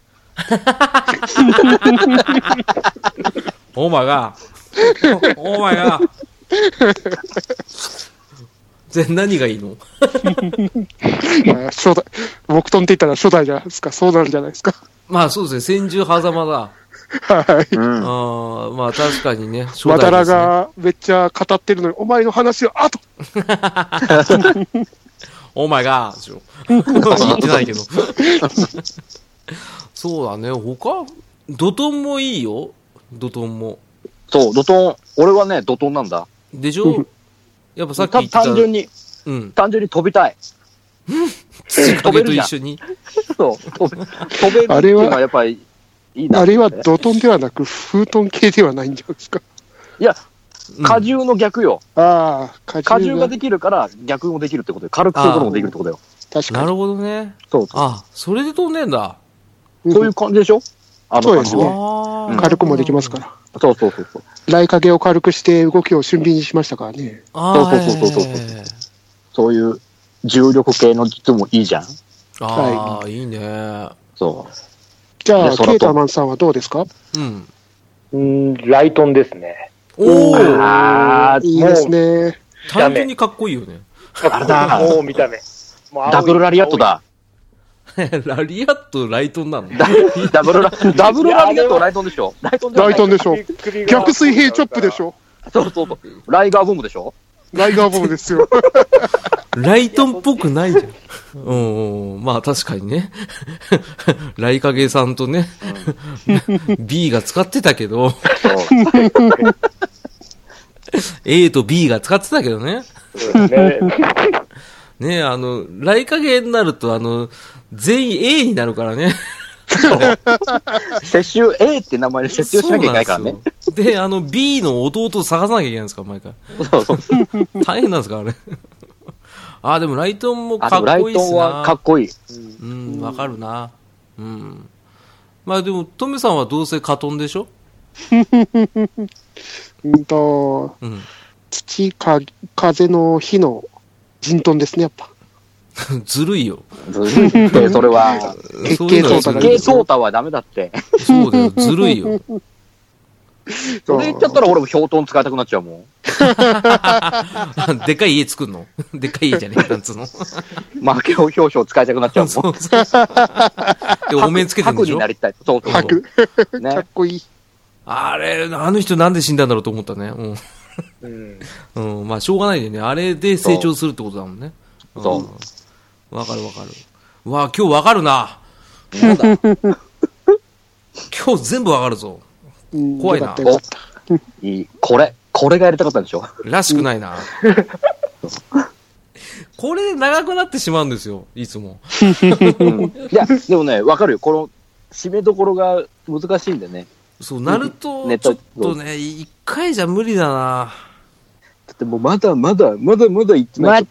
[SPEAKER 2] お前が、お前が、じゃあ何がいいの
[SPEAKER 1] まあ初代、僕とんって言ったら初代じゃないですか。そうなるじゃないですか。
[SPEAKER 2] まあそうですね、千住狭間だ。
[SPEAKER 1] はい。
[SPEAKER 2] ああまあ確かにね、初
[SPEAKER 1] まだ
[SPEAKER 2] 代で
[SPEAKER 1] ら
[SPEAKER 2] すね
[SPEAKER 1] がめっちゃ語ってるのに、お前の話は後
[SPEAKER 2] お前が、でしょ言ってな
[SPEAKER 1] *laughs*
[SPEAKER 2] いけど。そうだね、他、ドトンもいいよ、ドトンも。
[SPEAKER 3] そう、ドトン、俺はね、ドトンなんだ。
[SPEAKER 2] でしょやっぱさっき
[SPEAKER 3] た
[SPEAKER 2] 言った、
[SPEAKER 3] 単純に、
[SPEAKER 2] うん、
[SPEAKER 3] 単純に飛びたい。
[SPEAKER 2] 土
[SPEAKER 3] 飛
[SPEAKER 2] 壁
[SPEAKER 3] べ
[SPEAKER 2] と
[SPEAKER 3] るじゃん
[SPEAKER 2] 一緒に。
[SPEAKER 3] そう、飛べ飛べるっていうのはやっぱりいいな
[SPEAKER 1] あ
[SPEAKER 3] と
[SPEAKER 1] れ
[SPEAKER 3] 思っ
[SPEAKER 1] は
[SPEAKER 3] て。
[SPEAKER 1] ドトンではなく、フートン系ではないんじゃないですか。
[SPEAKER 3] いや、
[SPEAKER 2] うん
[SPEAKER 3] 荷重の逆よ。
[SPEAKER 1] ああ、
[SPEAKER 3] 荷
[SPEAKER 1] 果
[SPEAKER 3] 重
[SPEAKER 1] 汁
[SPEAKER 3] が
[SPEAKER 1] が
[SPEAKER 3] できるから逆もできるってことよ。軽くすることもできるってことよ。
[SPEAKER 1] 確
[SPEAKER 2] な
[SPEAKER 1] か
[SPEAKER 2] る
[SPEAKER 1] に。
[SPEAKER 2] ほどね。
[SPEAKER 3] そう、そ
[SPEAKER 2] あ、それで飛んでんだ。
[SPEAKER 1] うん
[SPEAKER 3] ういう感じでしょあの
[SPEAKER 1] そう
[SPEAKER 3] 感
[SPEAKER 1] で
[SPEAKER 3] じ
[SPEAKER 1] すね
[SPEAKER 3] は。
[SPEAKER 2] あ
[SPEAKER 3] う
[SPEAKER 2] あ
[SPEAKER 3] ん
[SPEAKER 1] 軽くもできますから。
[SPEAKER 3] そうそうそうそう。
[SPEAKER 1] 雷影を軽くして動きを俊敏にしましたからね。
[SPEAKER 2] あー
[SPEAKER 3] そうそうそうそうそうそういう重力系の術もいいじゃん。
[SPEAKER 2] ああ、いいね。
[SPEAKER 3] そ
[SPEAKER 1] じゃ
[SPEAKER 3] で
[SPEAKER 1] あ、
[SPEAKER 3] 空飛ぶ
[SPEAKER 1] ケータマンさんはどうですか
[SPEAKER 2] うん。
[SPEAKER 4] うん、ライトンですね。
[SPEAKER 2] お
[SPEAKER 3] う。
[SPEAKER 2] ー
[SPEAKER 3] あ
[SPEAKER 1] いい
[SPEAKER 3] もう
[SPEAKER 1] ですね。
[SPEAKER 2] 単純にかっこいいよね。
[SPEAKER 3] *laughs* あれだ
[SPEAKER 4] もう見た目。もう青い
[SPEAKER 3] ダブルラリアット。だ。
[SPEAKER 2] ラリアット、ライトンなの
[SPEAKER 3] ダダブルラ、ダブルラリアットライトンでしょライトンじゃない
[SPEAKER 1] ライトンでしょ
[SPEAKER 4] 青い。首が
[SPEAKER 1] 逆水平チョップでし。ょ。
[SPEAKER 3] そうそうそう。ライガーボムでしょ
[SPEAKER 1] ライガーボムです
[SPEAKER 3] *laughs*
[SPEAKER 1] よ。
[SPEAKER 2] ライトンっぽくないじゃん。うんうん、まあ確かにね。 *laughs* ライカゲさんとね、B *laughs* が使ってたけど、
[SPEAKER 3] そう。
[SPEAKER 2] A と B が使ってたけどね。
[SPEAKER 4] そうですね
[SPEAKER 2] ねあの、ライカゲになると、あの、全員 A になるからね。
[SPEAKER 3] 接種 A って名前で接種しなきゃいけないからね。
[SPEAKER 2] そうなんですよで、あの、B の弟を探さなきゃいけないんですから、毎回。
[SPEAKER 3] そうそう
[SPEAKER 2] 大変なんですから、あれ。 *laughs* あ、でもライトンも
[SPEAKER 3] あ
[SPEAKER 2] か
[SPEAKER 3] で
[SPEAKER 2] っ
[SPEAKER 3] もラ
[SPEAKER 2] こい
[SPEAKER 3] イ
[SPEAKER 2] いっ
[SPEAKER 3] ト
[SPEAKER 2] す
[SPEAKER 3] ン
[SPEAKER 2] な
[SPEAKER 3] はかっこいい。
[SPEAKER 2] うん、わかるな。うん。まあでも、トメさんはどうせカトンでしょ
[SPEAKER 1] うんと、
[SPEAKER 2] うん。 *laughs*
[SPEAKER 1] 土か、風の火の陣トンですね、やっぱ。
[SPEAKER 2] ずるいよ。
[SPEAKER 3] ずるいって、それは。
[SPEAKER 1] 月
[SPEAKER 2] そうい
[SPEAKER 1] 経
[SPEAKER 2] うのは
[SPEAKER 1] 操
[SPEAKER 2] ず
[SPEAKER 1] 作
[SPEAKER 2] る
[SPEAKER 1] がいい
[SPEAKER 2] い
[SPEAKER 3] ゲ
[SPEAKER 2] よ
[SPEAKER 3] イソータはダメだって。
[SPEAKER 2] そうだよ、ずるいよ。 *laughs*
[SPEAKER 3] それ言っちゃったら俺も標トン使いたくなっちゃうもん。
[SPEAKER 2] でかい家作んの *laughs* でかい家じゃねえなんつうの。 *laughs* そ
[SPEAKER 3] 負けを表彰使いたくなっちゃう
[SPEAKER 2] うそ
[SPEAKER 3] もん。
[SPEAKER 2] うで、お面つけてるんで
[SPEAKER 3] 白
[SPEAKER 2] し
[SPEAKER 3] に
[SPEAKER 2] ょ
[SPEAKER 3] なりたい。そうそう
[SPEAKER 2] 白
[SPEAKER 3] そ
[SPEAKER 1] か
[SPEAKER 3] う。ね
[SPEAKER 1] っ。こいい。
[SPEAKER 2] あれ、あの人なんで死んだんだろうと思ったね。うん。
[SPEAKER 4] うん。
[SPEAKER 2] うん、まあ、しょうがないよね。あれで成長するってことだもんね。
[SPEAKER 3] そ
[SPEAKER 2] うん。わかるわかる。うわあ、今日わかるな。
[SPEAKER 3] そうだ。
[SPEAKER 2] 今日全部わかるぞ。
[SPEAKER 1] うん
[SPEAKER 2] 怖いな
[SPEAKER 1] よかったよかった
[SPEAKER 3] いい。これ。これがやりたかったんでしょ
[SPEAKER 2] らしくない
[SPEAKER 3] *laughs*
[SPEAKER 2] な。これで長くなってしまうんですよ、いつも。
[SPEAKER 3] うんいや、でもね、わかるよ。この、締めどころが難しいんでね。
[SPEAKER 2] そう、なると
[SPEAKER 3] ネ、
[SPEAKER 2] ちょ
[SPEAKER 3] タ
[SPEAKER 2] っとね、一回じゃ無理だな。
[SPEAKER 3] だってもうまだまだ、まだまだ言ってない。
[SPEAKER 1] い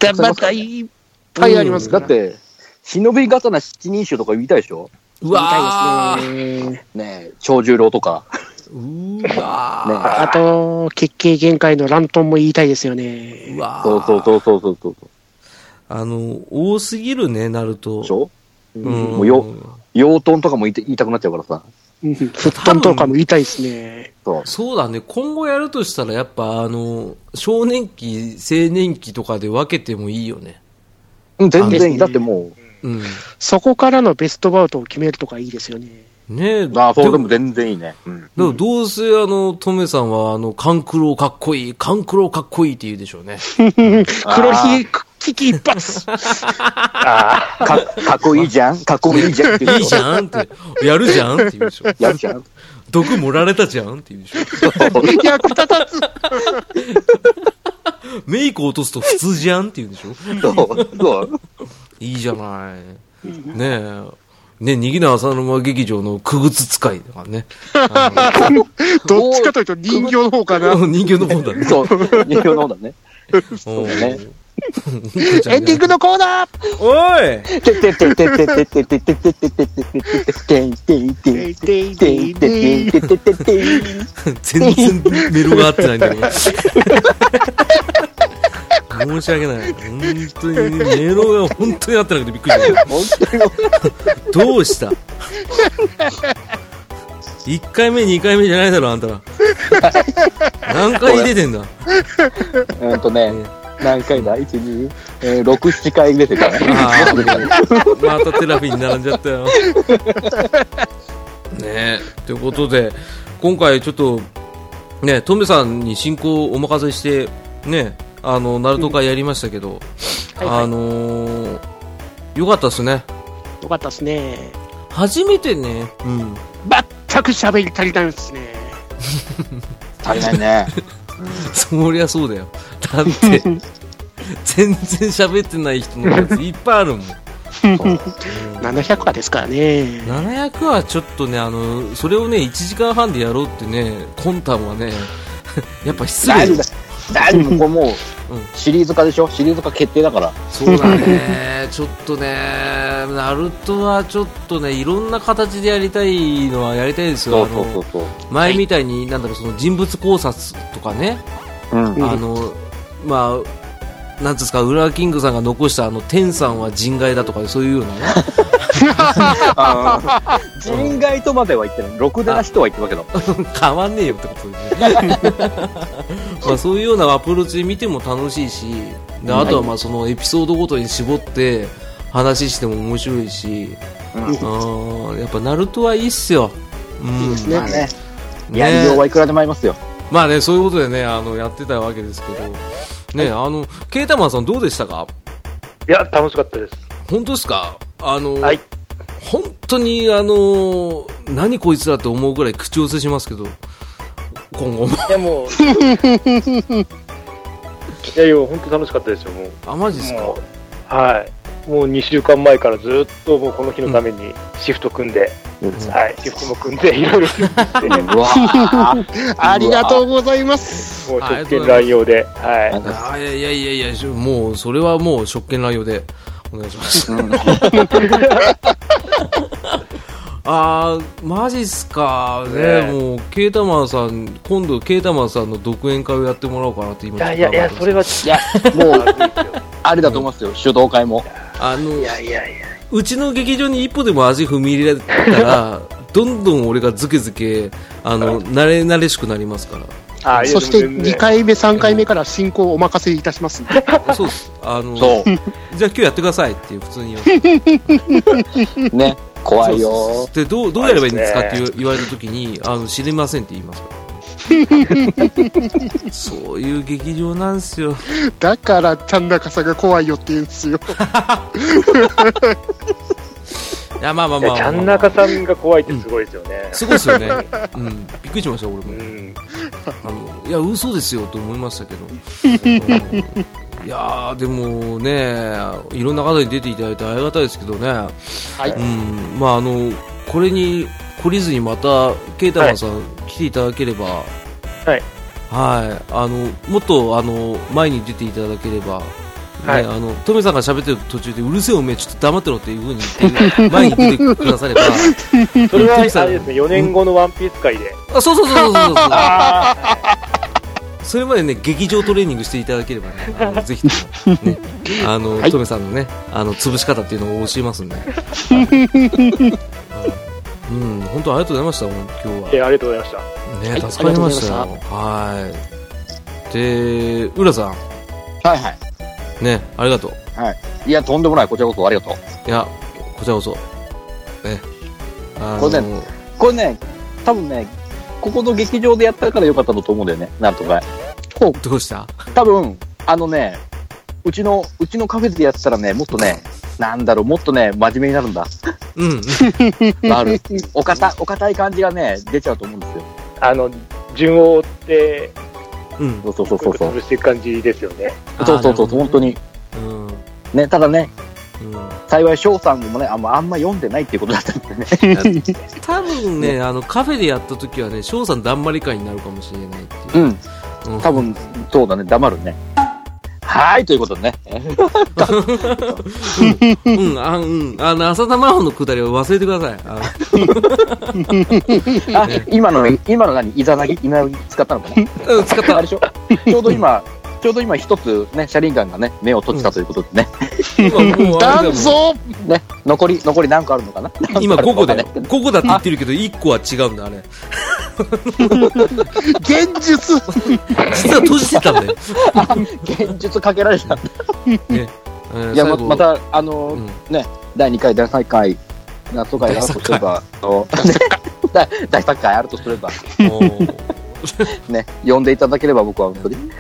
[SPEAKER 1] っぱいありますか
[SPEAKER 3] だっ
[SPEAKER 1] ら。
[SPEAKER 3] て、忍び刀七人衆とか言いたいでしょ
[SPEAKER 2] うわー
[SPEAKER 3] ねえ、長十郎とか。
[SPEAKER 2] うーわ
[SPEAKER 3] ね
[SPEAKER 2] ー
[SPEAKER 1] あと、血形限界のラントンも言いたいですよね。
[SPEAKER 2] うわー
[SPEAKER 3] そうそうそうそうそうそう。
[SPEAKER 2] あの、多すぎるね、ナルト。
[SPEAKER 3] でしょ
[SPEAKER 2] うん
[SPEAKER 3] もうよ、養豚とかも言いた言いたくなっちゃうからさ。
[SPEAKER 1] うんフットンとかも言いたいですね。
[SPEAKER 3] そう。
[SPEAKER 2] そうだね、今後やるとしたら、やっぱ、あの、少年期、青年期とかで分けてもいいよね。
[SPEAKER 3] うん全
[SPEAKER 1] です
[SPEAKER 3] 然いい。
[SPEAKER 1] ね
[SPEAKER 3] だっても
[SPEAKER 2] うん。
[SPEAKER 1] そこからのベストバウトを決めるとかいいですよね。
[SPEAKER 2] ねえ、
[SPEAKER 3] う、ああ、そうでも全然いいね。うん。
[SPEAKER 2] でもどうせ、あの、トメさんは、あの、カンクローかっこいい、カンクローかっこいいって言うでしょうね。
[SPEAKER 1] 黒ひげ危機一 *laughs* 発
[SPEAKER 3] ああ、かかっこいいじゃんかっこいいじゃんって言う
[SPEAKER 2] いいじゃんって、やるじゃんって言うでしょ。
[SPEAKER 3] やるじゃん。
[SPEAKER 2] 毒盛られたじゃんって言うでしょ。
[SPEAKER 1] 役立たず
[SPEAKER 2] メイク落とすと普通じゃんって言うでしょ。
[SPEAKER 3] そう、そう。
[SPEAKER 2] いいじゃない。ねえ。ね、にぎな浅沼劇場のくぐつ使いだからね。あ
[SPEAKER 1] どっちかというと人形の方かな。
[SPEAKER 2] の人形のもんだね。
[SPEAKER 3] そう、人形の方だね。
[SPEAKER 2] そう
[SPEAKER 3] ね
[SPEAKER 1] *laughs* エンディングのコーナー
[SPEAKER 2] おい
[SPEAKER 3] てててててててててててててててんてんてんてんてんてんてんてんてんてんてんてん
[SPEAKER 2] 全然メロが合ってないんだけど。申し訳ない。本当にね、メロが本当に合ってなくてびっくりした。
[SPEAKER 3] 本当に
[SPEAKER 2] どうした ?1 回目、2回目じゃないだろ、あんたら。何回出てんだ
[SPEAKER 3] うんとね、何回だ ?1、2、6、7回出てたね。
[SPEAKER 2] ああ、またテラフィーに並んじゃったよ。 *laughs* ねえ、ということで、今回ちょっと、ね、トメさんに進行をお任せして、ね、あの、ナルト会やりましたけど、
[SPEAKER 1] うんはいはい
[SPEAKER 2] あのーよかったですね。
[SPEAKER 1] よかったですね。
[SPEAKER 2] 初めてね、うん、
[SPEAKER 1] 全く喋り足りないですね。
[SPEAKER 3] 足りないね。
[SPEAKER 2] そりゃそうだよ。だ
[SPEAKER 1] *laughs*
[SPEAKER 2] って、全然喋ってない人のやついっぱいあるもん。
[SPEAKER 1] 700話ですからね。
[SPEAKER 2] 700はちょっとね、あの、それをね、1時間半でやろうってね、コンタンはね、 *laughs* やっぱ失礼
[SPEAKER 3] 大丈夫
[SPEAKER 2] だ
[SPEAKER 3] だ。大丈夫。これもう、シリーズ化でしょシリーズ化決定だから。
[SPEAKER 2] そうだね、ちょっとね、ナルトはちょっとね、いろんな形でやりたいのはやりたいです
[SPEAKER 3] そ
[SPEAKER 2] よ。
[SPEAKER 3] うそうそう
[SPEAKER 2] あ
[SPEAKER 3] そう。
[SPEAKER 2] の前みたいに、なんだろう、その人物考察とかね、
[SPEAKER 3] うん。
[SPEAKER 2] あの、まあ、なんつうんですか、ウラキングさんが残した、あの、天さんは人外だとか、そういうようなね。
[SPEAKER 3] 人外とまでは言ってない。ろくでなしとは言ってるわけだ。
[SPEAKER 2] 変わんねえよってことです *laughs* ねまあそういうようなアプローチで見ても楽しいしであとはまあそのエピソードごとに絞って話しても面白いし、うん、やっぱナルトはいいっすよ、うん、
[SPEAKER 1] いいです
[SPEAKER 3] まあ
[SPEAKER 1] ね。
[SPEAKER 3] ね。やりようはいくらでもありますよ。
[SPEAKER 2] まあねそういうことでねあのやってたわけですけどねあのケータマンさんどうでしたか
[SPEAKER 4] いや、楽しかったです。
[SPEAKER 2] 本当ですかあの、
[SPEAKER 4] はい
[SPEAKER 2] 本当にあの何こいつらって思うぐらい口をせしますけど今後も
[SPEAKER 4] いや、 *laughs* もう。いやいや、本当楽しかったですよ、もう。
[SPEAKER 2] あマジですか
[SPEAKER 4] もうはい。もう2週間前からずっともうこの日のためにシフト組んで、はい、シフトも組んで、いろいろ組んで、も
[SPEAKER 3] うわー
[SPEAKER 1] ありがとうございます。
[SPEAKER 4] う職権乱用で、
[SPEAKER 2] あ
[SPEAKER 4] はい。
[SPEAKER 2] いやいやいやいやし、もう、それはもう、職権乱用で、お願いし
[SPEAKER 4] *laughs*
[SPEAKER 2] ます。あー、マジっすか。ね
[SPEAKER 4] ねえ
[SPEAKER 2] もう、ケータマンさん、今度、ケータマンさんの独演会をやってもらおうかなって今、
[SPEAKER 4] いやいやいや、それは、
[SPEAKER 3] いや、もう、ありだと思いますよ。主導会も。
[SPEAKER 2] あの、
[SPEAKER 4] いやいやいや、
[SPEAKER 2] うちの劇場に一歩でも足踏み入れたら、どんどん俺がズケズケ、あ
[SPEAKER 4] *laughs*
[SPEAKER 2] の、慣れ慣れしくなりますから。
[SPEAKER 4] あいや
[SPEAKER 1] そして
[SPEAKER 4] でも全然
[SPEAKER 1] 2回目、3回目から進行をお任せいたしますんで。
[SPEAKER 2] そうです。あの、
[SPEAKER 3] そ
[SPEAKER 2] じゃあ今日やってくださいっていう、普通に言わ
[SPEAKER 3] う。ね。怖い
[SPEAKER 2] そう
[SPEAKER 3] よ
[SPEAKER 2] そうそうでどうどうやればいいんですかって言う言われた時にあの知りませんって言いますからそういう劇場なんですよ
[SPEAKER 1] *laughs* だから、ちゃん中さんが怖いよって言うんですよ。
[SPEAKER 2] いやまあまあ
[SPEAKER 4] いや
[SPEAKER 2] まあ
[SPEAKER 4] ち
[SPEAKER 2] ま
[SPEAKER 4] ゃ
[SPEAKER 2] あ、
[SPEAKER 4] ん
[SPEAKER 2] まあ、
[SPEAKER 4] 中さんが怖いってすごいですよね。
[SPEAKER 2] すごいですよね、うん、びっくりしました俺
[SPEAKER 4] う
[SPEAKER 2] も
[SPEAKER 4] ん、
[SPEAKER 2] あのいや嘘ですよと思いましたけど
[SPEAKER 4] *laughs*
[SPEAKER 2] あのいやーでもねいろんな方に出ていただいてありがたいですけどね、
[SPEAKER 1] い
[SPEAKER 2] うんまあ、あのこれに懲りずにまたケイタマンさん、来ていただければ
[SPEAKER 4] はい
[SPEAKER 2] はいあのもっとあの前に出ていただければ、ね
[SPEAKER 4] はい
[SPEAKER 2] あのトメさんが喋ってる途中でうるせえおめえちょっと黙ってろっていうふうに言って前に出てくださ
[SPEAKER 4] *laughs*
[SPEAKER 2] れば
[SPEAKER 4] それはあ
[SPEAKER 2] ト
[SPEAKER 4] れ
[SPEAKER 2] ミ
[SPEAKER 4] です
[SPEAKER 2] さん
[SPEAKER 4] ね、4年後のワンピース界で。
[SPEAKER 2] あそうそうそうそうそうそう
[SPEAKER 4] あ
[SPEAKER 2] *laughs* それまでね劇場トレーニングしていただければねあ *laughs* のぜひともねあの、
[SPEAKER 1] はい
[SPEAKER 2] トメさんのねあの潰し方っていうのを教えますん *laughs* で、うん、うん本当ありがとうございました本当今
[SPEAKER 4] あ
[SPEAKER 2] 日は
[SPEAKER 4] いやありがとうございました。
[SPEAKER 2] ね、
[SPEAKER 1] はい
[SPEAKER 2] 助かりましたよはいで浦さ
[SPEAKER 3] ー。はいはい。
[SPEAKER 2] んねありがとう
[SPEAKER 3] いや、とんでもない。こちらこそありがとう。
[SPEAKER 2] いやこちらこそねあ
[SPEAKER 3] これねこれね、多分ね、ここの劇場でやったからよかったと思うんだよね。なんとか。
[SPEAKER 2] どうした
[SPEAKER 3] 多分、あのね、うちの、うちのカフェでやってたらね、もっとね、なんだろう、もっとね、真面目になるんだ。
[SPEAKER 2] うんうん
[SPEAKER 3] ある。お堅い、お堅い感じがね、出ちゃうと思うんですよ。
[SPEAKER 4] あの、順を追って、
[SPEAKER 2] *laughs* うん
[SPEAKER 3] そうそうそうそう。
[SPEAKER 4] 潰していく感じですよね。
[SPEAKER 3] そうそうそう、本当に。
[SPEAKER 2] うん
[SPEAKER 3] ね、ただね、
[SPEAKER 2] うん
[SPEAKER 3] 幸い翔さんもねあんまあんま読んでないっていうことだったんでね
[SPEAKER 2] 多分ね、あの、カフェでやった時はね、翔さんだんまり会になるかもしれないっていうう。
[SPEAKER 3] ん
[SPEAKER 2] うん
[SPEAKER 3] 多分そうだね黙るねはいということでね
[SPEAKER 2] うん、あ、うん。あの、浅田真央のくだりを忘れてください。あ
[SPEAKER 3] あ今の今の何イザナギイナギ使ったのかな
[SPEAKER 2] のうん、使った。
[SPEAKER 3] あれ
[SPEAKER 2] *laughs*
[SPEAKER 3] でしょちょうど今ちょうど今一つね車輪ガンがね目を閉じたということでね、
[SPEAKER 2] 今もうあれだ
[SPEAKER 1] *laughs* 断
[SPEAKER 2] もん
[SPEAKER 1] 層
[SPEAKER 3] ね残り残り何個あるのかな
[SPEAKER 2] *laughs* 今5個だよ
[SPEAKER 3] ね。
[SPEAKER 2] 5個だって言ってるけど、1個は違うんだ、あれ。
[SPEAKER 1] 現実
[SPEAKER 2] 実は閉じてたんだよ。
[SPEAKER 3] 現実かけられた
[SPEAKER 2] うん
[SPEAKER 3] い
[SPEAKER 2] 最
[SPEAKER 3] やま
[SPEAKER 2] 後
[SPEAKER 3] またあのー
[SPEAKER 2] うん
[SPEAKER 3] 第2回第3回夏と会があるとすればあの *laughs* 第第3回あるとすれば
[SPEAKER 2] おー
[SPEAKER 3] ね呼んでいただければ僕は
[SPEAKER 2] *laughs*
[SPEAKER 3] 本当にね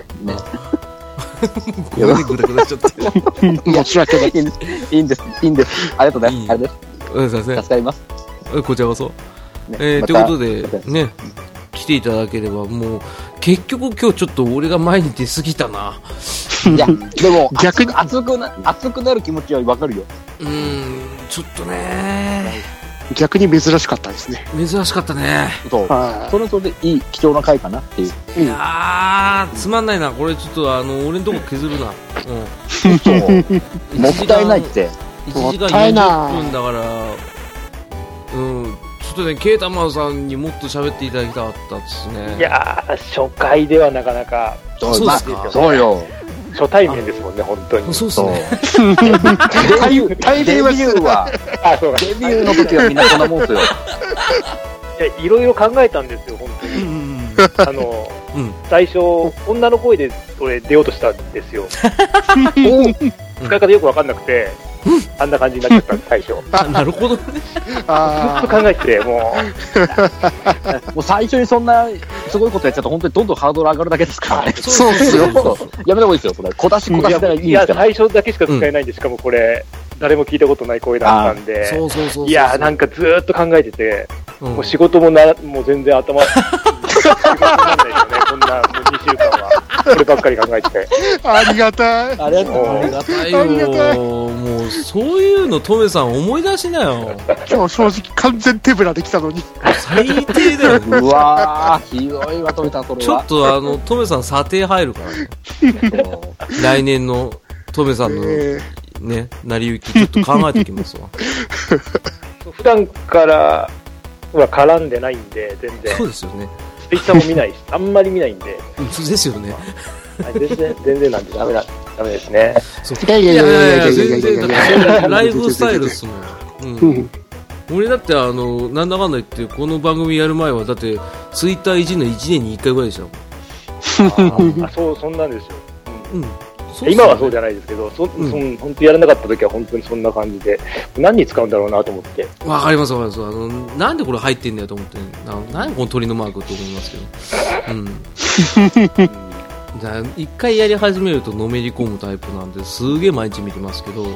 [SPEAKER 2] ごめんね、ぐだぐだしちゃって。
[SPEAKER 1] 申し訳ない
[SPEAKER 3] いいんですいいんですいいんですありがとうござ
[SPEAKER 2] い
[SPEAKER 3] いま
[SPEAKER 2] い
[SPEAKER 3] すあれです
[SPEAKER 2] うん、すいません
[SPEAKER 3] 助。かります
[SPEAKER 2] うんこちらこそ。
[SPEAKER 3] ね
[SPEAKER 2] えー、
[SPEAKER 3] ま
[SPEAKER 2] と
[SPEAKER 3] た
[SPEAKER 2] いうこと
[SPEAKER 3] ま
[SPEAKER 2] で、ね、来ていただければ、もう、結局今日ちょっと俺が前に出過ぎたな。
[SPEAKER 3] いやでも
[SPEAKER 2] *laughs*
[SPEAKER 1] 逆に
[SPEAKER 3] 熱くな熱くなる気持ちはわかるよ
[SPEAKER 2] うーん、ちょっとね、
[SPEAKER 1] 逆に珍しかったですね
[SPEAKER 2] 珍しかったね。
[SPEAKER 3] そう
[SPEAKER 1] は
[SPEAKER 3] それはそれでいい貴重な回かなっ
[SPEAKER 2] *laughs*
[SPEAKER 3] ていう
[SPEAKER 1] い、う
[SPEAKER 2] い
[SPEAKER 1] ん、
[SPEAKER 2] やー、つまんないな。これちょっと、あの、俺のとこ削るな。うん。
[SPEAKER 3] そう
[SPEAKER 2] 一
[SPEAKER 3] もっ
[SPEAKER 2] 時間
[SPEAKER 3] たいないって
[SPEAKER 2] 1時間
[SPEAKER 1] もったいない
[SPEAKER 2] 40分だから、うん、ちょっとね、ケータマンさんにもっと喋っていただきたかったですね。
[SPEAKER 4] いやー、初回ではなかなか、
[SPEAKER 2] そうですか
[SPEAKER 3] まあそう *laughs* よ
[SPEAKER 4] 初対面ですもんね、本当に。
[SPEAKER 2] そうっす
[SPEAKER 3] そう
[SPEAKER 2] ね。
[SPEAKER 3] デビューデビューは
[SPEAKER 4] あ、そうか。
[SPEAKER 3] デビューの時はみんなこんなもんですよ
[SPEAKER 4] いや、いろいろ考えたんですよ、本当
[SPEAKER 2] う
[SPEAKER 4] に。
[SPEAKER 2] ん
[SPEAKER 4] あの、
[SPEAKER 2] うん
[SPEAKER 4] 最初、女の声で俺出ようとしたんですよ。使い方よくわかんなくて、あんな感じになっちゃったんです、最初。ず
[SPEAKER 2] あ *laughs* なるほ
[SPEAKER 4] *laughs*
[SPEAKER 2] どね。
[SPEAKER 1] あ
[SPEAKER 4] っと考えてて、も
[SPEAKER 3] もう最初にそんなすごいことやっちゃうと、本当にどんどんハードル上がるだけですからね。
[SPEAKER 1] そうっすよ
[SPEAKER 3] *laughs* そうやめた方がいいですよ、それ。小出し小出しでいい
[SPEAKER 4] い
[SPEAKER 3] で
[SPEAKER 4] や、
[SPEAKER 3] すから。
[SPEAKER 4] 最初だけしか使えないんで、しかもこれ、誰も聞いたことない声だったんで
[SPEAKER 2] そ。うそうそうそう。
[SPEAKER 4] いやーなんかずーっと考えてて、
[SPEAKER 2] うん、
[SPEAKER 4] もう仕事もな、もう全然頭、仕事になんないですよね、こんな、もう2週間は、こればっかり考えてて。
[SPEAKER 1] あありがたい
[SPEAKER 3] ありがとう
[SPEAKER 2] ありがたいよ
[SPEAKER 1] ありがたい
[SPEAKER 2] もう、そういうの、トメさん思い出しなよ。
[SPEAKER 1] 今日正直完全手ぶらできたのに
[SPEAKER 2] 最低
[SPEAKER 4] *laughs*
[SPEAKER 2] だよ。
[SPEAKER 3] うわー、ひどいわ、とめたそれ
[SPEAKER 2] ちょ
[SPEAKER 3] は
[SPEAKER 2] っ。と、あの、トメさん査定入るからね。来年のトメさんの
[SPEAKER 1] えー
[SPEAKER 2] ね、成り行き、ちょっと考えておきますわ。
[SPEAKER 4] 普段からは絡んでないんで、全然
[SPEAKER 2] そ。うですよね。
[SPEAKER 4] ツイッターも見ないし、あんまり見ないんで、
[SPEAKER 2] うんですよね。
[SPEAKER 4] はい全然、全然なんで、ダメだ、ダメですね。
[SPEAKER 1] いやいや
[SPEAKER 2] い
[SPEAKER 1] い
[SPEAKER 2] や
[SPEAKER 1] や
[SPEAKER 2] い
[SPEAKER 1] い
[SPEAKER 2] や
[SPEAKER 1] や
[SPEAKER 2] い
[SPEAKER 1] いやい
[SPEAKER 2] や、
[SPEAKER 1] や
[SPEAKER 2] 全
[SPEAKER 1] いやい
[SPEAKER 2] 然、だ
[SPEAKER 1] や
[SPEAKER 2] ってライフスタイルっすもん。
[SPEAKER 1] う
[SPEAKER 2] うん
[SPEAKER 1] ん
[SPEAKER 2] 俺だって、あの、なんだかんだ言って、この番組やる前は、だって、ツイッターいじるの1年に1回ぐらいでしたもん。
[SPEAKER 4] あ、そう、そんなんですよ。うん
[SPEAKER 2] うん。そ
[SPEAKER 4] 今はそうじ
[SPEAKER 2] ゃ
[SPEAKER 4] ゃないですけど、そ、そ
[SPEAKER 2] うん
[SPEAKER 4] ん、本当やらなかった時は本当にそんな感じで、何に使うんだろうなと思って。
[SPEAKER 2] わかりますわかります。あの、なんでこれ入ってんだよと思って、ななんでこの鳥のマークって思いますけど。うん。だ一回やり始めるとのめり込むタイプなんで、すげえ毎日見てますけど。うん。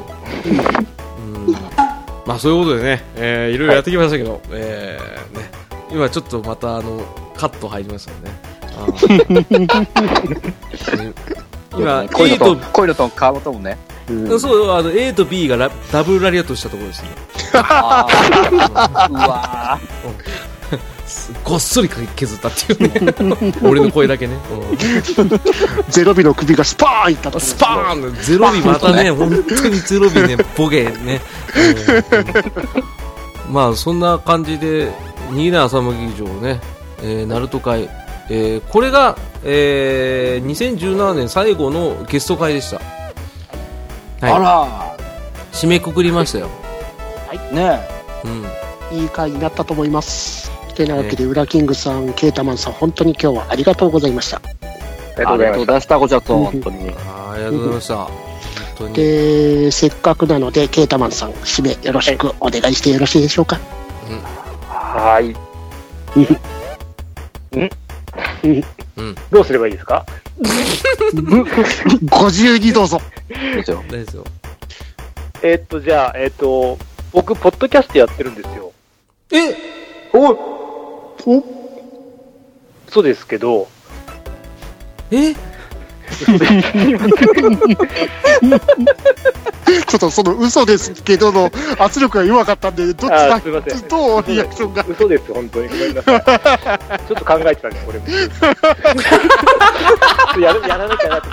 [SPEAKER 2] まあそういうことでね、えー、いろいろやってきましたけど、えー、ね、今ちょっとまたあの、カット入りましたよね。あーね今、
[SPEAKER 3] 恋
[SPEAKER 2] A
[SPEAKER 3] のト
[SPEAKER 2] と
[SPEAKER 3] ン、恋のトン、川本もね。
[SPEAKER 2] うんそう、あの、A と B がラダブルラリアットしたところですね。
[SPEAKER 3] あーうわ
[SPEAKER 2] ごっそり削ったっていうね。 *laughs* 俺の声だけね。うん
[SPEAKER 1] ゼロ日の首がスパーンいったと
[SPEAKER 2] スパーンゼロ日またね、 *laughs* 本当にゼロ日ね、ボケね。うんまあ、そんな感じで、新名浅間劇場ね、えー、ナルト会、えーこれが、えー2017年最後のゲスト会でした。
[SPEAKER 3] ーあ
[SPEAKER 2] はい、
[SPEAKER 3] ら
[SPEAKER 2] 締めくくりましたよ。
[SPEAKER 3] ーね
[SPEAKER 2] うん。
[SPEAKER 1] いい回になったと思いますてなわけでウラキングさんケータマンさん本当に今日はありがとうございました
[SPEAKER 4] ありがと
[SPEAKER 3] あ
[SPEAKER 4] うご
[SPEAKER 3] り
[SPEAKER 4] ざ
[SPEAKER 3] が
[SPEAKER 4] い
[SPEAKER 3] と
[SPEAKER 4] ま
[SPEAKER 3] うご
[SPEAKER 4] し
[SPEAKER 3] ざいました、こちら
[SPEAKER 4] た。
[SPEAKER 3] こそ、本当に。
[SPEAKER 2] あーありがとうございました。本当に。
[SPEAKER 1] でせっかくなのでケータマンさん締めよろしくお願いしてよろしいでしょうか
[SPEAKER 4] はーい。どうすればいいですか
[SPEAKER 1] ご自由にどうぞ
[SPEAKER 3] ですよ。
[SPEAKER 2] 大丈夫ですよ。
[SPEAKER 4] えーっと、じゃあ、えーっと、僕、ポッドキャストやってるんですよ。
[SPEAKER 2] え
[SPEAKER 4] お
[SPEAKER 1] お
[SPEAKER 4] そうですけど、
[SPEAKER 2] え
[SPEAKER 1] *laughs* ちょっとその嘘ですけどの圧力が弱かったんで、どっち
[SPEAKER 4] あ
[SPEAKER 1] だ
[SPEAKER 4] ーすいません
[SPEAKER 1] どうリアクションが。
[SPEAKER 4] 嘘です、本当に。ごめんなさい。ちょっと考えてたんで、これも。 *laughs* やるやらなきゃなって。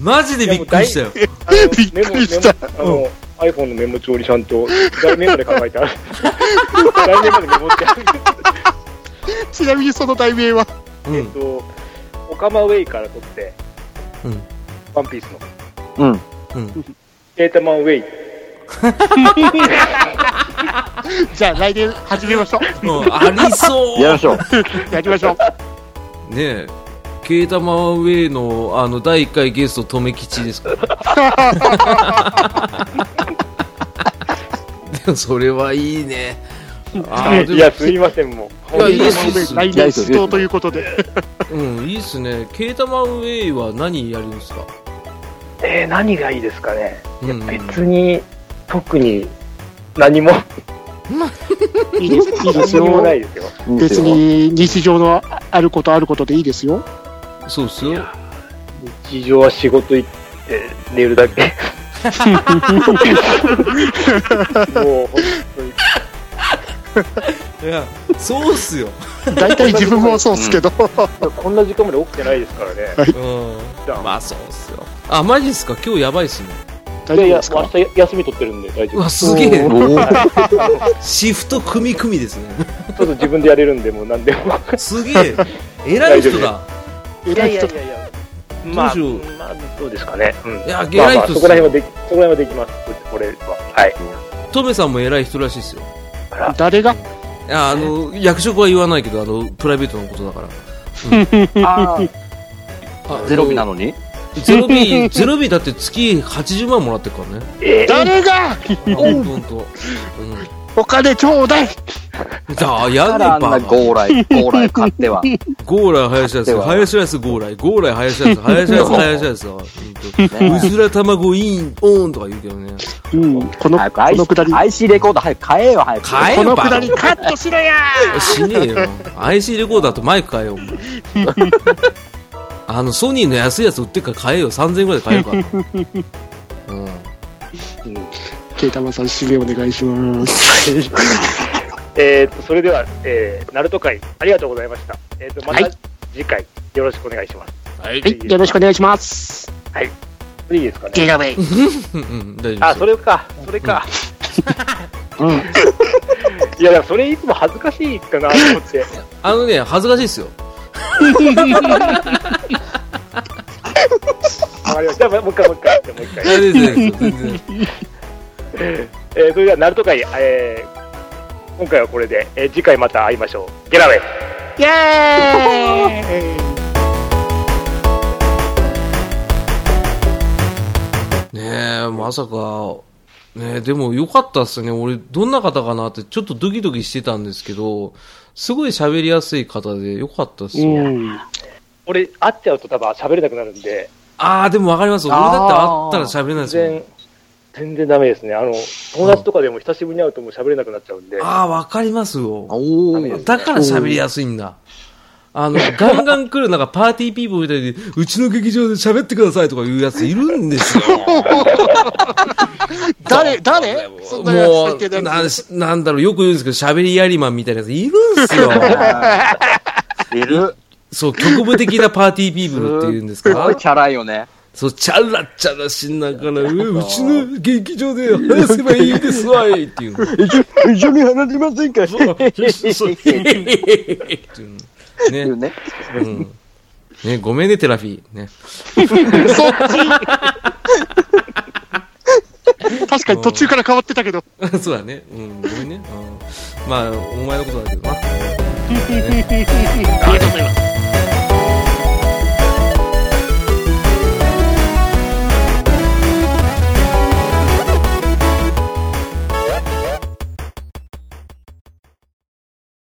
[SPEAKER 2] マジでびっくりしたよ。
[SPEAKER 4] あの
[SPEAKER 1] びっくりした
[SPEAKER 4] メモメモあの、iPhone のメモ帳にちゃんと、題名まで考えてある。題名までメモってある。
[SPEAKER 1] ちなみにその題名は、
[SPEAKER 2] うん
[SPEAKER 4] えっ。と、オカマウェイから取って、
[SPEAKER 2] うん
[SPEAKER 4] ワンピース
[SPEAKER 3] う
[SPEAKER 4] の、
[SPEAKER 3] ん。
[SPEAKER 2] うん。
[SPEAKER 4] データマンウェイ。
[SPEAKER 1] じゃあ来年始めましょう。
[SPEAKER 2] もうありそう。
[SPEAKER 3] やりましょう。
[SPEAKER 1] *laughs* やりましょう。
[SPEAKER 2] ねえ。ケータマウェイの、あの、第1回ゲスト、とめきちです *laughs* から。でも、それはいいね。あーでも
[SPEAKER 4] いや、すいません、もう。
[SPEAKER 2] いやいいっすいいっす
[SPEAKER 1] 来年始動 *laughs* ということで。
[SPEAKER 2] うん、いいっすね。ケータマウェイは何やるんですか
[SPEAKER 4] えー、何がいいですかね。
[SPEAKER 2] うんうん
[SPEAKER 4] 別に、特に、何も、
[SPEAKER 1] いいですいいです
[SPEAKER 4] 何も
[SPEAKER 1] よ。
[SPEAKER 4] ないですよ。
[SPEAKER 1] 別。に日常のあることあることでいいですよ。
[SPEAKER 2] そうっすよ。
[SPEAKER 4] 日常は仕事行って、寝るだけ。もう、本当に。
[SPEAKER 2] いや、そうっすよ。
[SPEAKER 1] 大体自分もそうっす *laughs* けど。
[SPEAKER 4] こんな時間まで起きてないですからね。
[SPEAKER 2] うん。
[SPEAKER 4] じゃあ
[SPEAKER 2] まあ、そうっすよ。あ、マジっすか今日やばいっすね。
[SPEAKER 1] 大
[SPEAKER 4] いやい
[SPEAKER 1] 丈夫です、か
[SPEAKER 4] やもう明日休み取ってるんで大丈
[SPEAKER 2] う
[SPEAKER 4] 夫。
[SPEAKER 2] わ、
[SPEAKER 4] ち
[SPEAKER 2] すげえ
[SPEAKER 3] お。ー
[SPEAKER 2] シフト組み組みですね。
[SPEAKER 4] ょっと自分でやれるんで、もう何でも。
[SPEAKER 2] すげ *laughs* え。偉い人だ。
[SPEAKER 1] 偉い人
[SPEAKER 4] いや。
[SPEAKER 2] まあどうし
[SPEAKER 4] まあ、どうですかね。うん。
[SPEAKER 2] いや、
[SPEAKER 4] まあ
[SPEAKER 2] 偉い
[SPEAKER 4] まあ、
[SPEAKER 2] 人
[SPEAKER 4] そ
[SPEAKER 2] っ
[SPEAKER 4] こ
[SPEAKER 2] す
[SPEAKER 4] ら辺は
[SPEAKER 2] よ。
[SPEAKER 4] でき、そこら辺はできます。これは。はい。
[SPEAKER 2] トメさんも偉い人らしいっすよ。
[SPEAKER 1] 誰が
[SPEAKER 2] いや、あの、役職は言わないけど、あの、プライベートのことだから。
[SPEAKER 3] あー
[SPEAKER 2] あ
[SPEAKER 3] ゼロ日なのに
[SPEAKER 2] ゼロビ、ゼロビだって月80万もらってるからね。
[SPEAKER 4] えー
[SPEAKER 1] 誰が
[SPEAKER 2] ほんと。う
[SPEAKER 1] お金ちょうだい
[SPEAKER 2] ん。だあ、や
[SPEAKER 3] だか
[SPEAKER 2] れ
[SPEAKER 3] らあ
[SPEAKER 2] ば
[SPEAKER 3] んな。ゴーライ、ゴーライ買っては。ね
[SPEAKER 2] ゴーライ、林ライス、林ライス、ゴーライ、ゴーライ、林ライス、林ライス、林ライスだわ。うんうずら卵イン、オンとか言うけどね。
[SPEAKER 1] うん、この、
[SPEAKER 3] 早く
[SPEAKER 1] このくだり、こ
[SPEAKER 3] IC レコード早く買えよ、早く。
[SPEAKER 2] 買え
[SPEAKER 1] の
[SPEAKER 2] よ、
[SPEAKER 1] く
[SPEAKER 2] バ
[SPEAKER 1] だ
[SPEAKER 2] カ
[SPEAKER 1] り。カットしろや
[SPEAKER 2] 死ねえよ。IC レコーダーとマイク買えよ、お
[SPEAKER 3] *laughs*
[SPEAKER 2] 前あの、ソニーの安いやつ売ってっから買えよ。3000円ぐらいで買える
[SPEAKER 3] *laughs*
[SPEAKER 2] から。うん。
[SPEAKER 1] ケイタマさん、締めお願いします。
[SPEAKER 4] えーっと、それでは、えー、ナルト会、ありがとうございました。えーっと、ま
[SPEAKER 1] は
[SPEAKER 4] た
[SPEAKER 1] い
[SPEAKER 4] 次回、よろしくお願いします。
[SPEAKER 2] はい
[SPEAKER 1] はい、よろしくお願いします。
[SPEAKER 4] いいですか
[SPEAKER 1] ゲ
[SPEAKER 4] ね。
[SPEAKER 1] イラウェイ。
[SPEAKER 2] うんうん、大丈夫
[SPEAKER 4] あ、それか。それか。
[SPEAKER 1] うん。
[SPEAKER 4] *laughs* いや、でもそれいつも恥ずかしいかなと
[SPEAKER 1] *laughs*
[SPEAKER 4] 思って。
[SPEAKER 2] あのね、恥ずかしいですよ。
[SPEAKER 4] わかりました。じゃあもう一回、もう一回。じゃあもう一回
[SPEAKER 2] い。や、全然全然 *laughs* 全然
[SPEAKER 4] えー、それでは、ナルト会、えー、今回はこれで、えー、次回また会いましょう。ゲラウェイ
[SPEAKER 1] イェーイ
[SPEAKER 2] ねえ、まさか、ねえ、でもよかったっすね。俺、どんな方かなって、ちょっとドキドキしてたんですけど、すごい喋りやすい方でよかったっすね。
[SPEAKER 1] うん。
[SPEAKER 4] 俺、会っちゃうと多分喋れなくなるんで、
[SPEAKER 2] あー、でもわかります。俺だって会ったら喋れない
[SPEAKER 4] 全
[SPEAKER 2] ですもん。
[SPEAKER 4] 然、全然ダメですね。あの、友達とかでも久しぶりに会うともう喋れなくなっちゃうんで、
[SPEAKER 2] あー、わかりますよ。
[SPEAKER 3] お
[SPEAKER 4] ダメで
[SPEAKER 3] ー
[SPEAKER 4] す
[SPEAKER 2] だから喋りやすいんだ。あの、ガンガン来る、なんかパーティーピーポーみたいに、うちの劇場で喋ってくださいとか言うやついるんですよ。 *laughs*
[SPEAKER 1] 誰誰そんなやつだ
[SPEAKER 2] も
[SPEAKER 1] っけ
[SPEAKER 2] う、
[SPEAKER 1] な
[SPEAKER 2] なんしなんだろう、よく言うんですけど、喋りやりマンみたいなやついるんすよ。
[SPEAKER 3] いる。
[SPEAKER 2] そう、局部的なパーティーピープルって言うんです
[SPEAKER 3] *laughs* すご
[SPEAKER 2] か
[SPEAKER 3] いチャラいよね。
[SPEAKER 2] そう、チャラチャラしながら、えうちの劇場で話せばいいですわいっていうの。
[SPEAKER 3] 一緒に話しませんか
[SPEAKER 2] そうそうそうへ
[SPEAKER 3] *laughs*
[SPEAKER 2] へへへっていうのね。
[SPEAKER 3] ね。
[SPEAKER 2] うん。ね、ごめんね、テラフィー。ね。 *laughs*
[SPEAKER 1] そっち確かに途中から変わってたけど。
[SPEAKER 2] そうだね。うん、ごめんね。うんまあ、お前のことだけどな。
[SPEAKER 1] ありがとうございます。